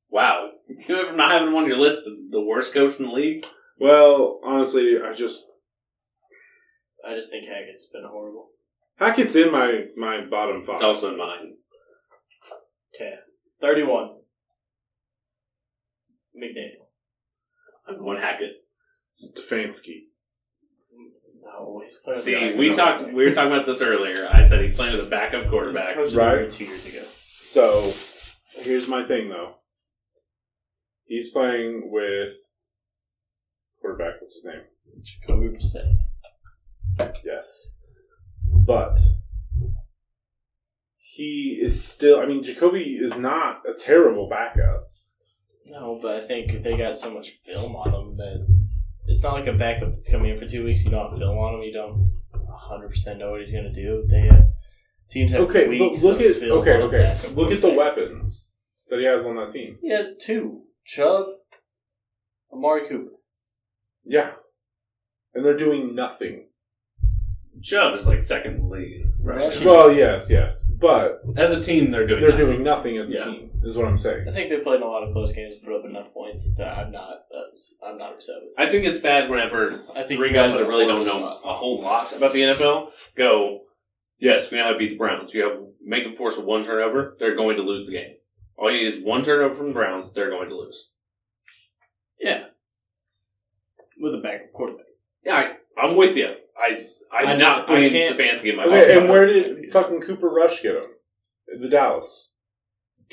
[SPEAKER 1] Wow. You went from not having one on your list to the worst coach in the league?
[SPEAKER 3] Well, honestly, I just
[SPEAKER 2] I just think Hackett's been horrible.
[SPEAKER 3] Hackett's in my my bottom five.
[SPEAKER 1] It's also in mine.
[SPEAKER 2] Okay. 31. McDaniel.
[SPEAKER 1] I'm one Hackett.
[SPEAKER 3] Stefanski.
[SPEAKER 2] No, he's clearly
[SPEAKER 1] See, we talked. We were talking about this earlier. I said he's playing with a backup quarterback.
[SPEAKER 2] coached
[SPEAKER 3] Right.
[SPEAKER 2] right. two years ago.
[SPEAKER 3] So here's my thing though. He's playing with quarterback. What's his name?
[SPEAKER 2] Jacoby Brissett.
[SPEAKER 3] Yes. But he is still. I mean, Jacoby is not a terrible backup.
[SPEAKER 2] No, but I think they got so much film on them that it's not like a backup that's coming in for two weeks. You don't have film on him. You don't 100% know what he's going to do. They have, teams have
[SPEAKER 3] Okay, but
[SPEAKER 2] weeks
[SPEAKER 3] look
[SPEAKER 2] of
[SPEAKER 3] at
[SPEAKER 2] film
[SPEAKER 3] okay,
[SPEAKER 2] on a
[SPEAKER 3] okay.
[SPEAKER 2] backup
[SPEAKER 3] Look at the
[SPEAKER 2] quarterback.
[SPEAKER 3] weapons that he has on that team.
[SPEAKER 2] He has two. Chubb, Amari Cooper.
[SPEAKER 3] Yeah, and they're doing nothing.
[SPEAKER 1] Chubb is like second in the league in rushing.
[SPEAKER 2] Rushing.
[SPEAKER 3] Well, yes, yes, but
[SPEAKER 1] As a team, they're doing.
[SPEAKER 3] they're
[SPEAKER 1] nothing.
[SPEAKER 3] doing nothing as a
[SPEAKER 1] Yeah.
[SPEAKER 3] team. Is what I'm saying.
[SPEAKER 2] I think they played in a lot of close games and put up enough points that I'm not that's, I'm not upset with.
[SPEAKER 1] I think it's bad whenever
[SPEAKER 2] I think
[SPEAKER 1] three
[SPEAKER 2] you gotta
[SPEAKER 1] guys
[SPEAKER 2] put
[SPEAKER 1] that really
[SPEAKER 2] a
[SPEAKER 1] don't know
[SPEAKER 2] lot.
[SPEAKER 1] a whole lot about the NFL go. Yes, we know how to beat the Browns. You have make them force one turnover. They're going to lose the game. All you need is one turnover from the Browns. They're going to lose.
[SPEAKER 2] Yeah, with a backup quarterback.
[SPEAKER 1] Yeah, I, I'm with you. I I'm
[SPEAKER 2] I
[SPEAKER 1] not
[SPEAKER 2] just- I
[SPEAKER 1] putting
[SPEAKER 2] can't-
[SPEAKER 1] Stefanski in my
[SPEAKER 3] Okay,
[SPEAKER 1] bottom
[SPEAKER 3] and where
[SPEAKER 1] five.
[SPEAKER 3] did fucking Cooper Rush get him? The Dallas.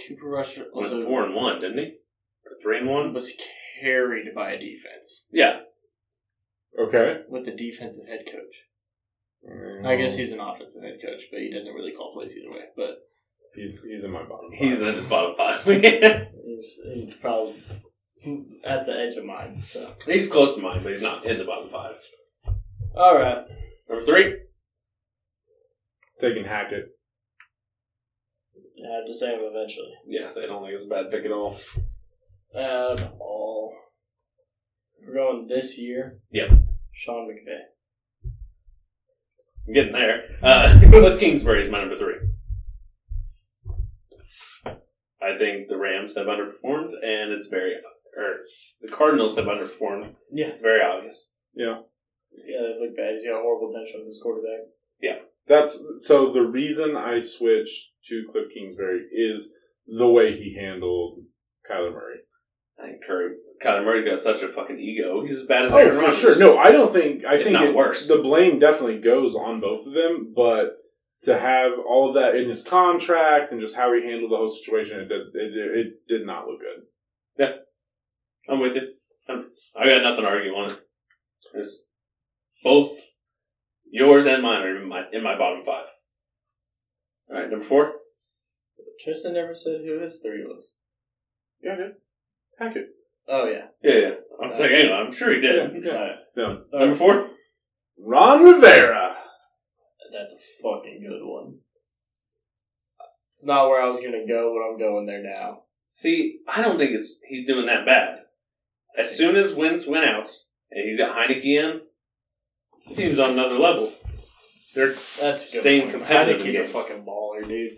[SPEAKER 2] Cooper Rush
[SPEAKER 1] went
[SPEAKER 2] also
[SPEAKER 1] four and one, didn't he? Or three and one?
[SPEAKER 2] was carried by a defense
[SPEAKER 1] Yeah,
[SPEAKER 3] Okay. Mm,
[SPEAKER 2] with a defensive head coach. I guess he's an offensive head coach, but he doesn't really call plays either way. But
[SPEAKER 3] he's he's in my bottom. Five.
[SPEAKER 1] he's in his bottom five.
[SPEAKER 2] he's, he's probably at the edge of mine. So
[SPEAKER 1] he's close to mine, but he's not in the bottom five.
[SPEAKER 2] all right,
[SPEAKER 1] Number three,
[SPEAKER 3] taking Hackett.
[SPEAKER 2] I have to say him eventually.
[SPEAKER 1] yes, I don't think it's a bad pick at all.
[SPEAKER 2] At all. Um, going this year.
[SPEAKER 1] Yep.
[SPEAKER 2] Sean McVay.
[SPEAKER 1] I'm getting there. Uh, Cliff Kingsbury is my number three. I think the Rams have underperformed, and it's very or the Cardinals have underperformed.
[SPEAKER 2] Yeah.
[SPEAKER 1] It's very obvious.
[SPEAKER 2] Yeah, they look bad. He's got horrible tension with his quarterback.
[SPEAKER 3] That's so the reason I switched to Cliff Kingsbury is the way he handled Kyler Murray.
[SPEAKER 1] I think Curry, Kyler Murray's got such a fucking ego. He's as bad as
[SPEAKER 3] Oh,
[SPEAKER 1] Aaron
[SPEAKER 3] for
[SPEAKER 1] Rodgers.
[SPEAKER 3] sure. No, I don't think. I
[SPEAKER 1] If
[SPEAKER 3] think
[SPEAKER 1] not
[SPEAKER 3] it,
[SPEAKER 1] worse.
[SPEAKER 3] the blame definitely goes on both of them, but to have all of that in his contract and just how he handled the whole situation, it did, it, it did not look good.
[SPEAKER 1] I'm with you. I'm, I got nothing to argue on it. It's both yours and mine are in my in my bottom five. All right, number four.
[SPEAKER 2] Tristan never said who his three was.
[SPEAKER 3] Yeah, I did. Hack it.
[SPEAKER 2] Oh, yeah.
[SPEAKER 1] Yeah, yeah. I'm saying, hang on, I'm sure he
[SPEAKER 3] Yeah,
[SPEAKER 1] did.
[SPEAKER 3] yeah. No.
[SPEAKER 1] Number four.
[SPEAKER 3] Ron Rivera.
[SPEAKER 2] That's a fucking good one. It's not where I was going to go, but I'm going there now.
[SPEAKER 1] See, I don't think it's he's doing that bad. As soon as Wentz went out and he's got Heineke in, the team's on another level. They're
[SPEAKER 2] That's a good
[SPEAKER 1] Staying
[SPEAKER 2] one.
[SPEAKER 1] competitive
[SPEAKER 2] Heineke's
[SPEAKER 1] again.
[SPEAKER 2] a fucking baller, dude.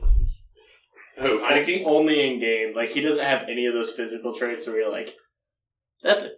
[SPEAKER 1] who Heineke?
[SPEAKER 2] Only in game. Like, he doesn't have any of those physical traits where you're like, that's a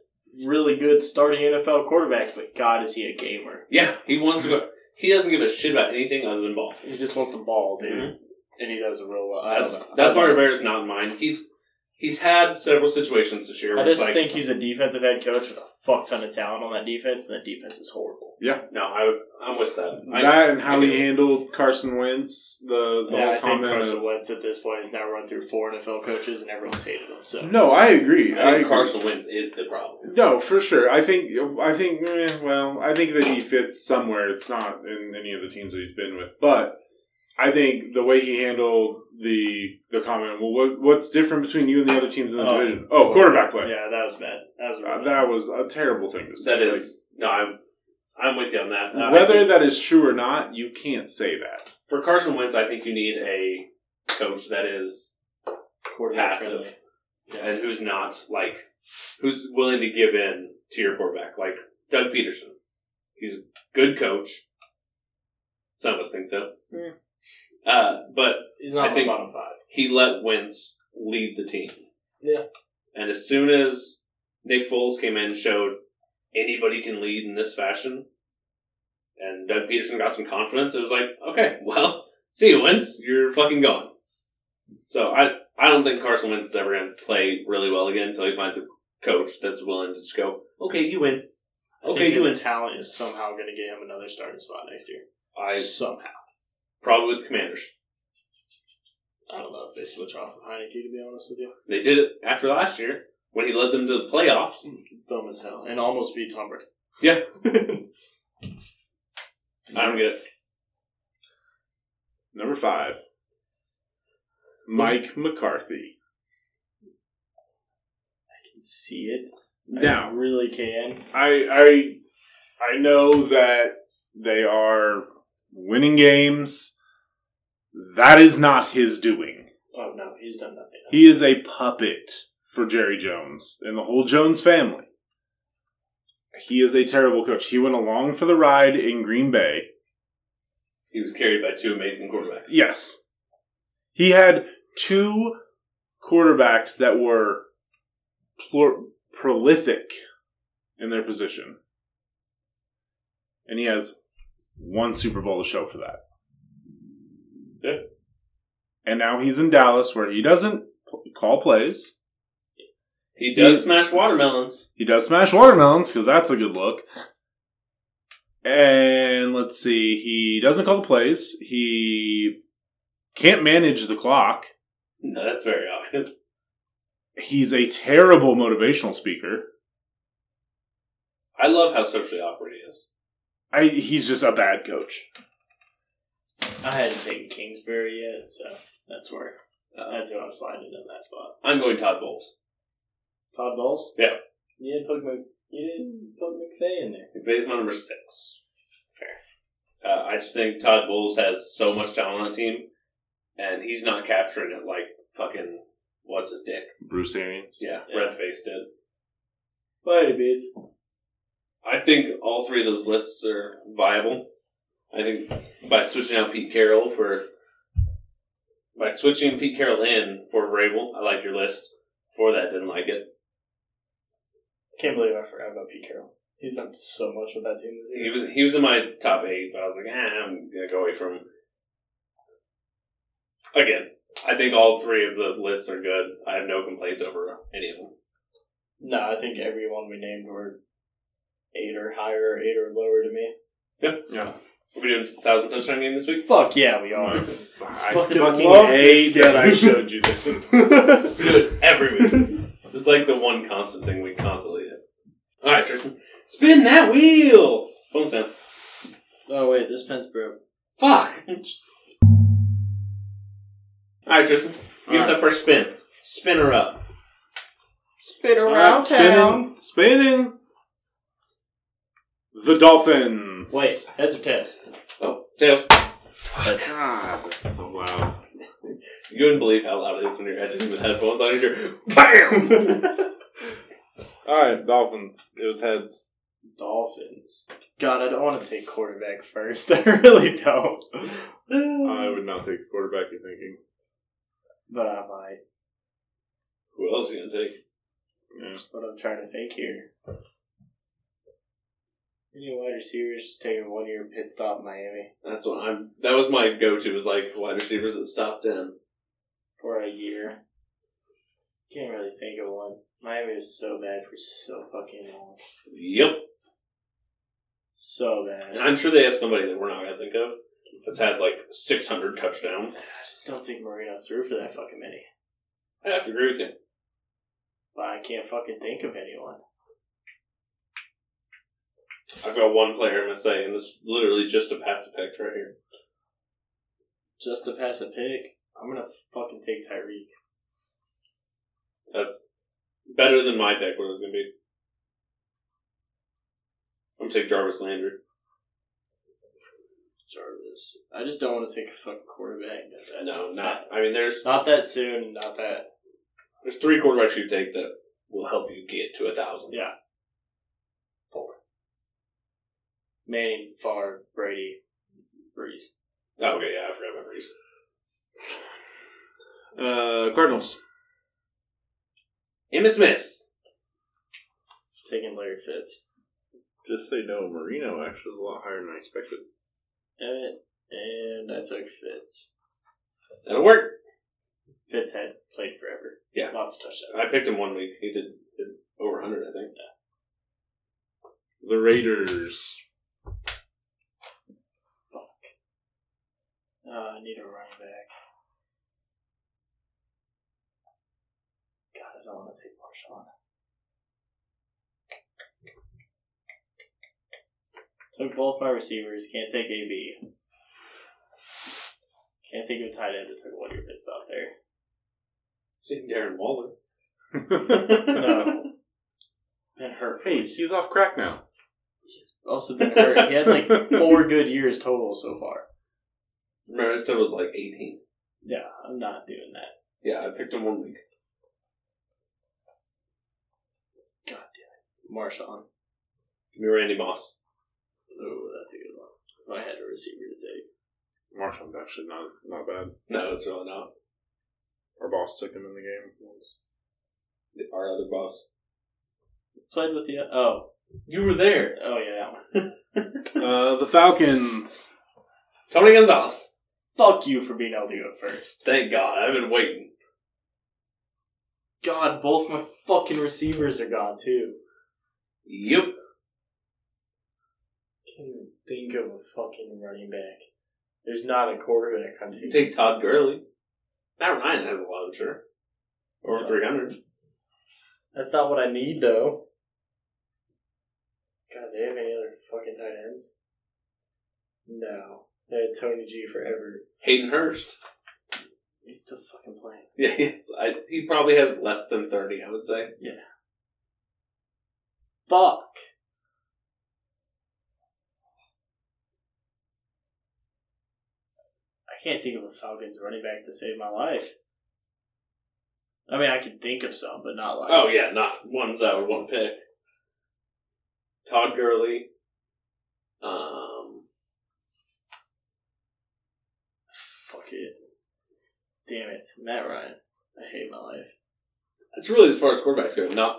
[SPEAKER 2] really good starting NFL quarterback, but God, is he a gamer.
[SPEAKER 1] Yeah, he wants to go. He doesn't give a shit about anything other than ball.
[SPEAKER 2] He just wants the ball, dude.
[SPEAKER 1] Mhm.
[SPEAKER 2] And he does it real well. I
[SPEAKER 1] That's
[SPEAKER 2] don't know.
[SPEAKER 1] that's why Rivera's not in mine. He's he's had several situations this year.
[SPEAKER 2] I
[SPEAKER 1] Where
[SPEAKER 2] just
[SPEAKER 1] it's like,
[SPEAKER 2] think he's a defensive head coach with a fuck ton of talent on that defense, and that defense is horrible.
[SPEAKER 1] no, I would, I'm with that. I,
[SPEAKER 3] that and how
[SPEAKER 1] I
[SPEAKER 3] he
[SPEAKER 1] do.
[SPEAKER 3] handled Carson Wentz, the, the
[SPEAKER 2] Yeah,
[SPEAKER 3] whole
[SPEAKER 2] I think
[SPEAKER 3] comment. of-
[SPEAKER 2] Carson Wentz at this point has now run through four NFL coaches, and everyone's hated him. So
[SPEAKER 3] no, I agree.
[SPEAKER 1] I
[SPEAKER 3] I
[SPEAKER 1] think
[SPEAKER 3] agree.
[SPEAKER 1] Carson Wentz is the problem.
[SPEAKER 3] No, for sure. I think I think eh, well, I think that he fits somewhere. It's not in any of the teams that he's been with, but I think the way he handled the the comment, well, what, what's different between you and the other teams in the
[SPEAKER 2] Oh.
[SPEAKER 3] division? Oh, quarterback play.
[SPEAKER 2] yeah, that was bad. That was
[SPEAKER 3] Uh,
[SPEAKER 2] really
[SPEAKER 3] that was a terrible thing to say.
[SPEAKER 1] That is no, I'm I'm with you on that. Uh,
[SPEAKER 3] Like,
[SPEAKER 1] I
[SPEAKER 3] whether
[SPEAKER 1] think
[SPEAKER 3] that is true or not, you can't say that.
[SPEAKER 1] for Carson Wentz, I think you need a coach that is
[SPEAKER 2] bad. quarterback
[SPEAKER 1] passive.
[SPEAKER 2] friendly.
[SPEAKER 1] and who's not like who's willing to give in to your quarterback, like Doug Peterson. He's a good coach. Some of us think so.
[SPEAKER 2] Yeah.
[SPEAKER 1] Uh, but
[SPEAKER 2] He's not
[SPEAKER 1] I
[SPEAKER 2] I
[SPEAKER 1] think-
[SPEAKER 2] bottom five.
[SPEAKER 1] he let Wentz lead the team.
[SPEAKER 2] Yeah.
[SPEAKER 1] And as soon as Nick Foles came in and showed anybody can lead in this fashion, and Doug Peterson got some confidence, it was like, okay, well, see you, Wentz. You're fucking gone. So I, I don't think Carson Wentz is ever going to play really well again until he finds a coach that's willing to just go, okay, you win.
[SPEAKER 2] I
[SPEAKER 1] Okay,
[SPEAKER 2] think
[SPEAKER 1] you
[SPEAKER 2] his
[SPEAKER 1] win.
[SPEAKER 2] talent is somehow going to get him another starting spot next year.
[SPEAKER 1] I
[SPEAKER 2] somehow.
[SPEAKER 1] probably with the Commanders.
[SPEAKER 2] I don't know if they switch off of Heineke to be honest with you.
[SPEAKER 1] They did it after last year when he led them to the playoffs.
[SPEAKER 2] Dumb as hell, and almost beats Humber.
[SPEAKER 1] Yeah.
[SPEAKER 2] Hmm.
[SPEAKER 1] I don't get it.
[SPEAKER 3] Number five, Mike McCarthy.
[SPEAKER 2] I can see it. I
[SPEAKER 3] Now,
[SPEAKER 2] really can.
[SPEAKER 3] I I I know that they are winning games. That is not his doing.
[SPEAKER 2] Oh no, he's done nothing.
[SPEAKER 3] He is a puppet for Jerry Jones and the whole Jones family. He is a terrible coach. He went along for the ride in Green Bay.
[SPEAKER 1] He was carried by two amazing quarterbacks.
[SPEAKER 3] Yes. He had two quarterbacks that were plur- prolific in their position. And he has one Super Bowl to show for that.
[SPEAKER 1] Yeah.
[SPEAKER 3] And now he's in Dallas where he doesn't p- call plays.
[SPEAKER 1] He does smash watermelons.
[SPEAKER 3] He does smash watermelons because that's a good look. And let's see, he doesn't call the plays. He can't manage the clock.
[SPEAKER 1] No, that's very obvious.
[SPEAKER 3] He's a terrible motivational speaker.
[SPEAKER 1] I love how socially awkward he is.
[SPEAKER 3] I he's just a bad coach.
[SPEAKER 2] I hadn't taken Kingsbury yet, so that's where that's who I'm sliding in that spot.
[SPEAKER 1] I'm going Todd Bowles.
[SPEAKER 2] Todd Bowles.
[SPEAKER 1] Yeah.
[SPEAKER 2] You didn't put Mc, you didn't put McVay in there.
[SPEAKER 1] McVay's my number six. Fair. Uh, I just think Todd Bowles has so much talent on the team, and he's not capturing it like fucking what's his dick?
[SPEAKER 3] Bruce Arians.
[SPEAKER 1] Yeah,
[SPEAKER 2] Yeah.
[SPEAKER 1] red face did.
[SPEAKER 2] But it beats.
[SPEAKER 1] I think all three of those lists are viable. I think by switching out Pete Carroll for by switching Pete Carroll in for Rabel, I like your list. For that, didn't like it.
[SPEAKER 2] Can't believe I forgot about Pete Carroll. He's done so much with that team this
[SPEAKER 1] He
[SPEAKER 2] year.
[SPEAKER 1] was he was in my top eight, but I was like, eh, I'm gonna go away from. him. Again, I think all three of the lists are good. I have no complaints over any of them.
[SPEAKER 2] No, I think everyone we named were eight or higher, or eight or lower to me.
[SPEAKER 1] Yeah, yeah. We're doing thousand touchdown game this week.
[SPEAKER 2] Fuck yeah, we are.
[SPEAKER 3] I
[SPEAKER 2] Fucking
[SPEAKER 3] fucking,
[SPEAKER 2] love
[SPEAKER 3] hate
[SPEAKER 2] this game.
[SPEAKER 3] that I showed you this.
[SPEAKER 1] We do it every week. It's like the one constant thing we constantly do. All right, sir, spin- spin that wheel. Phone's down.
[SPEAKER 2] oh wait, this pen's broke.
[SPEAKER 1] Fuck. All right, Tristan. Give us that first spin. Spin her up.
[SPEAKER 2] Spin around
[SPEAKER 3] Alright,
[SPEAKER 2] town.
[SPEAKER 3] spinning, spinning. The Dolphins.
[SPEAKER 2] Wait, heads or tails?
[SPEAKER 1] Oh, Tails.
[SPEAKER 3] God, that's so loud.
[SPEAKER 1] You wouldn't believe how loud it is when you're editing with headphones on. You hear, BAM!
[SPEAKER 3] All right, Dolphins. It was heads.
[SPEAKER 2] Dolphins. God, I don't want to take quarterback first. I really don't.
[SPEAKER 3] I would not take the quarterback. You're thinking.
[SPEAKER 2] But I might.
[SPEAKER 1] Who else are you gonna take?
[SPEAKER 2] That's what I'm trying to think here. Any wide receivers taking one year pit stop in Miami
[SPEAKER 1] That's what I'm. That was my go-to. Was like wide receivers that stopped in.
[SPEAKER 2] for a year? Can't really think of one. Miami was so bad for so fucking long.
[SPEAKER 1] Yep.
[SPEAKER 2] So
[SPEAKER 1] And
[SPEAKER 2] bad.
[SPEAKER 1] I'm sure they have somebody that we're not gonna think of that's had like 600 touchdowns.
[SPEAKER 2] I just don't think Marino threw for that fucking many.
[SPEAKER 1] I have to agree with you.
[SPEAKER 2] But I can't fucking think of anyone.
[SPEAKER 1] I've got one player I'm gonna say, and this is literally just a pass effect right here.
[SPEAKER 2] Just to pass a pick, I'm gonna fucking take Tyreek.
[SPEAKER 1] That's better than my pick. What it was gonna be. I'm gonna say Jarvis Landry.
[SPEAKER 2] Jarvis. I just don't want to take a fucking quarterback.
[SPEAKER 1] Uh, No, not. I mean, there's
[SPEAKER 2] Not that soon, not that.
[SPEAKER 1] there's three quarterbacks you take that will help you get to a thousand.
[SPEAKER 2] Yeah. Four. Manning, Favre, Brady, Breeze.
[SPEAKER 1] Oh, okay. Yeah, I forgot about Breeze.
[SPEAKER 3] Uh, Cardinals.
[SPEAKER 1] Emmitt Smith.
[SPEAKER 2] Taking Larry Fitz.
[SPEAKER 3] Just say no. Marino actually is a lot higher than I expected.
[SPEAKER 2] Emmett, and I took Fitz.
[SPEAKER 1] That'll work.
[SPEAKER 2] Fitz had played forever.
[SPEAKER 1] Yeah.
[SPEAKER 2] Lots of touchdowns.
[SPEAKER 1] I picked him one week. He did, did over 100, I think.
[SPEAKER 3] The Raiders.
[SPEAKER 2] Uh, I need a running back. God, I don't want to take Marshawn. Took both my receivers. Can't take AB. Can't think of a tight end that took one of your pit stop there.
[SPEAKER 1] Darren Waller.
[SPEAKER 2] No. been hurt.
[SPEAKER 3] Hey, he's off crack now.
[SPEAKER 2] He's also been hurt. He had like four good years total so far.
[SPEAKER 1] Remember, his total was like 18.
[SPEAKER 2] Yeah, I'm not doing that.
[SPEAKER 1] Yeah, I picked him one week.
[SPEAKER 2] God damn it. Marshawn.
[SPEAKER 1] Give me Randy Moss.
[SPEAKER 2] Oh, that's a good one. If I had a receiver to take.
[SPEAKER 3] Marshall's actually not not bad.
[SPEAKER 1] No, it's really not.
[SPEAKER 3] Our boss took him in the game once.
[SPEAKER 1] Our other boss.
[SPEAKER 2] Played with the oh, you were there. Oh yeah, that one.
[SPEAKER 3] Uh, the Falcons.
[SPEAKER 1] Tony Gonzalez.
[SPEAKER 2] Fuck you for being able to go first.
[SPEAKER 1] Thank God. I've been waiting.
[SPEAKER 2] God, both my fucking receivers are gone too.
[SPEAKER 1] Yep.
[SPEAKER 2] Can't even think of a fucking running back. There's not a quarterback I'm
[SPEAKER 1] You
[SPEAKER 2] taking.
[SPEAKER 1] take Todd Gurley. Matt Ryan has a lot, I'm sure. Over 300.
[SPEAKER 2] That's not what I need though. God, they have any other fucking tight ends? No, they had Tony G forever.
[SPEAKER 1] Hayden Hurst.
[SPEAKER 2] He's still fucking playing.
[SPEAKER 1] Yeah, he's, I, he probably has less than 30, I would say.
[SPEAKER 2] Fuck. I can't think of a Falcons running back to save my life. I mean, I can think of some, but not like.
[SPEAKER 1] Oh, yeah, not ones that would want to pick. Todd Gurley. Um,
[SPEAKER 2] Fuck it. Damn it. Matt Ryan. I hate my life.
[SPEAKER 1] that's really as far as quarterbacks go. Not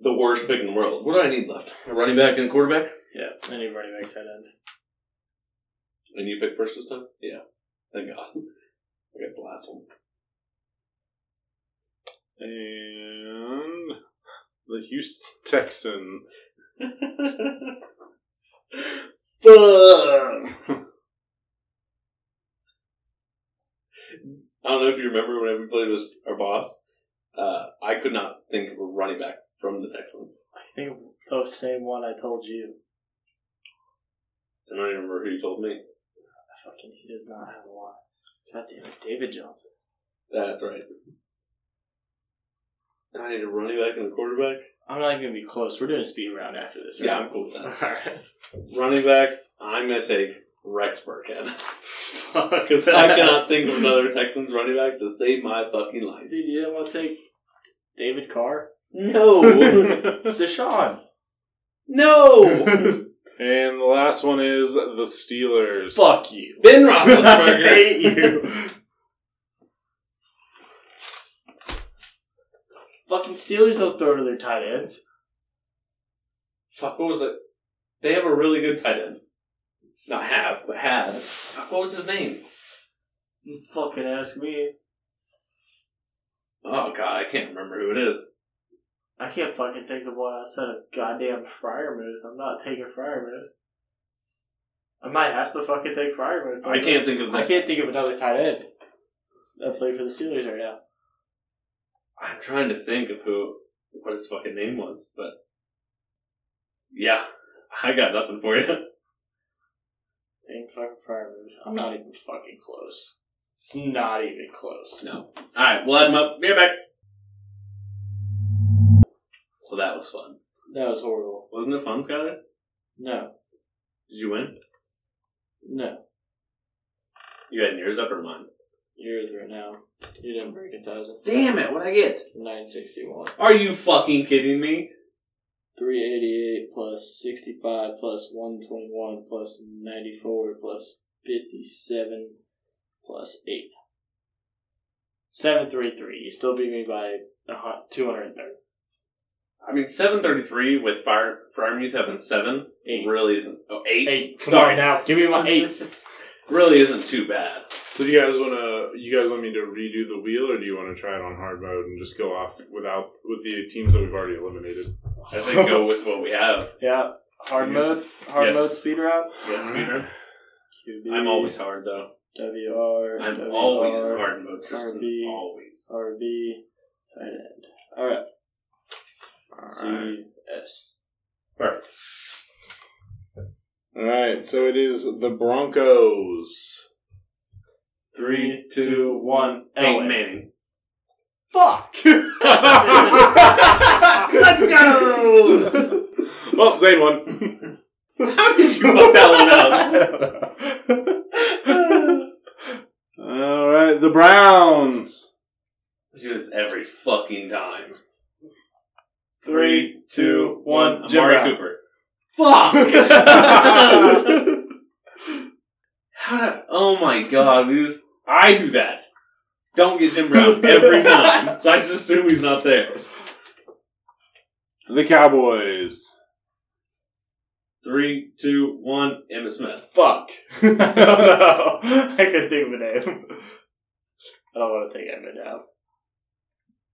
[SPEAKER 1] the worst pick in the world. What do I need left? A running back and a quarterback.
[SPEAKER 2] Yeah, I need running back tight end.
[SPEAKER 1] And you pick first this time? Yeah. Thank God. I got the last one.
[SPEAKER 3] And the Houston Texans.
[SPEAKER 1] I don't know if you remember whenever we played with our boss. Uh, I could not think of a running back from the Texans.
[SPEAKER 2] I think the same one I told you.
[SPEAKER 1] I don't even remember who you told me.
[SPEAKER 2] I fucking he does not have a lot. God damn it, David Johnson.
[SPEAKER 1] That's right. I need a running back and a quarterback.
[SPEAKER 2] I'm not even gonna be close. We're doing a speed round after this, right?
[SPEAKER 1] Yeah, I'm cool with that.
[SPEAKER 2] Alright.
[SPEAKER 1] Running back, I'm gonna take Rex Burkhead because I cannot think of another Texans running back to save my fucking life.
[SPEAKER 2] Dude, you didn't want to take David Carr?
[SPEAKER 1] No,
[SPEAKER 2] Deshaun.
[SPEAKER 1] no,
[SPEAKER 3] And the last one is the Steelers.
[SPEAKER 2] Fuck you.
[SPEAKER 1] Ben
[SPEAKER 2] I
[SPEAKER 1] Roethlisberger.
[SPEAKER 2] hate you. Fucking Steelers don't throw to their tight ends.
[SPEAKER 1] Fuck, what was it? They have a really good tight end. Not have, but had. Fuck, what was his name?
[SPEAKER 2] You fucking ask me.
[SPEAKER 1] Oh god, I can't remember who it is.
[SPEAKER 2] I can't fucking think of one outside of goddamn Friar Moose. I'm not taking Friar Moose. I might have to fucking take Friar Moose.
[SPEAKER 1] I can't think of
[SPEAKER 2] I
[SPEAKER 1] that.
[SPEAKER 2] can't think of another tight end that played for the Steelers right now.
[SPEAKER 1] I'm trying to think of who, what his fucking name was, but yeah, I got nothing for you.
[SPEAKER 2] Dang fucking Friar Moose. I'm not even fucking close. It's not even close.
[SPEAKER 1] No. All right, we'll add him up. Be right back. Well, that was fun,
[SPEAKER 2] That was horrible.
[SPEAKER 1] wasn't it fun, Skyler?
[SPEAKER 2] No.
[SPEAKER 1] Did you win?
[SPEAKER 2] No.
[SPEAKER 1] You had yours up or mine?
[SPEAKER 2] Yours right now. You didn't break a thousand.
[SPEAKER 1] Damn it! What would I get?
[SPEAKER 2] 961.
[SPEAKER 1] Are you fucking kidding me?
[SPEAKER 2] 388 plus 65 plus 121 plus 94 plus 57 plus 8. 733. You still beat me by a hu- 230.
[SPEAKER 1] I mean, seven thirty-three with Fire Fryermuth having seven
[SPEAKER 2] Eight.
[SPEAKER 1] really isn't. Oh, eight.
[SPEAKER 2] Eight. Come
[SPEAKER 1] Sorry,
[SPEAKER 2] on now. Give me my 8.
[SPEAKER 1] really isn't too bad.
[SPEAKER 3] So do you guys want to? You guys want me to redo the wheel, or do you want to try it on hard mode and just go off without with the teams that we've already eliminated?
[SPEAKER 1] I think go with what we have.
[SPEAKER 2] Yeah. Hard mode. Hard
[SPEAKER 1] Yeah.
[SPEAKER 2] mode speed route.
[SPEAKER 1] Yes, sweetheart.
[SPEAKER 2] QB,
[SPEAKER 1] I'm always hard though.
[SPEAKER 2] WR.
[SPEAKER 1] I'm
[SPEAKER 2] WR,
[SPEAKER 1] always in hard mode, Tristan.
[SPEAKER 2] RB.
[SPEAKER 1] Always.
[SPEAKER 2] RB. Tight end. Alright. GS.
[SPEAKER 1] Perfect.
[SPEAKER 3] All right. So it is the Broncos.
[SPEAKER 1] Three, two,
[SPEAKER 2] one.
[SPEAKER 1] Peyton Manning.
[SPEAKER 2] Fuck!
[SPEAKER 1] Let's go.
[SPEAKER 3] Well, Zane won.
[SPEAKER 1] How did you fuck that one up?
[SPEAKER 3] All right, the Browns.
[SPEAKER 1] Just every fucking time.
[SPEAKER 2] Three, two, one. Jim
[SPEAKER 1] Amari
[SPEAKER 2] Brown.
[SPEAKER 1] Cooper.
[SPEAKER 2] Fuck!
[SPEAKER 1] How did? Oh my god, we just, I do that. Don't get Jim Brown every time, so I just assume he's not there.
[SPEAKER 3] The Cowboys.
[SPEAKER 1] Three, two, one. Emma Smith.
[SPEAKER 2] Fuck. I don't know. I couldn't think of a name. I don't want to take Emma now.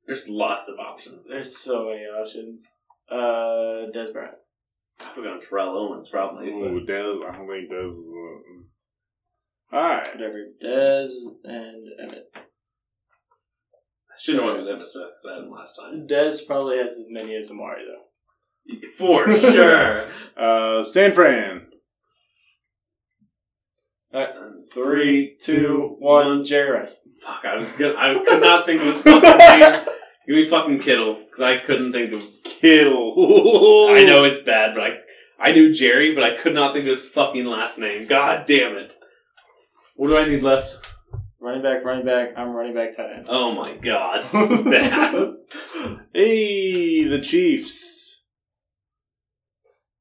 [SPEAKER 1] There's lots of options.
[SPEAKER 2] There's so many options. Uh, Des Bryant.
[SPEAKER 1] We're going Terrell Owens probably.
[SPEAKER 3] Ooh, Dez. I don't think Dez is. uh, All right.
[SPEAKER 2] Whatever. Des and Emmett.
[SPEAKER 1] I should have went with Emma Smith because I had him last time.
[SPEAKER 2] Des probably has as many as Amari, though.
[SPEAKER 1] For sure.
[SPEAKER 3] Uh, San Fran.
[SPEAKER 1] Three, two, one.
[SPEAKER 2] Jerry Rice.
[SPEAKER 1] Fuck! I was gonna, I could not think of his fucking name. Give me fucking Kittle because I couldn't think of.
[SPEAKER 3] Kittle.
[SPEAKER 1] I know it's bad, but I I knew Jerry, but I could not think of his fucking last name. God damn it! What do I need left?
[SPEAKER 2] Running back, running back. I'm running back tight end.
[SPEAKER 1] Oh my god, this is bad.
[SPEAKER 3] Hey, the Chiefs.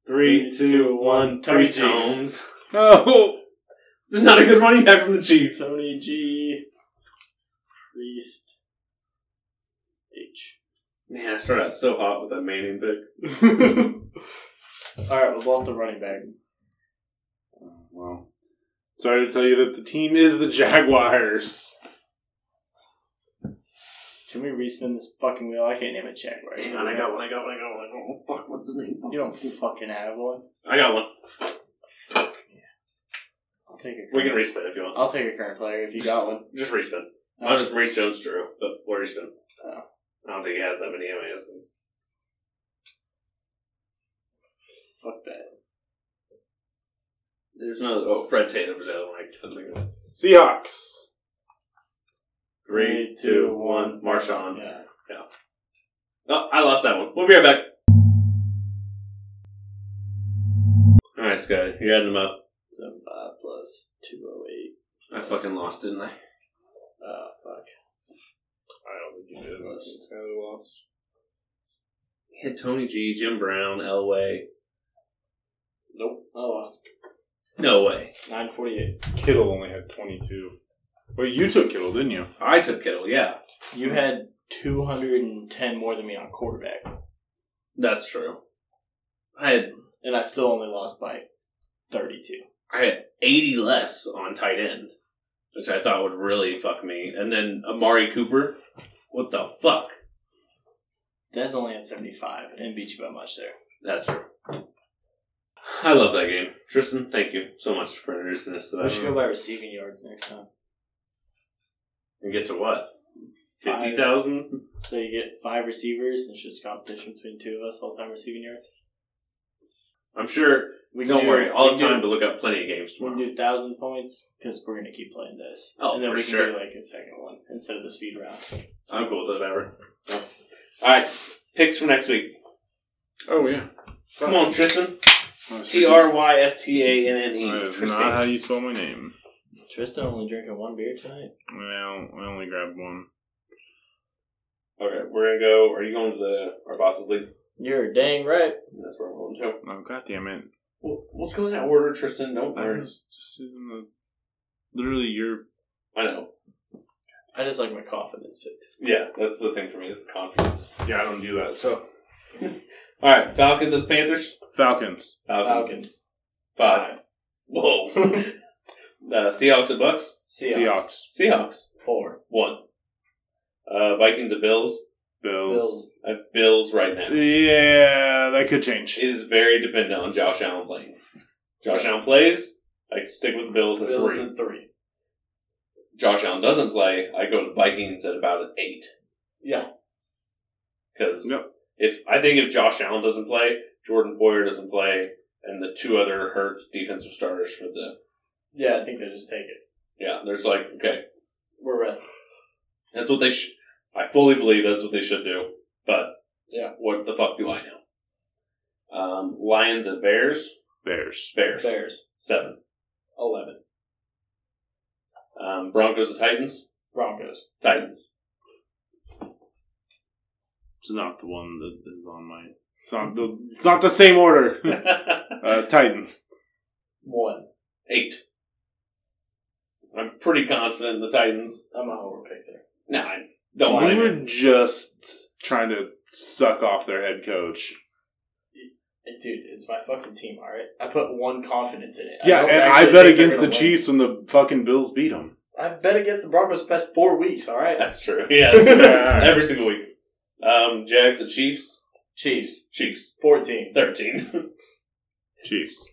[SPEAKER 2] Three, two, one. Tony G.
[SPEAKER 1] Tones.
[SPEAKER 3] Oh,
[SPEAKER 1] There's not a good running back from the Chiefs.
[SPEAKER 2] Tony G. Priest. H.
[SPEAKER 1] Man, I started out so hot with that Manning pick.
[SPEAKER 2] All right, we're both the running back.
[SPEAKER 3] well. Sorry to tell you that the team is the Jaguars.
[SPEAKER 2] Can we respin this fucking wheel? I can't name a Jaguar.
[SPEAKER 1] Hang on, I got one, I got one, I got one. Oh, fuck, what's his name?
[SPEAKER 2] You don't fucking have one.
[SPEAKER 1] I got one.
[SPEAKER 2] I'll take a.
[SPEAKER 1] We can respin if you want.
[SPEAKER 2] I'll take a current player if you got one.
[SPEAKER 1] Just respin. I'll just Maurice Jones Drew, but we'll respin.
[SPEAKER 2] Oh.
[SPEAKER 1] uh, I don't think he has that many MASs.
[SPEAKER 2] Fuck that.
[SPEAKER 1] There's another. Oh, Fred Taylor was the other one. I couldn't think of it.
[SPEAKER 3] Seahawks.
[SPEAKER 1] Three, two, one. Marshawn.
[SPEAKER 2] Yeah.
[SPEAKER 1] Oh, I lost that one. We'll be right back. All right, Sky, you're adding them up.
[SPEAKER 2] So five plus two oh eight.
[SPEAKER 1] I fucking lost, didn't I?
[SPEAKER 2] Oh fuck.
[SPEAKER 7] don't think you did.
[SPEAKER 2] Lost.
[SPEAKER 7] It's kind of lost.
[SPEAKER 1] We had Tony G, Jim Brown, Elway.
[SPEAKER 2] Nope. I lost.
[SPEAKER 1] No way.
[SPEAKER 2] Nine forty eight.
[SPEAKER 3] Kittle only had 22. Well, you took Kittle, didn't you?
[SPEAKER 1] I took Kittle. Yeah,
[SPEAKER 2] You had two hundred and ten more than me on quarterback,
[SPEAKER 1] that's true. I had
[SPEAKER 2] and I still only lost by thirty two.
[SPEAKER 1] I had 80 less on tight end, which I thought would really fuck me. And then Amari Cooper, what the fuck?
[SPEAKER 2] That's only at seventy five, and beat you by much there.
[SPEAKER 1] That's true. I love that game. Tristan, thank you so much for introducing us to
[SPEAKER 2] We should go
[SPEAKER 1] that.
[SPEAKER 2] by receiving yards next time.
[SPEAKER 1] And get to what?
[SPEAKER 2] Five.
[SPEAKER 1] 50,000?
[SPEAKER 2] So you get five receivers, and it's just competition between two of us all time receiving yards.
[SPEAKER 1] I'm sure.
[SPEAKER 2] We
[SPEAKER 1] Don't
[SPEAKER 2] do-
[SPEAKER 1] worry, I'll
[SPEAKER 2] we
[SPEAKER 1] have
[SPEAKER 2] do-
[SPEAKER 1] time to look up plenty of games
[SPEAKER 2] We
[SPEAKER 1] tomorrow.
[SPEAKER 2] can do thousand points because we're gonna keep playing this.
[SPEAKER 1] Oh,
[SPEAKER 2] and then
[SPEAKER 1] for
[SPEAKER 2] we can
[SPEAKER 1] sure.
[SPEAKER 2] do like a second one instead of the speed round.
[SPEAKER 1] I'm cool with whatever. Alright, picks for next week.
[SPEAKER 3] Oh, yeah. Oh,
[SPEAKER 1] Come on, Tristan.
[SPEAKER 3] I
[SPEAKER 1] T R Y S T A N N
[SPEAKER 3] That
[SPEAKER 1] E.
[SPEAKER 3] is not how
[SPEAKER 1] Tristan.
[SPEAKER 3] you spell my name.
[SPEAKER 2] Tristan only drinking one beer tonight.
[SPEAKER 3] Well, I only grabbed one.
[SPEAKER 1] Okay, we're gonna go. Are you going to the our boss's league?
[SPEAKER 2] You're dang right.
[SPEAKER 1] That's where I'm going to.
[SPEAKER 3] Oh, God damn it.
[SPEAKER 1] Well, let's go in that order, Tristan. Don't
[SPEAKER 3] I
[SPEAKER 1] worry.
[SPEAKER 3] was just using the. Literally, your
[SPEAKER 1] I know.
[SPEAKER 2] I just like my confidence picks.
[SPEAKER 1] Yeah, that's the thing for me. Is the confidence.
[SPEAKER 7] Yeah, I don't do that. So
[SPEAKER 1] All right, Falcons and Panthers.
[SPEAKER 3] Falcons.
[SPEAKER 2] Falcons,
[SPEAKER 1] Five. Whoa. uh, Seahawks and Bucks.
[SPEAKER 2] Seahawks,
[SPEAKER 3] Seahawks.
[SPEAKER 1] Seahawks.
[SPEAKER 2] four,
[SPEAKER 1] One. Uh, Vikings and Bills.
[SPEAKER 3] Bills.
[SPEAKER 2] Bills,
[SPEAKER 1] I have Bills right now. It
[SPEAKER 3] Yeah, that could change.
[SPEAKER 1] is very dependent on Josh Allen playing. Josh Allen plays. I stick with the Bills at
[SPEAKER 2] Bills
[SPEAKER 1] three.
[SPEAKER 2] at three.
[SPEAKER 1] Josh Allen doesn't play. I go to the Vikings at about an eight.
[SPEAKER 2] Yeah,
[SPEAKER 1] Because
[SPEAKER 3] Yep.
[SPEAKER 1] if I think if Josh Allen doesn't play, Jordan Boyer doesn't play, and the two other Hurts defensive starters for the
[SPEAKER 2] yeah. I think they just take it.
[SPEAKER 1] yeah, there's like okay,
[SPEAKER 2] We're resting.
[SPEAKER 1] that's what they. Sh- I fully believe that's what they should do, but
[SPEAKER 2] Yeah.
[SPEAKER 1] what the fuck do I know? Um, Lions and Bears,
[SPEAKER 3] Bears.
[SPEAKER 1] Bears,
[SPEAKER 2] Bears
[SPEAKER 1] seven.
[SPEAKER 2] eleven.
[SPEAKER 1] Um, Broncos and Titans,
[SPEAKER 2] Broncos.
[SPEAKER 1] Titans.
[SPEAKER 3] It's not the one that is on my. It's not the. It's not the same order. uh, Titans.
[SPEAKER 2] One.
[SPEAKER 1] Eight. I'm pretty confident in the Titans.
[SPEAKER 2] I'm a homer pick there.
[SPEAKER 1] Nah, I don't
[SPEAKER 3] we
[SPEAKER 1] blame
[SPEAKER 3] were
[SPEAKER 1] you.
[SPEAKER 3] just trying to suck off their head coach.
[SPEAKER 2] Hey, Dude, it's my fucking team, alright? I put one confidence in it.
[SPEAKER 3] yeah,
[SPEAKER 2] don't
[SPEAKER 3] and
[SPEAKER 2] actually
[SPEAKER 3] I bet
[SPEAKER 2] think they're
[SPEAKER 3] against the
[SPEAKER 2] gonna win.
[SPEAKER 3] Chiefs when the fucking Bills beat them.
[SPEAKER 2] I've bet against the Broncos the past four weeks, alright?
[SPEAKER 1] That's true. Yeah, that's- every single week. Um, Jags and Chiefs.
[SPEAKER 2] Chiefs,
[SPEAKER 1] Chiefs
[SPEAKER 2] 14.
[SPEAKER 1] thirteen.
[SPEAKER 3] Chiefs.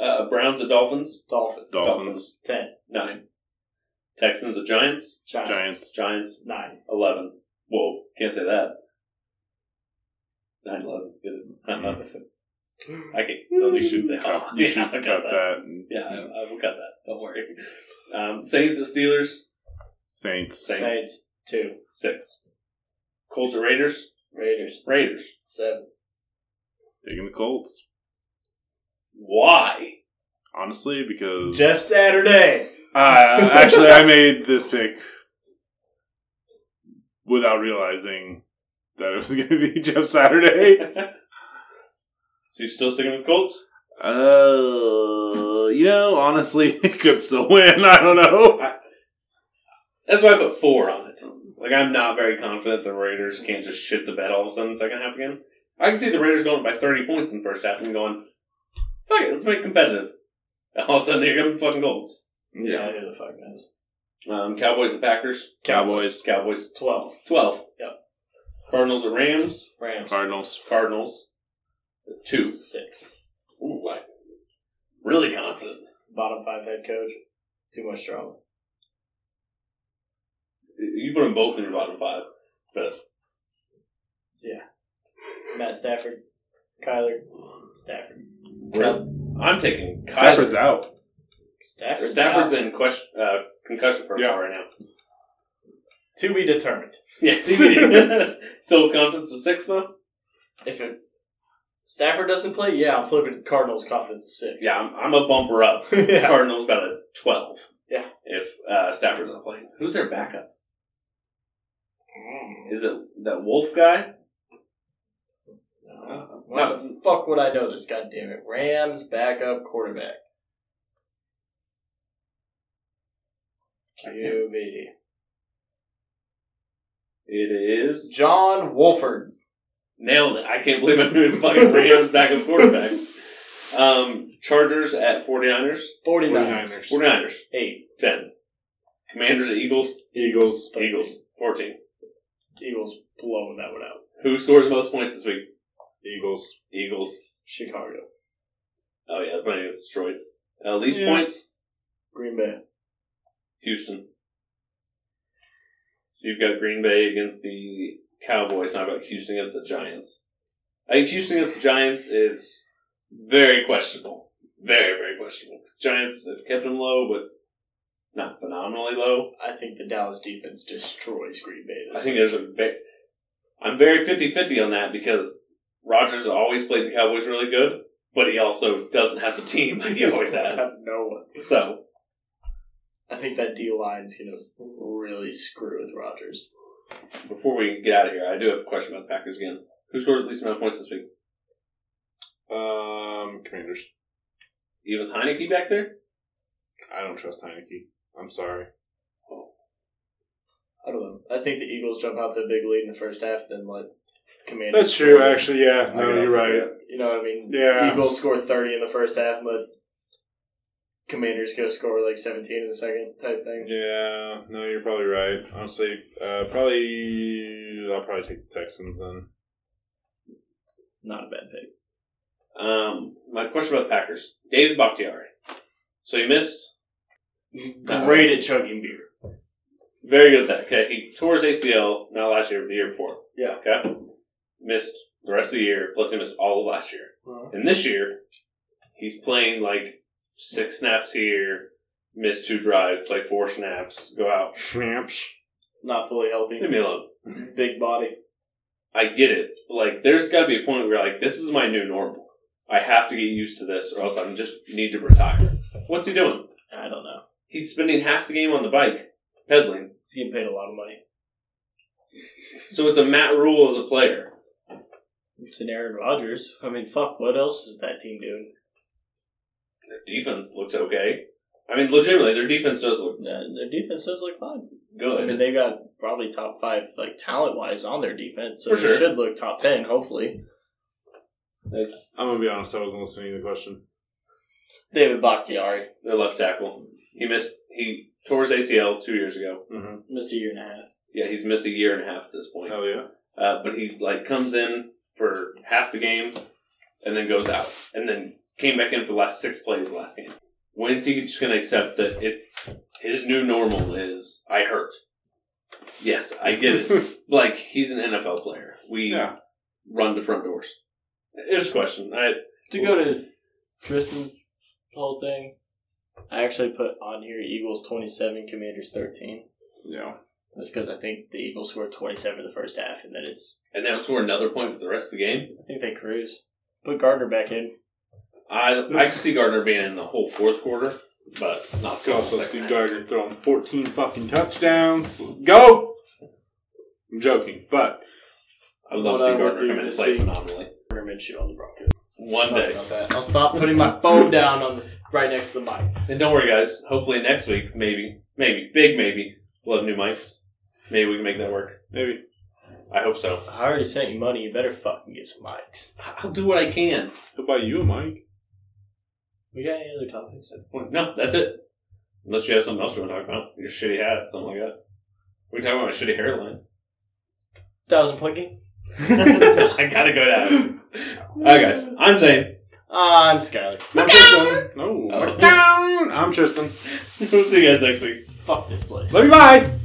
[SPEAKER 1] Uh, Browns and Dolphins.
[SPEAKER 2] Dolphins,
[SPEAKER 3] Dolphins.
[SPEAKER 2] 10.
[SPEAKER 1] nine. Texans and Giants.
[SPEAKER 2] Giants,
[SPEAKER 3] Giants.
[SPEAKER 1] Giants
[SPEAKER 2] 9.
[SPEAKER 1] eleven. Whoa, can't say that. Nine eleven. Get it? Nine eleven. I can. not You should say.
[SPEAKER 3] Cut-
[SPEAKER 1] Oh,
[SPEAKER 3] Hmm. you
[SPEAKER 1] yeah,
[SPEAKER 3] should
[SPEAKER 1] I'll
[SPEAKER 3] cut
[SPEAKER 1] cut
[SPEAKER 3] that.
[SPEAKER 1] that. Yeah, I, I will cut that. Don't worry. Um, Saints and Steelers
[SPEAKER 3] Saints.
[SPEAKER 1] Saints.
[SPEAKER 2] Saints, 2.
[SPEAKER 1] six. Colts and Raiders.
[SPEAKER 2] Raiders,
[SPEAKER 1] Raiders.
[SPEAKER 2] 7.
[SPEAKER 3] Taking the Colts.
[SPEAKER 1] Why?
[SPEAKER 3] Honestly, because
[SPEAKER 2] Jeff Saturday.
[SPEAKER 3] Uh, actually, I made this pick without realizing that it was going to be Jeff Saturday.
[SPEAKER 1] So you're still sticking with Colts?
[SPEAKER 3] Uh, you know, honestly, it could still win. I don't know.
[SPEAKER 1] That's why I put four on it. Like I'm not very confident the Raiders can't just shit the bed all of a sudden in the second half again. I can see the Raiders going by 30 points in the first half and going, "Fuck it, let's make it competitive." And all of a sudden, here come the fucking Colts.
[SPEAKER 3] Yeah.
[SPEAKER 2] who the fuck knows?
[SPEAKER 1] Um, Cowboys and Packers.
[SPEAKER 3] Cowboys.
[SPEAKER 1] Cowboys.
[SPEAKER 2] Twelve.
[SPEAKER 1] Twelve.
[SPEAKER 2] Yep.
[SPEAKER 1] Cardinals and Rams.
[SPEAKER 2] Rams.
[SPEAKER 3] Cardinals.
[SPEAKER 1] Cardinals. Two.
[SPEAKER 2] Six.
[SPEAKER 1] Ooh, I'm really confident.
[SPEAKER 2] Bottom five head coach. Too much drama.
[SPEAKER 1] You put them both in your bottom five, but
[SPEAKER 2] Matt Stafford. Kyler. Stafford.
[SPEAKER 1] I'm taking Kyler.
[SPEAKER 3] Stafford's out.
[SPEAKER 2] Stafford.
[SPEAKER 1] Stafford's in question, uh, concussion protocol right now.
[SPEAKER 2] To be determined.
[SPEAKER 1] Yeah, TBD. Still with confidence of six though.
[SPEAKER 2] If it, Stafford doesn't play, yeah, I'm flipping the Cardinals confidence is six.
[SPEAKER 1] Yeah, Mm. I'm, I'm a bumper up.
[SPEAKER 2] yeah.
[SPEAKER 1] Cardinals got a twelve.
[SPEAKER 2] Yeah.
[SPEAKER 1] If uh, Stafford's not playing, who's their backup? Is it that Wolf guy?
[SPEAKER 2] Uh, Why the fuck would I know this? God damn it. Rams backup quarterback. QB.
[SPEAKER 1] It is
[SPEAKER 2] John Wolford.
[SPEAKER 1] nailed it. I can't believe I knew his fucking Rams backup quarterback. Um, Chargers at 49ers.
[SPEAKER 2] 49ers.
[SPEAKER 1] 49ers.
[SPEAKER 2] Eight.
[SPEAKER 1] 10. Commanders at Eagles.
[SPEAKER 3] Eagles.
[SPEAKER 1] Eagles. 14.
[SPEAKER 2] Eagles blowing that one out.
[SPEAKER 1] Who scores most points this week?
[SPEAKER 3] Eagles.
[SPEAKER 1] Eagles.
[SPEAKER 2] Chicago.
[SPEAKER 1] Oh, yeah, they're playing against Detroit. Uh, least
[SPEAKER 3] Yeah.
[SPEAKER 1] points?
[SPEAKER 2] Green Bay.
[SPEAKER 1] Houston. So you've got Green Bay against the Cowboys. Now I've got Houston against the Giants. I think Houston against the Giants is very questionable. Very, very questionable. 'Cause Giants have kept them low, but not phenomenally low.
[SPEAKER 2] I think the Dallas defense destroys Green Bay
[SPEAKER 1] I
[SPEAKER 2] this
[SPEAKER 1] think there's a ve- I'm very 50-50 on that because Rogers always played the Cowboys really good, but he also doesn't have the team like he always has.
[SPEAKER 2] no one.
[SPEAKER 1] So
[SPEAKER 2] I think that D line's gonna really screw with Rodgers.
[SPEAKER 1] before we get out of here, I do have a question about the Packers again. Who scores the least amount of points this week?
[SPEAKER 3] Um, Commanders.
[SPEAKER 1] Even Heineke back there?
[SPEAKER 3] I don't trust Heineke. I'm sorry.
[SPEAKER 2] I don't know. I think the Eagles jump out to a big lead in the first half, then let the Commanders.
[SPEAKER 3] That's true, actually. Yeah. No,
[SPEAKER 11] I guess,
[SPEAKER 3] you're right.
[SPEAKER 2] You know what I mean?
[SPEAKER 3] Yeah.
[SPEAKER 2] Eagles score thirty in the first half, and let Commanders go score like seventeen in the second type thing.
[SPEAKER 3] Yeah. No, you're probably right. Honestly, uh, probably I'll probably take the Texans then.
[SPEAKER 2] Not a bad pick.
[SPEAKER 1] Um, my question about the Packers. David Bakhtiari. So he missed.
[SPEAKER 2] Great at chugging beer.
[SPEAKER 1] Very good at that. Okay, he tore his ACL not last year, but the year before.
[SPEAKER 2] Yeah.
[SPEAKER 1] Okay, missed the rest of the year. Plus, he missed all of last year. And this year, he's playing like six snaps here, miss two drives, play four snaps, go out.
[SPEAKER 3] Schnapps.
[SPEAKER 2] Not fully healthy.
[SPEAKER 1] Leave me alone.
[SPEAKER 2] Big body.
[SPEAKER 1] I get it. But like, there's got to be a point where like, this is my new normal. I have to get used to this, or else I'm just need to retire. What's he doing?
[SPEAKER 2] I don't know.
[SPEAKER 1] He's spending half the game on the bike pedaling.
[SPEAKER 2] He's getting paid a lot of money.
[SPEAKER 1] So it's a Matt Rule as a player.
[SPEAKER 2] It's an Aaron Rodgers. I mean, fuck. What else is that team doing?
[SPEAKER 1] Their defense looks okay. I mean, legitimately, their defense does look
[SPEAKER 2] Uh, their defense does look fine. I
[SPEAKER 1] good.
[SPEAKER 2] mean, they got probably top five, like talent wise, on their defense, so
[SPEAKER 1] For
[SPEAKER 2] they
[SPEAKER 1] sure.
[SPEAKER 2] should look top ten, hopefully.
[SPEAKER 3] I'm gonna be honest. I wasn't listening to the question.
[SPEAKER 2] David Bakhtiari
[SPEAKER 1] their left tackle. He missed. He tore his ACL two years ago.
[SPEAKER 3] Mm-hmm.
[SPEAKER 2] missed a year and a half.
[SPEAKER 1] Yeah, he's missed a year and a half at this point.
[SPEAKER 3] Hell yeah.
[SPEAKER 1] Uh, but he like comes in for half the game, and then goes out, and then came back in for the last six plays of the last game. When's he just gonna accept that it his new normal is I hurt? Yes, I get it. like he's an NFL player. We
[SPEAKER 3] Yeah.
[SPEAKER 1] run to front doors. Here's a question. I
[SPEAKER 2] To go to Tristan's whole thing, I actually put on here Eagles twenty seven, Commanders thirteen.
[SPEAKER 3] Yeah.
[SPEAKER 2] That's because I think the Eagles scored twenty seven the first half, and then it's
[SPEAKER 1] and that was for another point for the rest of the game.
[SPEAKER 2] I think they cruise. Put Gardner back in.
[SPEAKER 1] I I could see Gardner being in the whole fourth quarter, but not
[SPEAKER 3] Could
[SPEAKER 1] the
[SPEAKER 3] also
[SPEAKER 1] second
[SPEAKER 3] see
[SPEAKER 1] half.
[SPEAKER 3] Gardner throwing 14 fucking touchdowns. Let's go. I'm joking, but
[SPEAKER 1] I would love to
[SPEAKER 2] What I
[SPEAKER 1] see
[SPEAKER 2] would
[SPEAKER 1] Gardner
[SPEAKER 2] do
[SPEAKER 1] come in and
[SPEAKER 2] to
[SPEAKER 1] play
[SPEAKER 2] see-
[SPEAKER 1] phenomenally.
[SPEAKER 2] Gardner Minshew on the Broncos.
[SPEAKER 1] One
[SPEAKER 2] Sorry
[SPEAKER 1] day.
[SPEAKER 2] about that. I'll stop putting my phone down on the, right next to the mic.
[SPEAKER 1] And don't worry, guys. Hopefully next week, maybe, maybe, big maybe, we'll have new mics. Maybe we can make that work.
[SPEAKER 3] Maybe.
[SPEAKER 1] I hope so.
[SPEAKER 2] I already sent you money. You better fucking get some mics.
[SPEAKER 1] I'll do what I can.
[SPEAKER 3] He'll buy you a mic.
[SPEAKER 2] We got any other topics?
[SPEAKER 1] That's the point. No, that's it. Unless you have something else you want to talk about, your shitty hat, something like that. We can talk about my shitty hairline.
[SPEAKER 2] Thousand point game.
[SPEAKER 1] I gotta go down. All right, guys. I'm saying.
[SPEAKER 2] Ah, I'm Skyler.
[SPEAKER 3] I'm Tristan. No.
[SPEAKER 2] Oh.
[SPEAKER 3] Down. I'm Tristan.
[SPEAKER 1] We'll see you guys next week.
[SPEAKER 2] Fuck this place.
[SPEAKER 3] Love you. Bye.